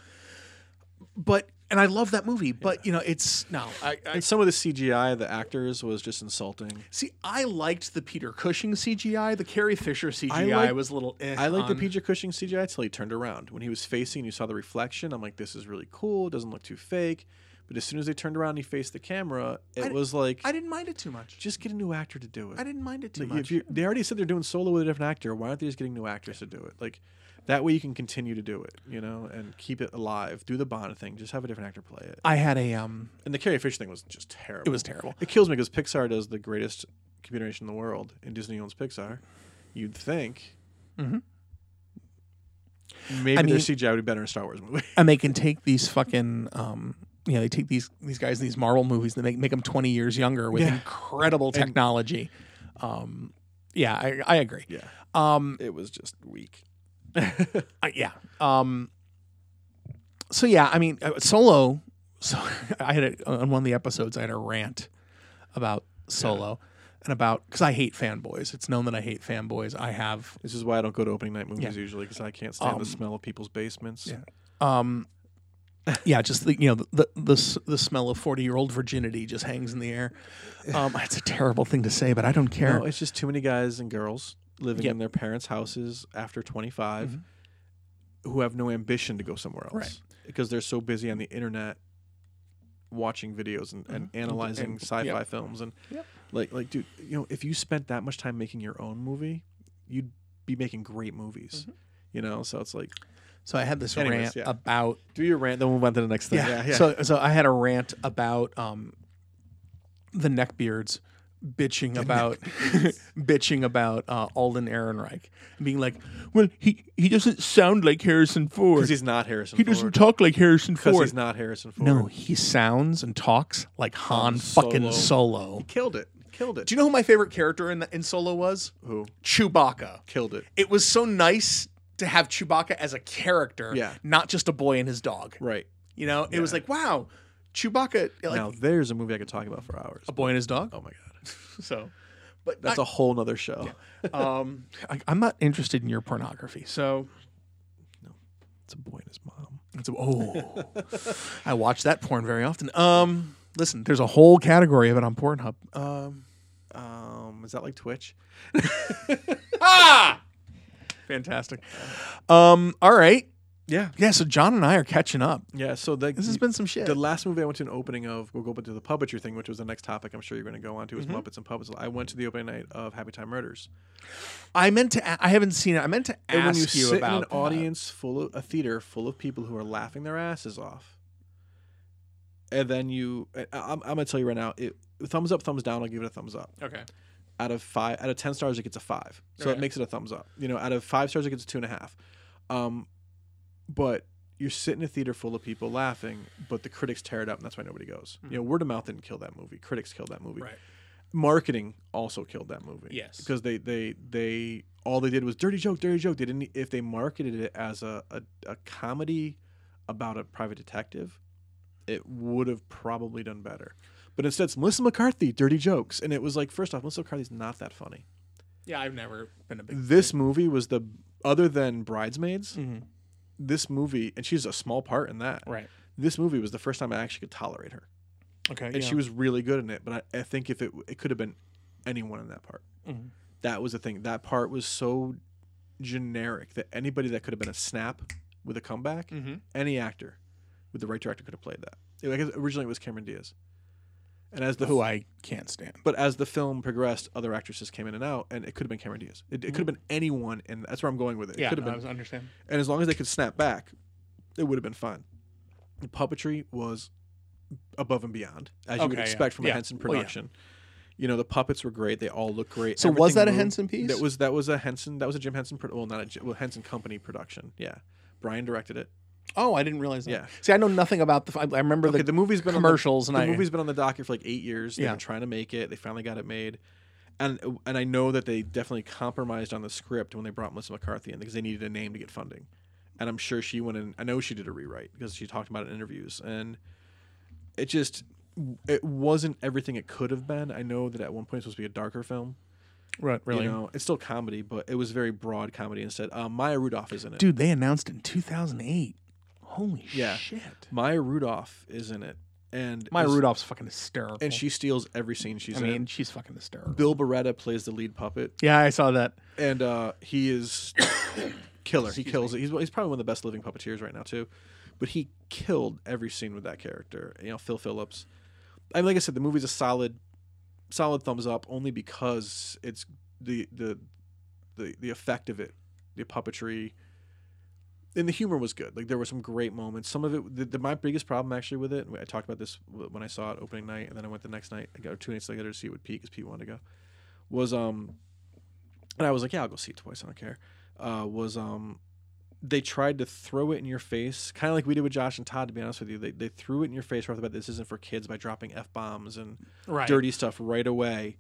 A: But and I love that movie, but you know it's no, I, I
B: And some of the CGI, the actors was just insulting.
A: See, I liked the Peter Cushing CGI. The Carrie Fisher CGI
B: like-
A: was a little. Eh
B: I like the
A: on.
B: Peter Cushing CGI till he turned around. When he was facing, you saw the reflection. I'm like, this is really cool. It doesn't look too fake. But as soon as they turned around and he faced the camera, it was like,
A: I didn't mind it too much.
B: just get a new actor to do it.
A: I didn't mind it too
B: Like,
A: much.
B: If you, they already said they're doing solo with a different actor, why aren't they just getting new actors to do it? Like that way you can continue to do it, you know, and keep it alive. Do the Bond thing, just have a different actor play it.
A: I had a um.
B: And the Carrie Fisher thing was just terrible.
A: It was terrible.
B: It kills me because Pixar does the greatest computer animation in the world, and Disney owns Pixar. You'd think. Maybe
A: Mm-hmm. I mean-
B: their CGI would be better in a Star Wars movie.
A: And they can take these fucking um. You know, they take these these guys in these Marvel movies. They make make them twenty years younger with
B: Yeah.
A: incredible technology. um, yeah, I, I agree.
B: yeah,
A: Um,
B: it was just weak.
A: I, yeah. Um, so yeah, I mean, uh, Solo. So I had a, on one of the episodes, I had a rant about Solo, and about because I hate fanboys. It's known that I hate fanboys. I have
B: This is why I don't go to opening night movies usually because I can't stand
A: Um,
B: the smell of people's basements.
A: yeah. um, yeah, just the, you know the the the, s- the smell of forty year old virginity just hangs in the air. Um, it's a terrible thing to say, but I don't care.
B: No, it's just too many guys and girls living
A: Yep.
B: in their parents' houses after 25 who have no ambition to go somewhere else
A: Mm-hmm. Right.
B: because they're so busy on the internet watching videos and, and analyzing
A: Mm-hmm. And-
B: sci-fi
A: yep.
B: films and
A: Yep.
B: like like dude you know if you spent that much time making your own movie you'd be making great movies
A: Mm-hmm.
B: you know so it's like
A: so I had this
B: Anyways,
A: rant
B: yeah.
A: about
B: do your rant then we'll move on to the next thing
A: yeah. So so I had a rant about um, the neckbeards bitching about bitching about uh, Alden Ehrenreich being like, well, he he doesn't sound like Harrison Ford.
B: because he's not Harrison
A: He doesn't
B: Ford
A: talk like Harrison
B: because
A: Ford.
B: he's not Harrison Ford
A: No, he sounds and talks like Han fucking Solo.
B: killed it killed it
A: Do you know who my favorite character in the, in Solo was?
B: who
A: Chewbacca.
B: killed it
A: It was so nice to have Chewbacca as a character,
B: Yeah.
A: not just a boy and his dog.
B: right
A: You know, it was like, wow, Chewbacca, like
B: now there's a movie I could talk about for hours.
A: a boy and his dog.
B: Oh my god,
A: So, but
B: that's a whole nother show.
A: um, I, I'm not interested in your pornography. So
B: It's a boy and his mom.
A: It's a, oh, I watch that porn very often. Um, listen, there's a whole category of it on Pornhub. Um,
B: Um, is that like Twitch?
A: ah, fantastic. Um, all right,
B: Yeah,
A: yeah. So John and I are catching up.
B: yeah. So the,
A: This has been some shit.
B: the last movie I went to an opening of. We'll go back to the puppetry thing, which was the next topic. I'm sure you're going to go on to is Muppets and puppets. I went to the opening night of Happy Time Murders,
A: I meant to. A- I haven't seen it. I meant to ask
B: and when you,
A: you,
B: sit
A: about
B: in an
A: that.
B: audience full of a theater full of people who are laughing their asses off, and then you, I, I'm, I'm going to tell you right now, it thumbs up, thumbs down. I'll give it a thumbs up.
A: Okay.
B: out of five out of ten stars it gets a five so
A: Okay.
B: that makes it a thumbs up you know out of five stars it gets a two and a half um but you sit in a theater full of people laughing but the critics tear it up and that's why nobody goes you know word of mouth didn't kill that movie critics killed that movie
A: Hmm. Right.
B: marketing also killed that movie
A: Yes.
B: because they they they all they did was dirty joke dirty joke they didn't e, if they marketed it as a a, a comedy about a private detective it would have probably done better but instead, it's Melissa McCarthy, dirty jokes. And it was like, first off, Melissa McCarthy's not that funny.
A: Yeah, I've never been a big.
B: This movie was the, other than Bridesmaids,
A: Mm-hmm.
B: this movie, and she's a small part in that.
A: Right.
B: This movie was the first time I actually could tolerate her.
A: Okay.
B: And she was really good in it. But I, I think if it, it could have been anyone in that part.
A: Mhm.
B: That was the thing. That part was so generic that anybody that could have been a snap with a comeback,
A: Mhm.
B: any actor with the right director could have played that. I guess originally it was Cameron Diaz. And as the
A: who I can't stand.
B: But as the film progressed, other actresses came in and out, and it could have been Cameron Diaz. It, it could have been anyone, and that's where I'm going with it. It could have been,
A: understand.
B: and as long as they could snap back, it would have been fine. The puppetry was above and beyond, as you would
A: Okay, yeah.
B: expect from
A: Yeah.
B: a Henson
A: Well, yeah.
B: production. You know, the puppets were great; they all looked great.
A: So was that a
B: moved.
A: Henson piece?
B: That was that was a Henson. That was a Jim Henson. Pro- well, not a Jim, well, Henson Company production. Yeah, Brian directed it.
A: Oh, I didn't realize that.
B: Yeah.
A: See, I know nothing about the. I, I remember
B: Okay,
A: the,
B: the, movie's been
A: commercials
B: on
A: and
B: the,
A: I.
B: the movie's been on the docket for like eight years. They've
A: Yeah.
B: been trying to make it. They finally got it made, and and I know that they definitely compromised on the script when they brought Melissa McCarthy in because they needed a name to get funding, and I'm sure she went in. I know she did a rewrite because she talked about it in interviews, and it just it wasn't everything it could have been. I know that at one point it's supposed to be a darker film.
A: right. Really.
B: You know, it's still comedy, but it was very broad comedy instead. Uh, Maya Rudolph is in it.
A: Dude, they announced in 2008. Holy
B: Yeah.
A: shit.
B: Maya Rudolph is in it, and
A: Maya
B: is-
A: Rudolph's fucking hysterical.
B: and she steals every scene she's
A: I
B: in.
A: mean, she's fucking hysterical.
B: Bill Beretta plays the lead puppet,
A: Yeah, I saw that.
B: and uh, he is killer. he kills it. He's, he's probably one of the best living puppeteers right now too, but he killed every scene with that character. You know, Phil Phillips. I mean, like I said, the movie's a solid, solid thumbs up only because it's the the the the effect of it, the puppetry. And the humor was good. Like there were some great moments. Some of it, the, the, my biggest problem actually with it. I talked about this when I saw it opening night, and then I went the next night. I got two nights later to see it with Pete because Pete wanted to go. Was um and I was like, yeah, I'll go see it twice. I don't care. Uh, was um, they tried to throw it in your face, kind of like we did with Josh and Todd. To be honest with you, they they threw it in your face right off the bat. This isn't for kids by dropping f bombs and
A: Right.
B: dirty stuff right away.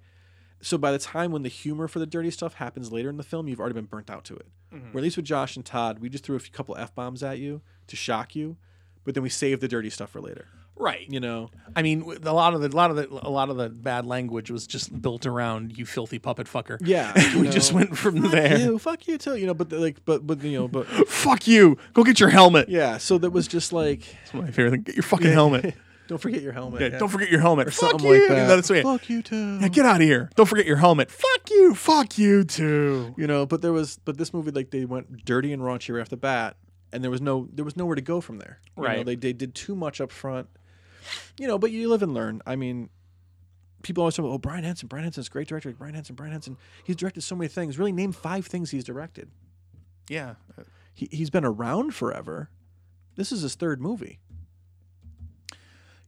B: So by the time when the humor for the dirty stuff happens later in the film, you've already been burnt out to it. Where at least with Josh and Todd, we just threw a few- couple f bombs at you to shock you, but then we save the dirty stuff for later.
C: Right.
B: You know,
A: I mean, w- a lot of the a lot of the a lot of the bad language was just built around you filthy puppet fucker.
B: Yeah,
A: we
B: you
A: just
B: know.
A: went from
B: fuck
A: there.
B: you, fuck you too. You know, but the- like, but but you know, but
A: Fuck you. Go get your helmet.
B: yeah. So that was just like,
A: That's my favorite thing. Get your fucking helmet.
B: don't forget your helmet.
A: Yeah,
B: yeah.
A: Don't forget your helmet. Or
B: something like that.
A: That's it.
B: Fuck you too.
A: Yeah, get out of here. Don't forget your helmet. Fuck you. Fuck you too.
B: you know, but there was, but this movie like they went dirty and raunchy right off the bat, and there was no, there was nowhere to go from there. You know,
A: Right.
B: they they did too much up front. You know, but you live and learn. I mean, people always talk about, oh, Brian Henson, Brian Henson's a great director. Brian Henson, Brian Henson. He's directed so many things. Really, name five things he's directed.
A: Yeah.
B: He he's been around forever. This is his third movie.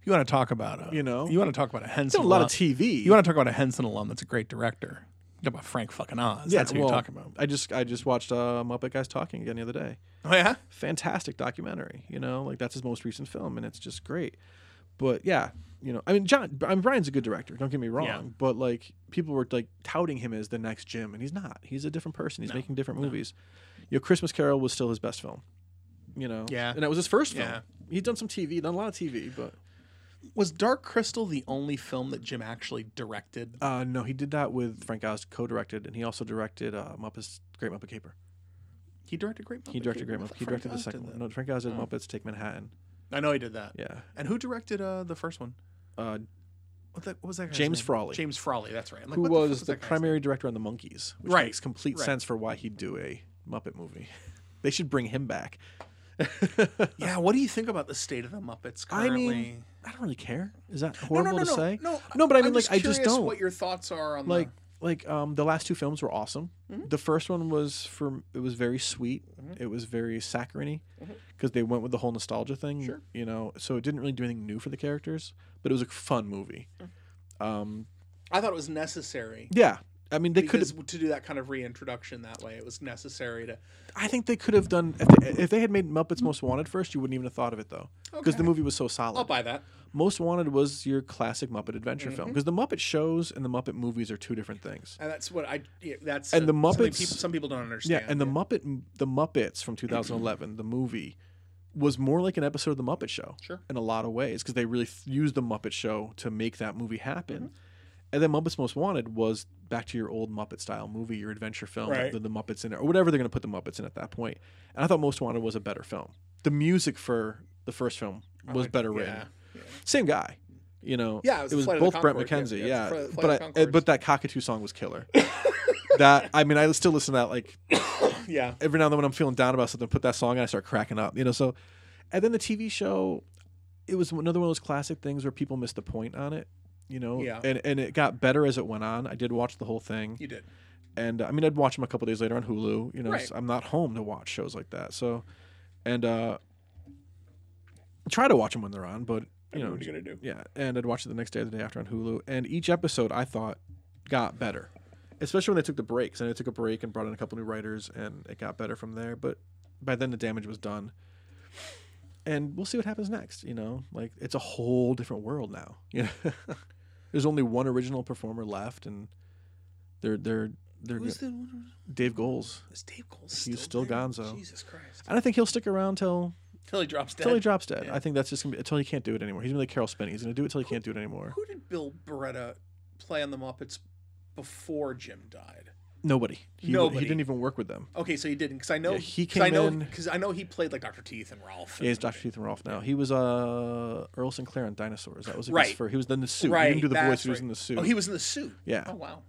A: You want to talk about a
B: You know?
A: You want to talk about a
B: He's
A: Henson.
B: done a lot
A: alum.
B: of TV.
A: You want to talk about a Henson alum that's a great director. You talk about Frank fucking Oz. that's what
B: well,
A: you're talking about.
B: I just I just watched uh, Muppet Guys Talking again the other day.
A: Oh yeah.
B: Fantastic documentary, you know, like that's his most recent film, and it's just great. But yeah, you know, I mean, John, I mean, Brian's a good director. Don't get me wrong,
A: Yeah.
B: but like people were like touting him as the next Jim, and he's not. He's a different person. He's making different movies. You know, Christmas Carol was still his best film. You know,
A: Yeah.
B: and that was his first film.
A: Yeah.
B: He'd done some TV, done a lot of TV, but
A: Was Dark Crystal the only film that Jim actually directed?
B: uh, no, he did that with Frank Oz, co-directed, and he also directed uh, Muppet's Great Muppet Caper.
A: He directed Great.
B: He
A: Muppet
B: directed
A: Baby.
B: Great
A: I
B: Muppet.
A: thought
B: He
A: Frank
B: directed the
A: Oz
B: second
A: did
B: one.
A: that. Oh.
B: No, Frank Oz did Muppets Take Manhattan.
A: I know he did that.
B: Yeah.
A: And who directed uh, the first one?
B: Uh,
A: What, the, what was that? guy's
B: James
A: name?
B: Frawley.
A: James Frawley. That's right. I'm like,
B: who
A: what fuck
B: was the,
A: that guy's name?
B: primary director on The Monkeys, which
A: Right.
B: makes complete
A: Right.
B: sense for why he'd do a Muppet movie. they should bring him back.
A: Yeah. What do you think about the state of the Muppets
B: I
A: currently?
B: mean, I don't really care. Is that
A: No,
B: horrible
A: no, no,
B: to
A: no,
B: say?
A: No,
B: but I
A: I'm
B: mean, like,
A: just
B: I just
A: curious
B: don't
A: What your thoughts are on
B: like like um the last two films were awesome
A: Mm-hmm.
B: the first one was for it was very sweet it was very saccharine because they went with the whole nostalgia thing
A: Mm-hmm. Sure.
B: you know so it didn't really do anything new for the characters but it was a fun movie
A: Mm-hmm.
B: um
A: The, I thought it was necessary.
B: yeah i mean they could
A: because to do that kind of reintroduction that way, it was necessary to.
B: I think they could have done if they, if they had made Muppets Most Wanted first, you wouldn't even have thought of it though, because
A: Okay.
B: the movie was so solid.
A: I'll buy that.
B: Most Wanted was your classic Muppet adventure film because the Muppet shows and the Muppet movies are two different things.
A: And that's what I. Yeah, that's
B: And the
A: something
B: Muppets-
A: People, some people don't understand.
B: Yeah, and the Muppet the Muppets from 2011, the movie was more like an episode of the Muppet Show
A: Sure.
B: in a lot of ways because they really th- used the Muppet Show to make that movie happen.
A: Mm-hmm.
B: And then Muppets Most Wanted was back to your old Muppet style movie, your adventure film,
A: Right.
B: the, the Muppets in it, or whatever they're going to put the Muppets in at that point. And I thought Most Wanted was a better film. The music for the first film was
A: like-
B: better written.
A: yeah,
B: Same guy, you know.
A: Yeah, it was Flight of the
B: both Brett
A: Conchords, yeah,
B: McKenzie.
A: yeah,
B: Yeah,
A: it's Flight- Flight of
B: but
A: the
B: I, uh,
A: Conchords.
B: but that cockatoo song was killer. that I mean, I still listen to that like
A: yeah.
B: every now and then when I'm feeling down about something, put that song on, I start cracking up, you know. So, and then the TV show, it was another one of those classic things where people missed the point on it, you know.
A: Yeah.
B: And and it got better as it went on. I did watch the whole thing,
A: You did.
B: and uh, I mean, I'd watch them a couple days later on Hulu. You know,
A: Right.
B: so I'm not home to watch shows like that, so and uh I try to watch them when they're on, but you know,
A: what are you gonna do?
B: yeah, and I'd watch it the next day or the day after on Hulu. And each episode I thought got better, especially when they took the breaks. And they took a break and brought in a couple new writers, and it got better from there. But by then the damage was done. And we'll see what happens next. You know, like it's a whole different world now. You know, there's only one original performer left, and they're they're they're
A: Who's
B: go-
A: the one?
B: Dave Goles,
A: Is Dave Cole
B: He's
A: still
B: still
A: there?
B: Gonzo.
A: Jesus Christ.
B: and I think he'll stick around till
A: Till he drops dead.
B: till he drops dead.
A: Yeah.
B: I think that's just gonna be until he can't do it anymore. He's gonna be like Carol Spinney. He's gonna do it till he can't do it anymore.
A: Who did Bill Beretta play on the Muppets before Jim died?
B: Nobody. He,
A: Nobody.
B: He didn't even work with them.
A: Okay, so he didn't because I know
B: Yeah, he
A: 'cause I
B: came
A: know,
B: in-
A: because I know he played like Doctor Teeth and Ralph.
B: Yeah, he's Dr. Teeth and Rolf now. He was uh, Earl Sinclair on Dinosaurs. That was like
A: Right.
B: his first. He was in the suit.
A: Right,
B: he didn't do the voice.
A: that's
B: He was
A: right.
B: in the suit.
A: Oh, he was in the suit.
B: Yeah.
A: Oh wow.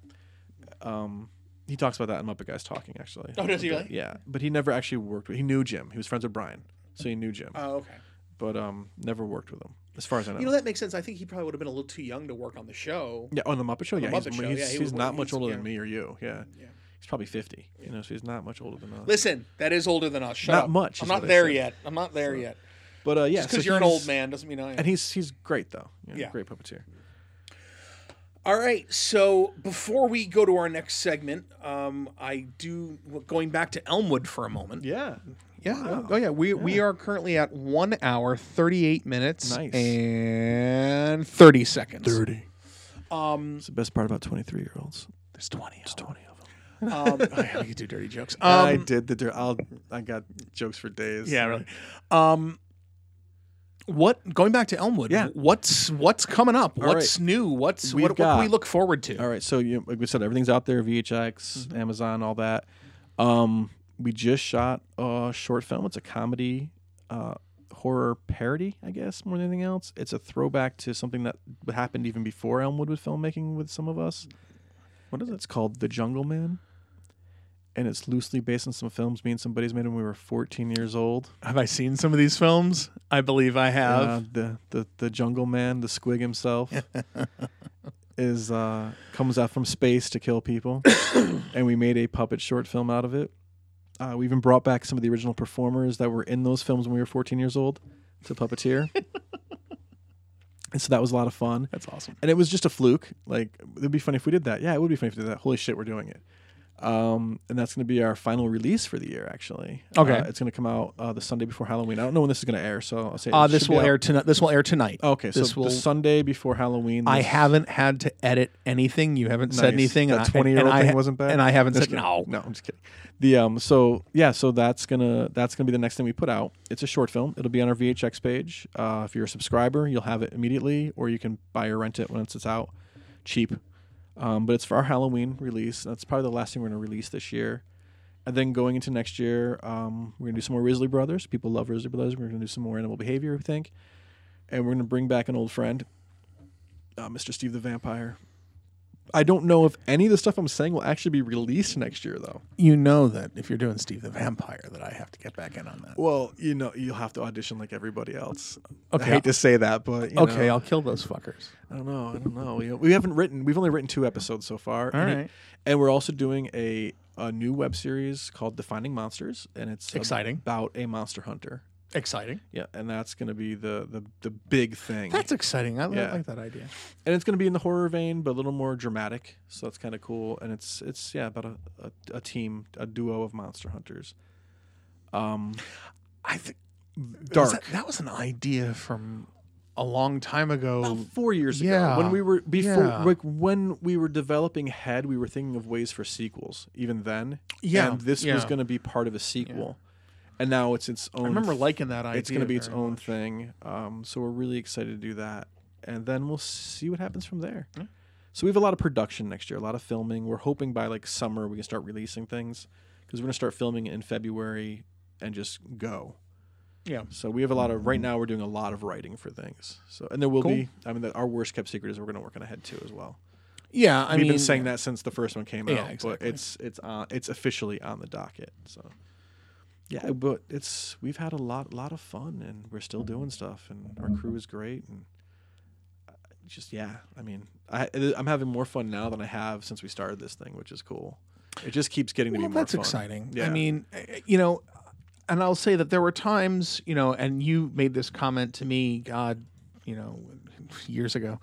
B: um, he talks about that in Muppet Guys Talking, actually.
A: Oh, does he really?
B: Yeah, but he never actually worked with. He knew Jim. He was friends with Brian, so he knew Jim,
A: Oh okay.
B: but um, never worked with him, as far as I know.
A: You know that makes sense. I think he probably would have been a little too young to work on the show.
B: yeah, on the Muppet Show. yeah,
A: Muppet
B: he's,
A: Show,
B: he's,
A: yeah, he
B: he's
A: was-
B: not
A: he's-
B: much older
A: yeah.
B: than me or you. Yeah,
A: Yeah.
B: he's probably fifty. You know, so he's not much older than uh, us.
A: Listen, that is older than us. Shut
B: Not
A: up.
B: much,
A: I'm
B: is
A: not
B: what I
A: there
B: said.
A: yet. I'm not there yet.
B: But uh, yeah,
A: Just because
B: so
A: you're an old
B: he's-
A: man doesn't mean I am.
B: and he's he's great though.
A: Yeah.
B: yeah, great puppeteer.
A: All right. So before we go to our next segment, um, I do going back to Elmwood for a moment.
B: Yeah,
A: Yeah. Oh yeah. We we are currently at one hour thirty eight minutes
B: Nice.
A: and thirty seconds.
B: Um, it's the best part about twenty-three year olds.
A: There's twenty.
B: It's twenty of them.
A: Um, oh, yeah, we could do dirty jokes.
B: I
A: Um,
B: did the dirt. I'll, I got jokes for days.
A: yeah. Really. Um, What going back to Elmwood?
B: Yeah.
A: What's what's coming up?
B: All
A: what's new? What's
B: We've
A: what, what can we
B: got-
A: look forward to?
B: All right. So you like we said, everything's out there, VHX, Amazon, all that. Um, we just shot a short film. It's a comedy, uh, horror parody, I guess, more than anything else. It's a throwback to something that happened even before Elmwood with filmmaking with some of us. What is it? It's called The Jungle Man. And it's loosely based on some films me and somebody's made when we were 14 years old.
A: Have I seen some of these films? I believe I have.
B: Uh, the, the the jungle man, the squig himself, is uh, comes out from space to kill people, and we made a puppet short film out of it. Uh, we even brought back some of the original performers that were in those films when we were 14 years old to puppeteer, and so that was a lot of fun.
A: That's awesome.
B: And it was just a fluke. Like it'd be funny if we did that. Yeah, it would be funny if we did that. Holy shit, we're doing it. Um, and that's going to be our final release for the year. Actually,
A: Okay.
B: Uh, it's going to come out uh, the Sunday before Halloween. I don't know when this is going to air, so I'll say it
A: Uh,
B: should
A: this
B: be
A: will
B: out-
A: air tonight. This will air tonight.
B: Okay, so
A: This
B: the
A: will-
B: Sunday before Halloween.
A: I
B: this-
A: haven't had to edit anything. You haven't said
B: Nice.
A: anything. and I-
B: That
A: and-
B: twenty year old
A: and I
B: thing
A: ha-
B: wasn't bad,
A: And I haven't
B: Just
A: said
B: kidding.
A: no.
B: No, I'm just kidding. The um, so yeah, so that's gonna that's gonna be the next thing we put out. It's a short film. It'll be on our VHX page. Uh, if you're a subscriber, you'll have it immediately, or you can buy or rent it once it's out, cheap. Um, but it's for our Halloween release. That's probably the last thing we're gonna release this year. And then going into next year, um, we're gonna do some more Risley Brothers. People love Risley Brothers. We're gonna do some more animal behavior, we think, and we're gonna bring back an old friend, uh, Mr. Steve the Vampire. I don't know if any of the stuff I'm saying will actually be released next year, though.
A: You know that if you're doing Steve the Vampire, that I have to get back in on that.
B: Well, you know, you'll have to audition like everybody else.
A: Okay.
B: I hate to say that, but you
A: Okay,
B: know,
A: I'll kill those fuckers.
B: I don't know. I don't know. We, we haven't written. We've only written two episodes so far.
A: All
B: and it-
A: right.
B: and we're also doing a a new web series called Defining Monsters, and it's
A: Exciting.
B: about a monster hunter.
A: Exciting.
B: Yeah, and that's going to be the, the the big thing.
A: That's exciting. I li-
B: Yeah.
A: like that idea.
B: and it's going to be in the horror vein, but a little more dramatic. So that's kind of cool. And it's it's yeah about a, a, a team, a duo of monster hunters. Um,
A: I think
B: dark.
A: That, that was an idea from a long time ago.
B: about four years ago
A: Um, Yeah.
B: when we were before
A: Yeah.
B: like when we were developing head we were thinking of ways for sequels even then
A: Yeah.
B: and this was
A: Yeah.
B: going to be part of a sequel and now it's its own
A: I remember liking that idea.
B: it's going to be its
A: very
B: own
A: much.
B: thing um, so we're really excited to do that and then we'll see what happens from there so we have a lot of production next year a lot of filming we're hoping by like summer we can start releasing things because we're going to start filming in february and just go
A: Yeah.
B: so we have a lot of right now. We're doing a lot of writing for things. So and there will
A: Cool.
B: be. I mean, the, our worst kept secret is we're going to work on ahead too as well.
A: Yeah, I
B: We've
A: mean,
B: been saying that since the first one came
A: Yeah,
B: out, but
A: exactly.
B: it's it's uh, it's officially on the docket. So yeah, but it's we've had a lot lot of fun and we're still doing stuff and our crew is great and uh, just yeah. I mean, I I'm having more fun now than I have since we started this thing, which is cool. It just keeps getting to
A: Well,
B: be more
A: that's
B: fun.
A: exciting. I
B: Yeah.
A: mean, uh, you know, and I'll say that there were times, you know, and you made this comment to me, God, you know, years ago,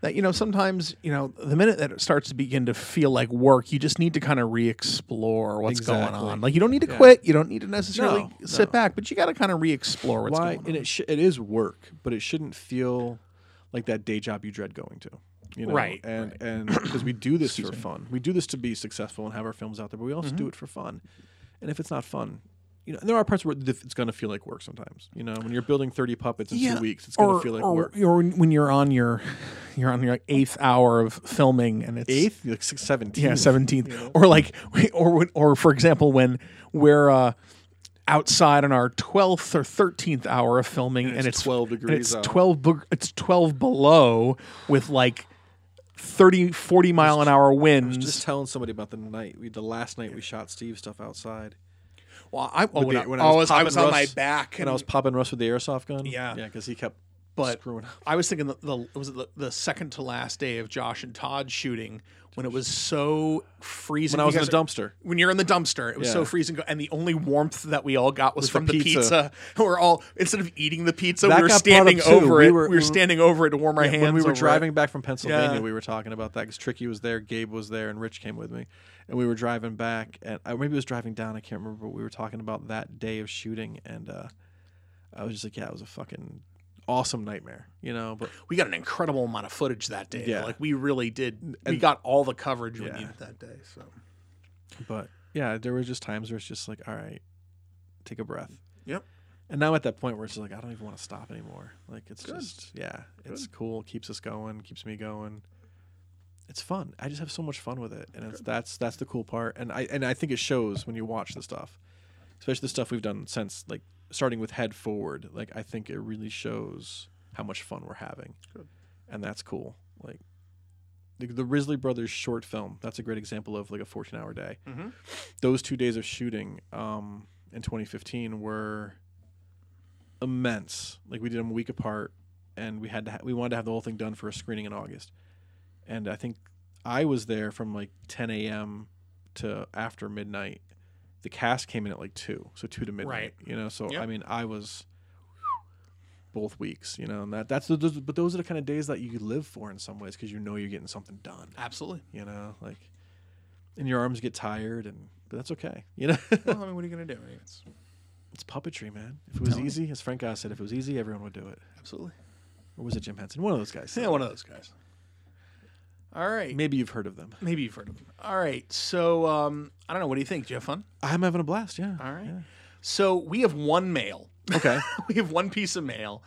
A: that you know sometimes, you know, the minute that it starts to begin to feel like work, you just need to kind of re-explore what's going
B: Exactly.
A: on. Like you don't need to quit, you don't need to necessarily
B: No,
A: sit back, but you got to kind of re-explore what's
B: why
A: going on.
B: and it sh- it is work but it shouldn't feel like that day job you dread going to you know
A: Right,
B: and and because we do this for fun we do this to be successful and have our films out there but we also
A: Mm-hmm.
B: do it for fun and if it's not fun you know and there are parts where th- it's going to feel like work sometimes you know when you're building 30 puppets in two weeks it's going
A: or-
B: to feel like
A: or,
B: work
A: Or when you're on your, you're on your like, eighth hour of filming, and it's
B: eighth like six, 17
A: yeah seventeenth, or like or when- or for example when we're uh, outside on our twelfth or thirteenth hour of filming, and,
B: it's
A: it's
B: 12
A: and
B: degrees
A: it's
B: out.
A: twelve, be- it's twelve below with like 30, 40 mile an hour winds.
B: just telling somebody about the night we, the last night we shot steve stuff outside
A: well, I, oh, when
B: the-
A: I,
B: when I
A: oh,
B: was
A: as I
B: popping
A: was on my
B: Russ-
A: back,
B: and i was popping russ with the airsoft gun
A: Yeah.
B: yeah because he kept
A: But-
B: screwing up
A: I was thinking the, the was it the, the second to last day of Josh and Todd shooting when it was so freezing.
B: when i was
A: You
B: in
A: guys
B: the
A: are-
B: dumpster
A: when you're in the dumpster, it was so
B: Yeah.
A: freezing, and the only warmth that we all got was, from the
B: the
A: pizza.
B: pizza.
A: We're all instead of eating the pizza,
B: That
A: we were
B: got brought
A: standing
B: up, too.
A: over
B: We
A: it. we
B: were-
A: were
B: we were-
A: standing over it to warm our hands.
B: when we
A: over
B: were
A: it.
B: driving back from Pennsylvania,
A: Yeah.
B: we were talking about that because Tricky was there, Gabe was there, and Rich came with me, and we were driving back, and I maybe it was driving down. I can't remember, but we were talking about that day of shooting, and uh, I was just like, yeah, it was a fucking awesome nightmare, you know. But
A: we got an incredible amount of footage that day.
B: Yeah.
A: like we really did. we got all the coverage we needed that day. So
B: but yeah, there were just times where it's just like, all right, take a breath.
A: Yep.
B: And now I'm at that point where it's just like I don't even want to stop anymore. Like it's just yeah, it's cool, keeps us going, keeps me going. It's fun. I just have so much fun with it, and it's, that's that's the cool part. And I and I think it shows when you watch the stuff, especially the stuff we've done since like starting with Head Forward. Like I think it really shows how much fun we're having,
C: Good.
B: and that's cool. Like the, the Risley Brothers short film. That's a great example of like a 14 hour day.
C: Mhm.
B: Those two days of shooting um, in 2015 were immense. Like we did them a week apart, and we had to ha- we wanted to have the whole thing done for a screening in August. And I think I was there from like 10 a.m. to after midnight. The cast came in at like two, so two to midnight.
C: Right.
B: You know, so
C: Yep.
B: I mean, I was both weeks. You know, and that that's those, but those are the kind of days that you live for in some ways because you know you're getting something done
C: Absolutely.
B: you know like and your arms get tired and but that's okay you know
C: well, I mean, what are you gonna do? I mean, it's
B: it's puppetry man if it was
C: telling you.
B: easy as frank Oz said if it was easy everyone would do it
C: absolutely.
B: or was it jim henson one of those guys said
C: Yeah,
B: it.
C: one of those guys. All right.
B: maybe you've heard of them
C: Maybe you've heard of him.
A: All right. So um, I don't know. What do you think? Do you have fun?
B: i'm having a blast yeah
A: All right.
B: yeah.
A: So we have one mail.
B: okay
A: we have one piece of mail.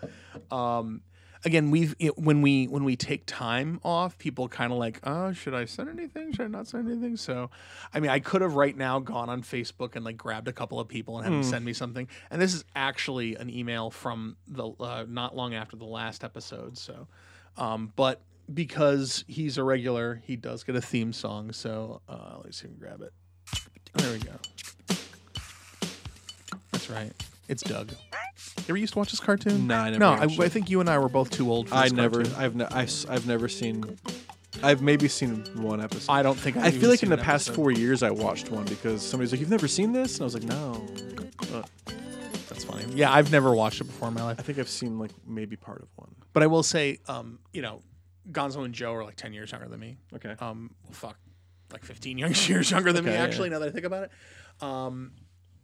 A: Um, again, we've it, when we when we take time off, people kind of like, oh, should I send anything? Should I not send anything? So, I mean, I could have right now gone on Facebook and like grabbed a couple of people and had them
B: Hmm.
A: send me something. And this is actually an email from the uh, not long after the last episode. So, um, but because he's a regular, he does get a theme song. So uh, let's see if we can grab it. There we go. That's right. It's Doug. You ever used to watch this cartoon?
B: No, I never
A: No, I,
B: actually-
A: I think you and I were both too old. for
B: i
A: this
B: never
A: cartoon.
B: i've ne- I, have never seen i've maybe seen one episode
A: I don't think. I've
B: I
A: even
B: feel like
A: seen
B: in the
A: an
B: past
A: episode.
B: four years I watched one because somebody's like, "You've never seen this," and I was like, "No." But
A: That's funny. Yeah, I've never watched it before in my
B: I
A: life.
B: think I've seen like maybe part of one.
A: But I will say, um, you know, Gonzo and Joe are like ten years younger than me.
B: Okay.
A: Um, well, fuck, like fifteen young- years younger than me
B: Okay, yeah,
A: actually. Now that I think about it, um,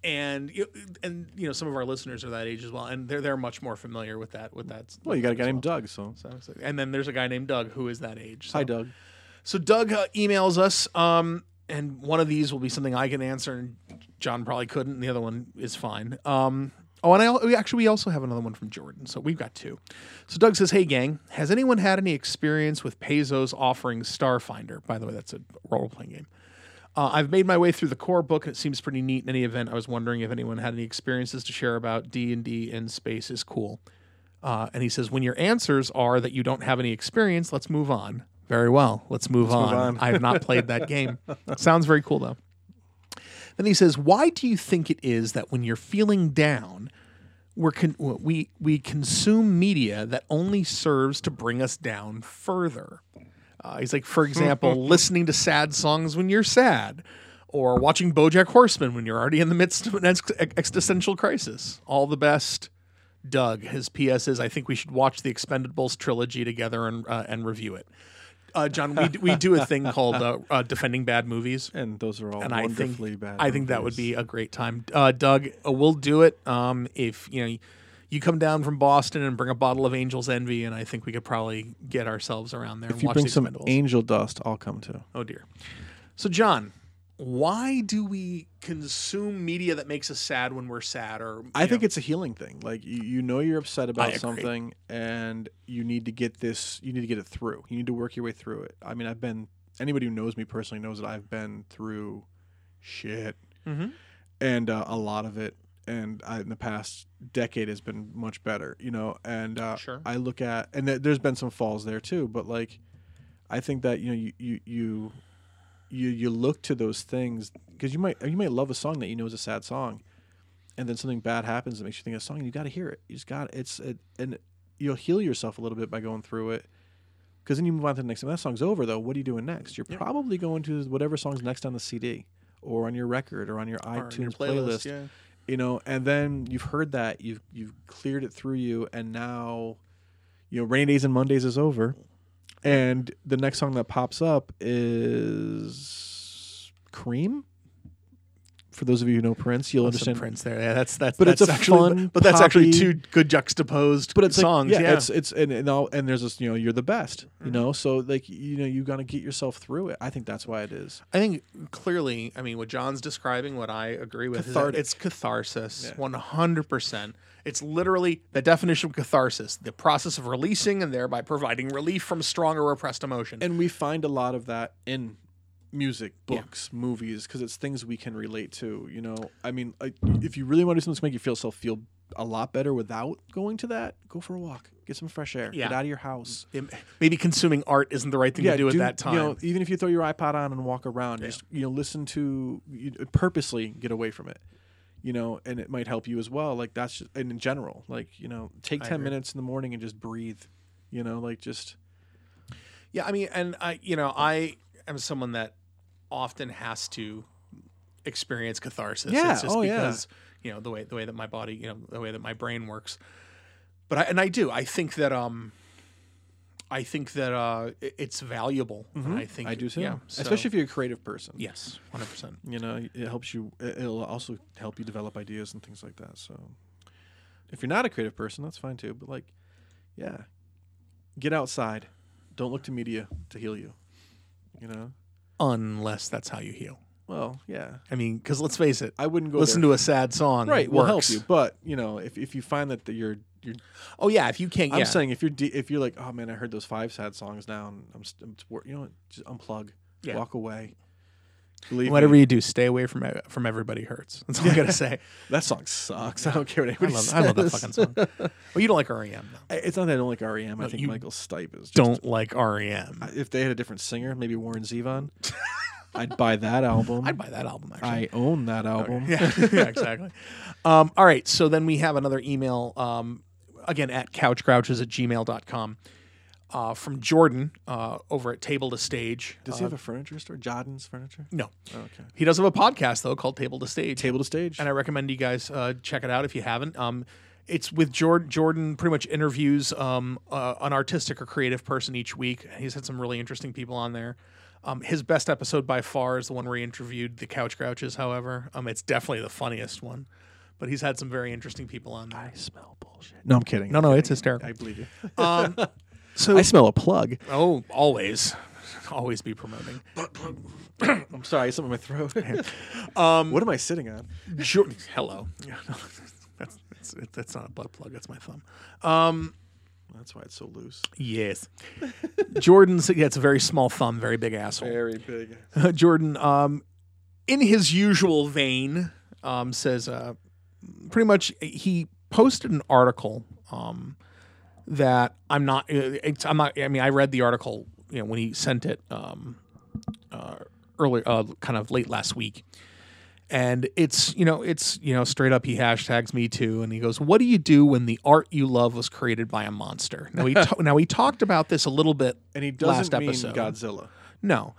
A: and you and you know some of our listeners are that age as well, and they're they're much more familiar with that with that.
B: well, you got a guy
A: as
B: named Doug, so
A: Um, well. So, and then there's a guy named Doug who is that age. So.
B: hi, Doug.
A: So Doug uh, emails us, um, and one of these will be something I can answer, and John probably couldn't, and the other one is fine. Um, oh, and I al- we actually we also have another one from Jordan, so we've got two. So Doug says, "Hey gang, has anyone had any experience with Pezos offering Starfinder? By the way, that's a role playing game." Uh, I've made my way through the core book, and it seems pretty neat. In any event, I was wondering if anyone had any experiences to share about D and D in space is cool. Uh, and he says, when your answers are that you don't have any experience, let's move on. Very well, let's move on.
B: on.
A: I have not played that game. Sounds very cool though. Then he says, why do you think it is that when you're feeling down, we're con- we we consume media that only serves to bring us down further. Uh, he's like, for example, listening to sad songs when you're sad, or watching BoJack Horseman when you're already in the midst of an ex- e-, existential crisis. All the best, Doug. His P.S. is, I think we should watch the Expendables trilogy together and uh, and review it. Uh, John, we, d- we do a thing called uh, uh, defending bad movies
B: And those are all
A: and I think
B: wonderfully bad.
A: I think that would
B: movies.
A: be a great time. Uh, Doug, uh, we'll do it. Um, if you know, you come down from Boston and bring a bottle of Angel's Envy, and I think we could probably get ourselves around there. and
B: If you
A: watch
B: bring
A: the
B: some
A: Expendables.
B: angel dust, I'll come too.
A: oh dear. So John, why do we consume media that makes us sad when we're sad? Or
B: I
A: you
B: think
A: know,
B: it's a healing thing. Like you, you know you're upset about
A: agree.
B: something and you need to get this you need to get it through. You need to work your way through it. I mean, I've been anybody who knows me personally knows that I've been through shit.
A: Mhm.
B: And uh, a lot of it and I, in the past decade has been much better, you know, and uh,
A: Sure.
B: I look at and th- there's been some falls there too, but like I think that you know you you you you, you look to those things because you might you might love a song that you know is a sad song, and then something bad happens that makes you think of a song and you got to hear it. You just got it's it, and you'll heal yourself a little bit by going through it. Because then you move on to the next. When that song's over, though, what are you doing next? You're probably going to whatever song's next on the CD, or on your record, or on your
A: or
B: iTunes
A: in your
B: playlist
A: Yeah.
B: you know and then you've heard that you've you've cleared it through you and now you know rainy days and mondays is over and the next song that pops up is cream for those of you who know prince you'll
A: Some
B: understand
A: Prince there, yeah, that's that's
B: But it's
A: that's
B: a
A: actually,
B: fun,
A: but that's actually
B: poppy-
A: two good juxtaposed
B: but it's like,
A: songs.
B: yeah, Mm-hmm.
A: yeah,
B: it's it's and and, all, and there's this you know you're the best you know so like you know you gotta get yourself through it i think that's why it is
A: I think clearly, I mean, what John's describing, what I agree with, is that
B: Cathartic.
A: it's catharsis,
B: Yeah.
A: one hundred percent. It's literally the definition of catharsis, the process of releasing and thereby providing relief from strong or repressed emotion.
B: And we find a lot of that in music, books, movies, because it's things we can relate to. You know, I mean, like, if you really want to do something to make you feel self feel a lot better without going to that, go for a walk, get some fresh air,
A: Yeah.
B: get out of your house.
A: Maybe consuming art isn't the right thing to do, at that time.
B: You know, even if you throw your iPod on and walk around, just you know, listen to you, purposely get away from it. You know, and it might help you as well. Like that's just, and in general, like you know, take ten minutes in the morning and just breathe. You know, like just
A: Yeah, I mean, and I, you know, I am someone that often has to experience catharsis.
B: Yeah,
A: It's just
B: oh, yeah.
A: because, you know, the way the way that my body, you know, the way that my brain works. But I, and I do. I think that um I think that uh i- it's valuable. And I think
B: Mm-hmm. I do too.
A: Yeah.
B: Especially if you're a creative person.
A: Yes, 100%.
B: you know it helps you it- it'll also help you develop ideas and things like that so if you're not a creative person that's fine too but like yeah get outside don't look to media to heal you you know
A: Unless that's how you heal.
B: well yeah
A: I mean, cuz let's face it.
B: i wouldn't go
A: Listen
B: there.
A: to a sad song.
B: right will help
A: works.
B: you but you know if, if you find that the, you're you're
A: Oh yeah, if you can't. yeah.
B: i'm saying if you're de- if you're like oh man i heard those five sad songs now and i'm, st- I'm t- you know what? just unplug
A: Yeah.
B: walk away Believe me,
A: Whatever you do, stay away from from everybody hurts. That's all I gotta say.
B: that song sucks. I don't care what
A: I
B: anybody
A: love,
B: says.
A: I love that fucking song. Well, you don't like REM though.
B: I- It's not that I don't like REM. I think
A: you
B: Michael Stipe is just,
A: don't like E REM.
B: If they had a different singer, maybe Warren Zevon, I'd buy that album.
A: I'd buy that album actually.
B: I own that album.
A: yeah, yeah, exactly. Um, all right, so then we have another email um, again at couchgrouches at gmail.com uh, from Jordan uh, over at Table to Stage.
B: Does he have a furniture store? Jordan's Furniture.
A: Uh,
B: Oh,
A: No,
B: Okay.
A: he does have a podcast though called Table to Stage.
B: Table to stage.
A: and I recommend you guys uh, check it out if you haven't. Um, it's with Jordan. Jordan pretty much interviews um, uh, an artistic or creative person each week. He's had some really interesting people on there. Um, his best episode by far is the one where he interviewed the Couch Grouches. However, um, it's definitely the funniest one. But he's had some very interesting people on there.
B: I smell bullshit. No, I'm kidding.
A: No, no, it's hysterical.
B: I believe you.
A: Um, so
B: I smell a plug.
A: oh, always, always be promoting.
B: I'm sorry, something in my throat.
A: Um,
B: what am I sitting on?
A: Jordan, hello. Yeah, no, that's, that's, that's not a butt plug. That's my thumb. Um,
B: That's why it's so loose.
A: Yes. Jordan's yeah, it's a very small thumb, very big asshole.
B: Very big.
A: Jordan, um, in his usual vein, um, says uh, pretty much he posted an article um, that I'm not. uh, It's, I'm not. I mean, I read the article you know when he sent it um, uh, earlier, uh, kind of late last week. And it's you know it's you know straight up he hashtags me too and he goes what do you do when the art you love was created by a monster now he ta- now he talked about this a little bit
B: And he
A: Last
B: doesn't mean
A: episode.
B: Godzilla.
A: no.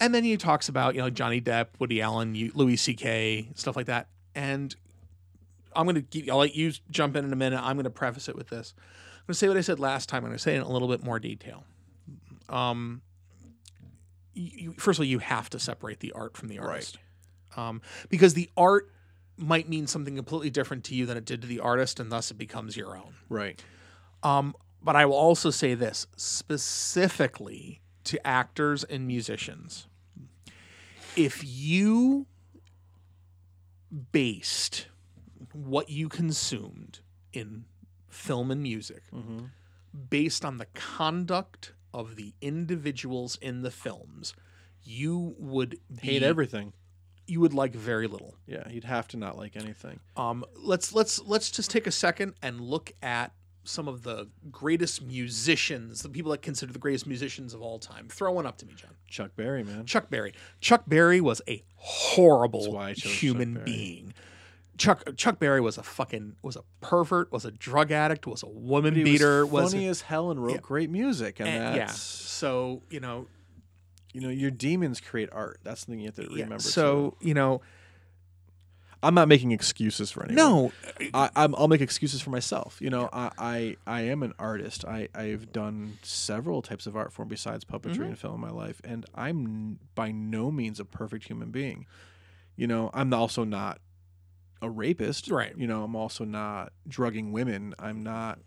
A: And then he talks about, you know, Johnny Depp, Woody Allen, you- Louis C.K., stuff like that. And I'm going to give I'll let you jump in in a minute. I'm going to preface it with this. I'm going to say what I said last time. I'm going to say it in a little bit more detail. Um, you, you- first of all, you have to separate the art from the artist. Um, because the art might mean something completely different to you than it did to the artist, and thus it becomes your own.
B: Right.
A: Um, but I will also say this specifically to actors and musicians. If you based what you consumed in film and music
B: Mm-hmm.
A: based on the conduct of the individuals in the films, you would be,
B: Hate everything.
A: you would like very little.
B: Yeah, you'd have to not like anything.
A: Um, let's let's let's just take a second and look at some of the greatest musicians, the people that consider the greatest musicians of all time. Throw one up to me, John.
B: Chuck Berry, man.
A: Chuck Berry. Chuck Berry was a horrible
B: why I chose
A: human
B: Chuck Berry.
A: being. Chuck Chuck Berry was a fucking was a pervert, was a drug addict, was a woman
B: He
A: beater,
B: was
A: was,
B: funny as hell and wrote great music, and,
A: and- yeah.
B: that's
A: So you know,
B: you know your demons create art. That's something you have to
A: yeah,
B: remember. too.
A: So you know,
B: I'm not making excuses for anyone.
A: no,
B: I, I'm, I'll make excuses for myself. You know, I, I I am an artist. I I've done several types of art form besides puppetry
A: Mm-hmm.
B: and film in my life, and I'm n- by no means a perfect human being. You know, I'm also not a rapist.
A: Right.
B: You know, I'm also not drugging women. I'm not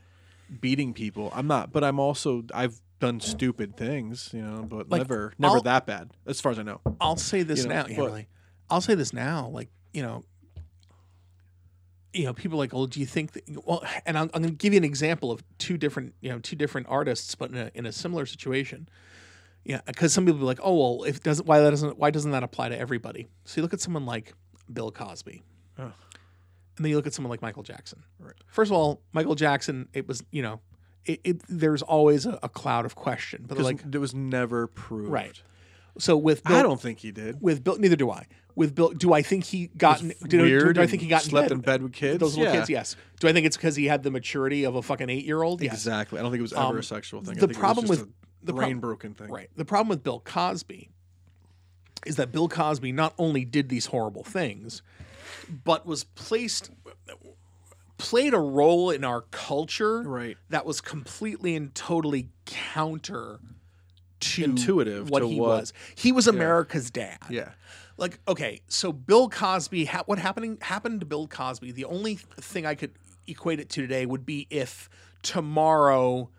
B: beating people. I'm not, but I'm also I've done stupid things. You know, but
A: Like,
B: never never
A: I'll-
B: that bad as far as I know.
A: I'll say this
B: You know,
A: now. Yeah,
B: but-
A: really. I'll say this now. Like, you know, you know, people are like, well, do you think that, well, and I'm, I'm going to give you an example of two different, you know, two different artists, but in a, in a similar situation. Yeah. Cause some people be like, oh, well, if doesn't, why that doesn't, why doesn't that apply to everybody? So you look at someone like Bill Cosby
B: Ugh.
A: and then you look at someone like Michael Jackson.
B: Right.
A: First of all, Michael Jackson, it was, you know, it, it there's always a, a cloud of question, but
B: Because
A: like,
B: it was never proved.
A: right. So with Bill,
B: I don't think he did.
A: with Bill, neither do I. With Bill, do I think he got? in- Do, do- do I think he
B: and
A: got
B: slept in
A: bed?
B: bed with kids.
A: Those little
B: Yeah.
A: kids, yes. Do I think it's because he had the maturity of a fucking eight year old? Yes.
B: Exactly. I don't think it was ever
A: Um,
B: a sexual thing. I
A: the
B: think
A: problem
B: it was
A: with-
B: just a
A: the
B: brain
A: prob-
B: broken thing.
A: Right. The problem with Bill Cosby is that Bill Cosby not only did these horrible things, but was placed played a role in our culture
B: Right.
A: that was completely and totally counter to
B: Intuitive
A: what
B: to
A: he
B: what-
A: was. He was America's dad.
B: Yeah.
A: like okay so bill cosby ha- what happening happened to bill cosby the only thing i could equate it to today would be if tomorrow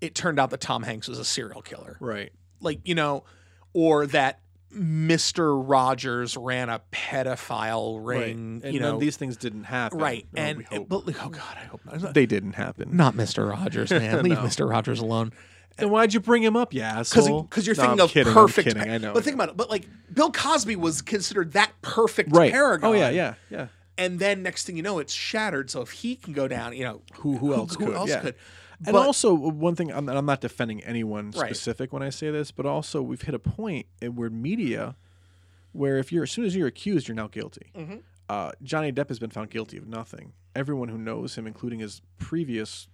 A: it turned out that tom hanks was a serial killer
B: Right.
A: like you know or that mr rogers ran a pedophile ring
B: And
A: you
B: none
A: know
B: of these things didn't happen.
A: right
B: or
A: and
B: we hope.
A: but, oh god i hope not
B: they didn't happen.
A: not mr rogers man leave mr rogers alone
B: Then why'd you bring him up, you asshole?
A: because you're
B: No,
A: thinking
B: I'm
A: of
B: kidding,
A: perfect.
B: I'm kidding. I know.
A: But think about it. But like Bill Cosby was considered that perfect
B: right.
A: paragon.
B: Oh yeah, yeah, yeah.
A: And then next thing you know, it's shattered. So if he can go down, you know
B: Who who else
A: who
B: could?
A: else
B: yeah.
A: could?
B: And
A: But-
B: also one thing, I'm, and I'm not defending anyone
A: Right.
B: specific when I say this, but also we've hit a point in where media, where if you're as soon as you're accused, you're now guilty. Uh, Johnny Depp has been found guilty of nothing. Everyone who knows him, including his previous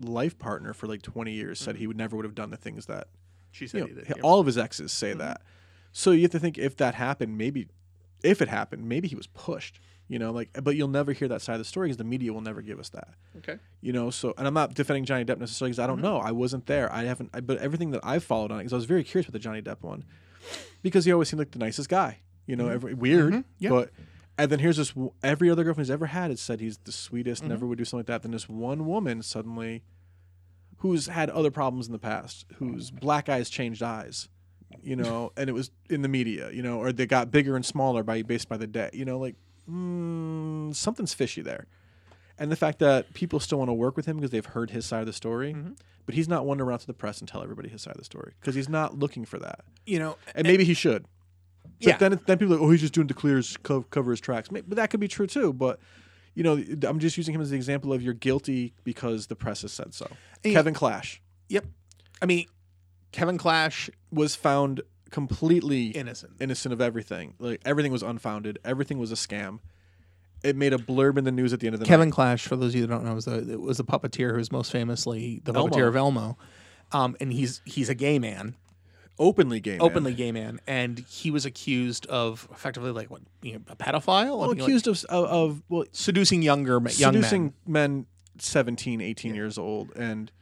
B: life partner for like 20 years, said he would never would have done the things that
C: She
B: you
C: said
B: know,
C: he did.
B: h- all of his exes say that. So you have to think if that happened, maybe if it happened, maybe he was pushed. You know, like, but you'll never hear that side of the story because the media will never give us that.
C: Okay.
B: You know, so and I'm not defending Johnny Depp necessarily because I don't know. I wasn't there. I haven't. I, but everything that I've followed on it because I was very curious about the Johnny Depp one because he always seemed like the nicest guy. You know, every, weird,
A: Yeah.
B: but and then here's this w- every other girlfriend he's ever had has said he's the sweetest, never would do something like that. Then this one woman suddenly, who's had other problems in the past, whose black eyes changed eyes, you know, and it was in the media, you know, or they got bigger and smaller by based by the day, you know, like mm, something's fishy there. And the fact that people still want to work with him because they've heard his side of the story,
A: Mm-hmm.
B: but he's not one to run out to the press and tell everybody his side of the story because he's not looking for that.
A: you know
B: And maybe he should. But
A: yeah.
B: then, then people are like, oh, he's just doing to clear his, co- cover his tracks. May- But that could be true too. But you know, I'm just using him as the example of you're guilty because the press has said so.
A: And-
B: Kevin Clash
A: yep. I mean, Kevin Clash
B: was found completely
A: innocent.
B: innocent of everything. Like everything was unfounded. Everything was a scam. It made a blurb in the news at the end of the
A: Kevin Clash, for those of you that don't know, was the was the puppeteer who is most famously the
B: Elmo.
A: puppeteer of Elmo, um, and he's he's a gay man.
B: night. Openly gay. man.
A: openly gay man, and he was accused of effectively like what you know, a pedophile, I
B: Well,
A: mean, like,
B: Oh, accused of, of of well
A: seducing younger ma- young men.
B: seducing men 17, 18 years old and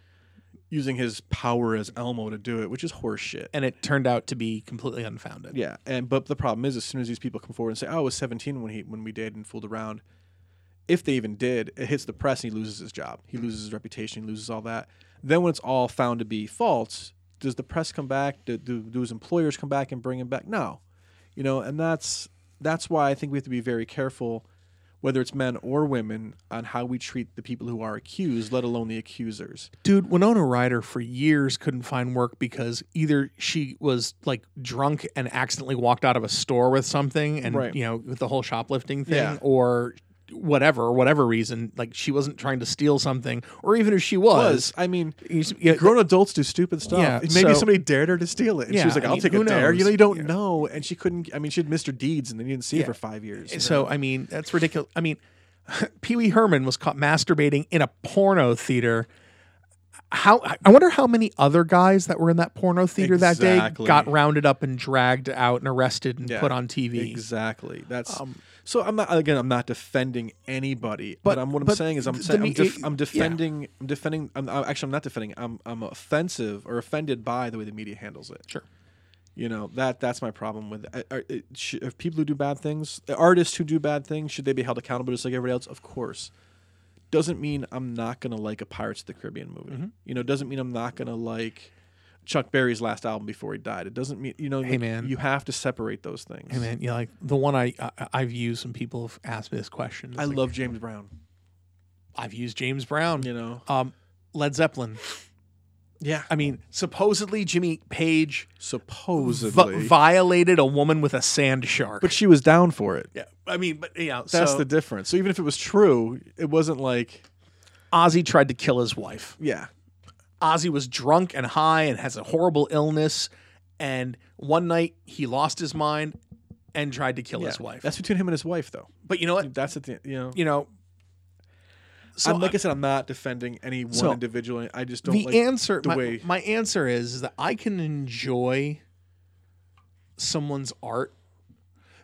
B: using his power as Elmo to do it, which is horse shit.
A: and it turned out to be completely unfounded.
B: Yeah, and but the problem is, as soon as these people come forward and say, "Oh, I was 17 when he when we dated and fooled around," if they even did, it hits the press and he loses his job. He loses his reputation. He loses all that. Then when it's all found to be false, does the press come back? Do, do, do his employers come back and bring him back? No, you know, and that's that's why I think we have to be very careful, whether it's men or women, on how we treat the people who are accused, let alone the accusers.
A: Dude, Winona Ryder for years couldn't find work because either she was like drunk and accidentally walked out of a store with something and
B: Right.
A: you know, with the whole shoplifting thing
B: Yeah.
A: or whatever, whatever reason, like she wasn't trying to steal something or even if she was,
B: Was I mean.
A: you s- you-
B: Grown adults do stupid stuff.
A: Yeah,
B: Maybe
A: so-
B: somebody dared her to steal it, and
A: Yeah,
B: she was like,
A: I
B: "I'll
A: mean,
B: take
A: who
B: a dare." You know,
A: knows?
B: you don't know, and she couldn't. I mean, she had Mr. Deeds, and then you didn't see
A: Yeah.
B: her for five years.
A: So I mean, that's ridiculous. I mean, Pee Wee Herman was caught masturbating in a porno theater. How I wonder how many other guys that were in that porno theater that day
B: Exactly.
A: got rounded up and dragged out and arrested and
B: Yeah.
A: put on TV.
B: Exactly. That's so. I'm not again. I'm not defending anybody, but, I'm what I'm
A: Um, but
B: saying is I'm
A: the
B: saying
A: me-
B: I'm, def-
A: it-
B: I'm
A: yeah.
B: defending. I'm defending. I'm, I- actually I'm not defending. I'm I'm offensive or offended by the way the media handles it.
A: Sure.
B: You know that that's my problem with I- I- it. sh- If people who do bad things, artists who do bad things, should they be held accountable just like everybody else? Of course.
A: Mm-hmm.
B: Doesn't mean I'm not gonna like a Pirates of the Caribbean movie. You know, doesn't mean I'm not gonna like Chuck Berry's last album before he died. It doesn't mean you know.
A: Hey,
B: like,
A: man.
B: you have to separate those things.
A: Hey man, yeah, like the one I, I I've used and people have asked me this question. It's
B: I
A: like,
B: love James Brown.
A: I've used James Brown,
B: You know.
A: um, Led Zeppelin.
B: Yeah.
A: I mean, supposedly Jimmy Page vi-
B: Supposedly,
A: violated a woman with a sand shark.
B: but she was down for it.
A: yeah, I mean, but yeah,
B: That's
A: so
B: the difference. So even if it was true, it wasn't like
A: Ozzy tried to kill his wife.
B: yeah.
A: Ozzy was drunk and high and has a horrible illness. And one night he lost his mind and tried to kill
B: yeah.
A: his wife.
B: That's between him and his wife, though.
A: but you know what?
B: That's at the you know.
A: You know, so
B: I'm, like I said, I'm not defending any one
A: So,
B: individual. I just don't
A: the
B: like
A: answer
B: the
A: my,
B: way-
A: my answer is, is that i can enjoy someone's art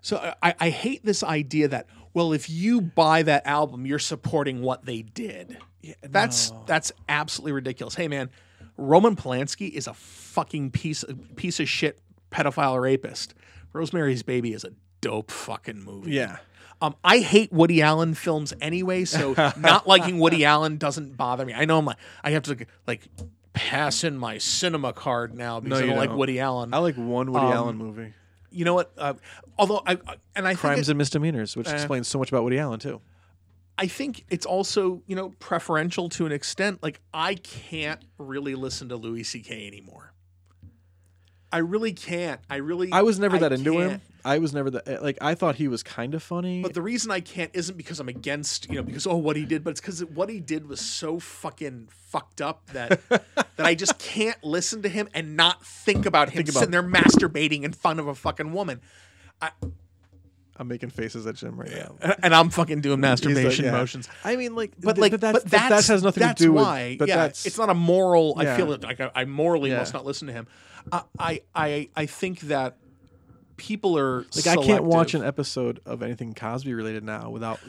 A: so I- I, I hate this idea that well if you buy that album you're supporting what they did that's that's absolutely ridiculous hey man roman polanski is a fucking piece of piece of shit pedophile rapist rosemary's baby is a dope fucking movie
B: yeah.
A: um, I hate Woody Allen films anyway, so not liking Woody Allen doesn't bother me. I know I'm like I have to like, like pass in my cinema card now because I
B: you
A: don't, like
B: don't.
A: Woody Allen.
B: I like one Woody
A: Um,
B: Allen movie,
A: you know what? Uh, although I I- and I Eh. think
B: Crimes
A: it-
B: and Misdemeanors, which explains so much about Woody Allen too.
A: I think it's also you know preferential to an extent. Like I can't really listen to Louis C.K. anymore. I really can't. I really.
B: I was never
A: I
B: that into him.
A: can't.
B: I was never that like I thought he was kind of funny.
A: But the reason I can't isn't because I'm against, you know, because oh what he did, but it's because what he did was so fucking fucked up that that I just can't listen to him and not think about him
B: Think about-
A: sitting there masturbating in front of a fucking woman.
B: I'm making faces at Jim right now.
A: And, and I'm fucking doing
B: He's like,
A: masturbation
B: yeah.
A: motions.
B: I mean, like,
A: But
B: th-
A: like, but,
B: but, that's, but
A: that's,
B: that has nothing
A: that's
B: to do
A: why,
B: with. But
A: yeah,
B: that's
A: it's not a moral.
B: Yeah.
A: I feel it like I, I morally
B: Yeah.
A: must not listen to him. I I I, I think that people are
B: like I can't watch
A: selective.
B: an episode of anything Cosby related now without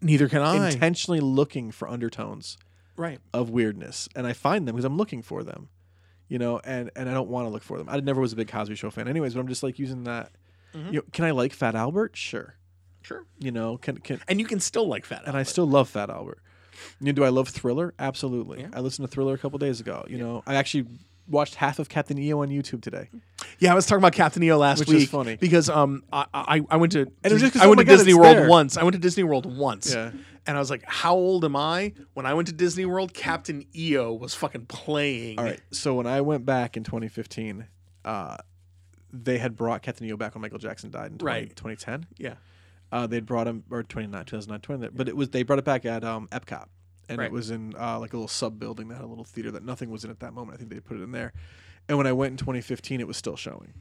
A: Neither can I.
B: intentionally looking for undertones
A: right.
B: of weirdness, and I find them because I'm looking for them, you know, and and I don't want to look for them. I never was a big Cosby Show fan, anyways. But I'm just like using that.
A: Mm-hmm.
B: You know, can I like Fat Albert? Sure.
A: Sure.
B: You know, can can
A: And you can still like that.
B: and I still love Fat Albert. You know, do I love Thriller? Absolutely. I listened to Thriller a couple days ago. You know, I actually watched half of Captain EO on YouTube today.
A: Yeah, I was talking about Captain EO last
B: Which is
A: week.
B: funny.
A: because um, I I, I went to
B: it was just 'cause,
A: I
B: oh
A: went
B: my
A: to
B: God,
A: Disney
B: it's
A: World
B: there.
A: once. I went to Disney World once.
B: Yeah.
A: And I was like, how old am I? When I went to Disney World, Captain EO was fucking playing.
B: All right. So when I went back in 2015, uh, they had brought Captain EO back when Michael Jackson died in 20,
A: Right.
B: 2010.
A: Yeah.
B: Uh, they'd brought him or oh 29, 2009, 20, but it was they brought it back at um, Epcot, and it
A: Right.
B: was in uh, like a little sub building that had a little theater that nothing was in at that moment. I think they put it in there, and when I went in 2015, it was still showing.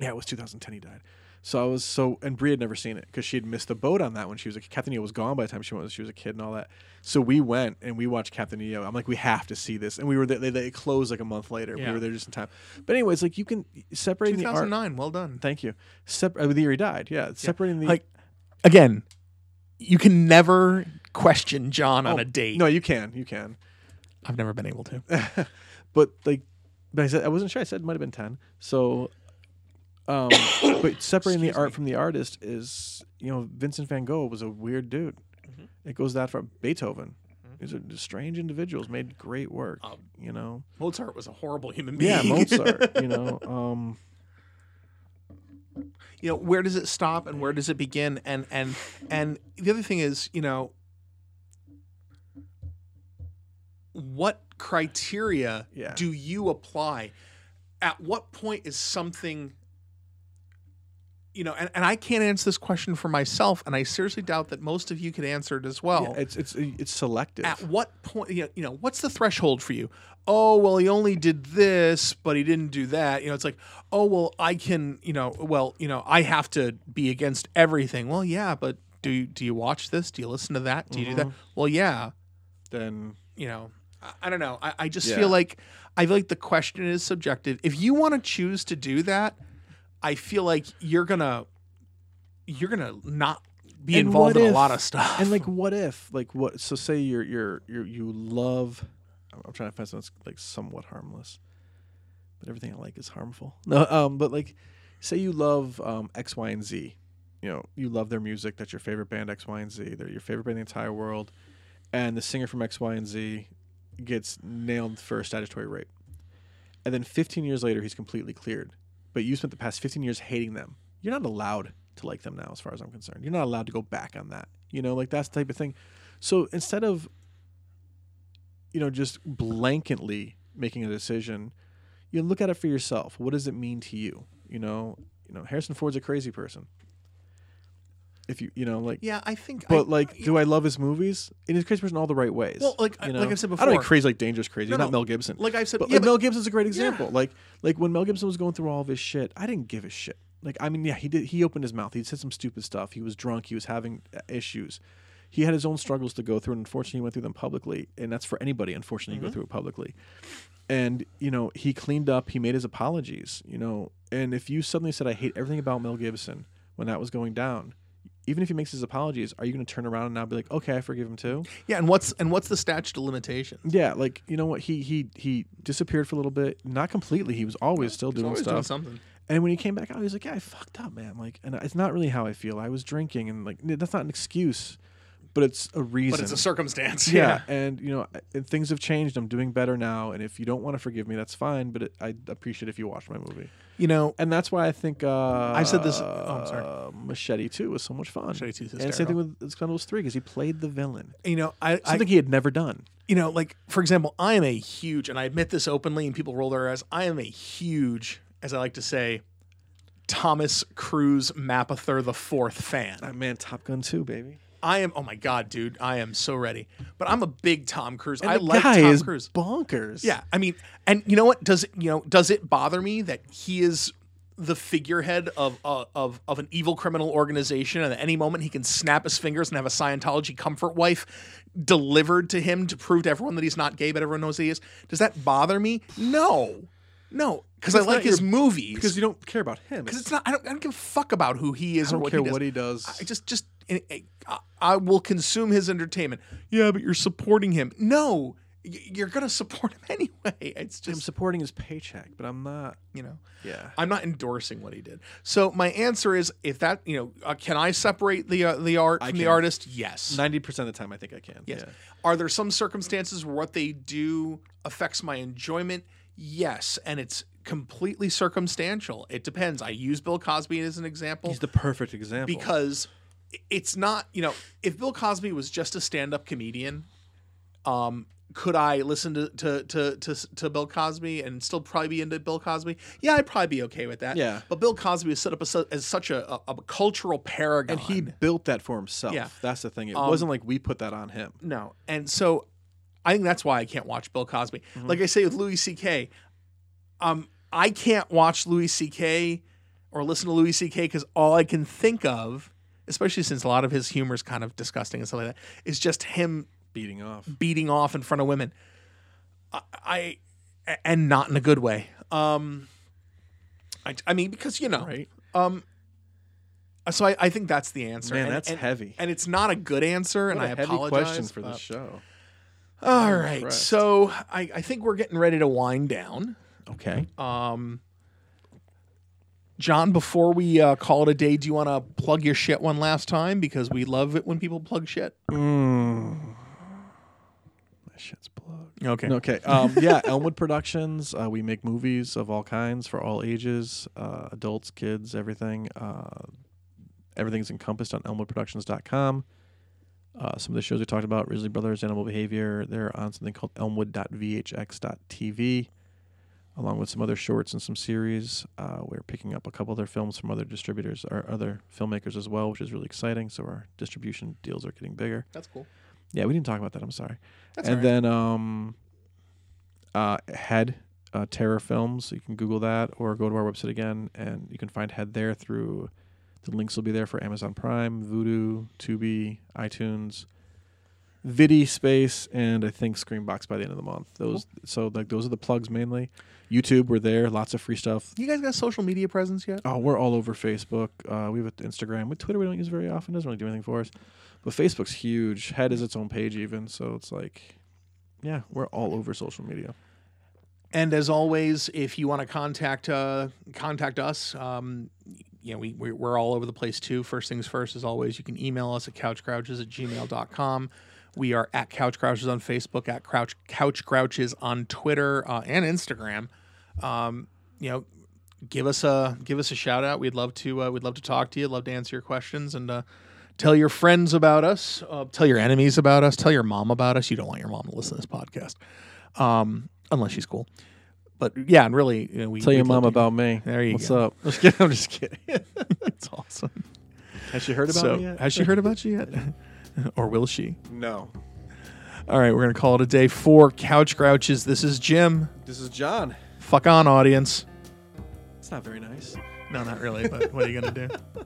B: Yeah, it was 2010. He died, so I was so and Brie had never seen it because she had missed the boat on that when she was like Captain EO was gone by the time she went. She was a kid and all that. So we went and we watched Captain EO. I'm like, we have to see this, and we were there. They, they closed like a month later.
A: Yeah.
B: We were there just in time. But anyways, like you can separating the art.
A: 2009. Well done.
B: Thank you. Separ- uh, the year he died. Yeah, separating the
A: Like again, you can never question John on a date.
B: Oh, No, you can, you can.
A: I've never been able to.
B: But like, but I said I wasn't sure. I said it might have been ten. So, um, but separating the art from the artist is, you know, Vincent Van Gogh was a weird dude.
A: Mm-hmm.
B: It goes that far. Beethoven. These are just strange individuals made great work.
A: Um,
B: you know.
A: Mozart was a horrible human being.
B: Yeah, Mozart. you know. Um,
A: you know where does it stop and where does it begin and and and the other thing is you know what criteria
B: Yeah.
A: do you apply at what point is something you know and, and i can't answer this question for myself and i seriously doubt that most of you could answer it as well
B: it's it's it's selective.
A: at what point you know, you know what's the threshold for you oh well he only did this but he didn't do that you know it's like oh well i can you know well you know i have to be against everything well yeah but do you do you watch this do you listen to that do you do
B: Mm-hmm.
A: that well yeah
B: then
A: you know i, I don't know i, I just
B: Yeah.
A: feel like i feel like the question is subjective if you want to choose to do that i feel like you're gonna you're gonna not be
B: And
A: involved
B: what
A: in
B: if-
A: a lot of stuff
B: And like, what if, like, what? So say you're you're you you love. I'm, I'm trying to find something that's like somewhat harmless, but everything I like is harmful. No, um, but like, say you love um X, Y, and Z. You know, you love their music. That's your favorite band, X, Y, and Z. They're your favorite band in the entire world, and the singer from X, Y, and Z gets nailed for statutory rape, and then 15 years later he's completely cleared. But you spent the past 15 years hating them. You're not allowed to like them now, as far as I'm concerned. You're not allowed to go back on that. You know, like that's the type of thing. So instead of you know just blanketly making a decision, you look at it for yourself. What does it mean to you? You know, you know Harrison Ford's a crazy person. If you you know like
A: Yeah, I think.
B: but like, do I love his movies? And he's a crazy person all the right ways.
A: Well, like I-
B: you know?
A: like I've said
B: I don't
A: before-
B: mean crazy like dangerous crazy.
A: No,
B: not
A: no.
B: Mel Gibson.
A: Like I've said,
B: but
A: yeah,
B: like, Mel Gibson's a great example. Like like when Mel Gibson was going through all of his shit, I didn't give a shit. Like I mean, yeah, he did. He opened his mouth. He said some stupid stuff. He was drunk. He was having uh, issues. He had his own struggles to go through, and unfortunately, he went through them publicly. And that's for anybody. Unfortunately,
A: Mm-hmm.
B: you go through it publicly. And you know, he cleaned up. He made his apologies. You know, and if you suddenly said, "I hate everything about Mel Gibson," when that was going down, even if he makes his apologies, are you going to turn around and now be like, "Okay, I forgive him too"?
A: yeah, and what's and what's the statute of limitations?
B: Yeah, like you know what? He he he disappeared for a little bit. Not completely. He was always still doing
A: always
B: stuff.
A: doing something.
B: And when he came back out, he was like, "Yeah, I fucked up, man." Like, and it's not really how I feel. I was drinking, and like n- that's not an excuse, but it's a reason.
C: But it's a circumstance.
B: yeah. and you know, I- and things have changed. I'm doing better now. And if you don't want to forgive me, that's fine. But it, I appreciate if you watch my movie.
A: You know,
B: And that's why I think uh,
A: I've said this- oh, I'm sorry.
B: uh, Machete Two was so much fun.
A: Machete 2 is
B: and same thing with Expendables Three because he played the villain,
A: you know, I, I
B: something he had never done.
A: you know, like for example, I am a huge, and I admit this openly, and people roll their eyes. I am a huge, as I like to say, Thomas Cruise Mapother the Fourth fan.
B: Ah, man, Top Gun Two, baby.
A: I am, oh my god, dude, I am so ready. But I'm a big Tom Cruise.
B: And
A: I
B: the
A: like
B: guy
A: Tom
B: is
A: Cruise.
B: bonkers.
A: Yeah, I mean, and you know what? Does it, you know? Does it bother me that he is the figurehead of uh, of of an evil criminal organization, and at any moment he can snap his fingers and have a Scientology comfort wife delivered to him to prove to everyone that he's not gay, but everyone knows he is? Does that bother me? No, no, because I
B: It's
A: like
B: not
A: his
B: your-
A: movies.
B: because
A: Because
B: you don't care about him.
A: it's not, I don't, I don't give a fuck about who he is
B: I don't
A: or what
B: care
A: he does.
B: what he does.
A: I just just I, I- I will consume his entertainment. Yeah, but you're supporting him. No, y- you're gonna support him anyway. It's
B: I'm
A: just
B: supporting his paycheck, but I'm not.
A: you know.
B: Yeah.
A: I'm not endorsing what he did. So my answer is, if that you know, uh, can I separate the uh, the art from the
B: can.
A: artist? Yes.
B: Ninety percent of the time, I think I can.
A: yes.
B: Yeah.
A: Are there some circumstances where what they do affects my enjoyment? Yes, and it's completely circumstantial. It depends. I use Bill Cosby as an example
B: He's the perfect example.
A: because it's not you know if bill cosby was just a stand-up comedian um could i listen to to to to, to bill cosby and still probably be into bill cosby yeah i'd probably be okay with that
B: Yeah.
A: but bill cosby is set up as, su- as such a, a, a cultural paragon
B: and he built that for himself.
A: Yeah.
B: That's the thing. It wasn't like we put that on him.
A: no and so i think that's why i can't watch bill cosby
B: Mm-hmm.
A: like i say with louis ck um i can't watch louis ck or listen to louis ck because all i can think of especially since a lot of his humor is kind of disgusting and stuff like that is just him
B: Beating off.
A: beating off in front of women i, I and not in a good way um i, I mean because you know
B: Right.
A: um so I, I think that's the answer
B: Man,
A: And-
B: that's
A: and-
B: heavy.
A: and it's not a good answer and
B: What a
A: I
B: heavy
A: apologize
B: question for
A: but-
B: this show.
A: all right,
B: impressed.
A: so I, I think we're getting ready to wind down.
B: Okay.
A: Um, John, before we uh, call it a day, do you want to plug your shit one last time because we love it when people plug shit.
B: My shit's blown.
A: Okay.
B: Okay. Um, yeah, Elmwood Productions. Uh, we make movies of all kinds for all ages, uh, adults, kids, everything. Uh, everything's encompassed on elmwoodproductions.com. Uh, some of the shows we talked about, Risley Brothers, Animal Behavior, they're on something called elmwood.vhx.tv, along with some other shorts and some series. Uh, we're picking up a couple other films from other distributors or other filmmakers as well, which is really exciting. So our distribution deals are getting bigger.
A: That's cool.
B: Yeah, we didn't talk about that. I'm sorry.
A: That's
B: and
A: all
B: then um, uh, Head uh, Terror Films. You can Google that or go to our website again, and you can find Head there through. The links will be there for Amazon Prime, Vudu, Tubi, iTunes, Vidi Space, and I think Screenbox by the end of the month. Those so like those are the plugs mainly. YouTube, we're there. Lots of free stuff.
A: You guys got social media presence yet?
B: Oh, we're all over Facebook. Uh, we have an Instagram. With Twitter, we don't use very often. Doesn't really do anything for us. But Facebook's huge. Head is its own page, even. So it's like, yeah, we're all over social media.
A: And as always, if you want to contact uh, contact us, um, you know, we, we- we're all over the place too. First things first, as always, you can email us at couchcrouches at gmail.com. We are at Couch Crouches on Facebook, at Crouch Couch Crouches on Twitter uh, and Instagram. you know, give us a give us a shout out. We'd love to uh, we'd love to talk to you. Love to answer your questions and uh, tell your friends about us. Uh, tell your enemies about us. Tell your mom about us. You don't want your mom to listen to this podcast, um, unless she's cool. But yeah, and really, you know, we
E: Tell your
A: we'd love
E: mom
A: to-
E: about me.
A: There you
E: What's
A: go.
E: up?
B: Just kidding. I'm just kidding.
A: That's awesome.
B: Has she heard about
A: so,
B: me yet?
A: has she heard about you yet, or will she?
B: No.
A: All right, we're gonna call it a day for couch grouches. This is Jim.
B: This is John.
A: Fuck on, audience.
B: It's not very nice.
A: No, not really. But what are you gonna do?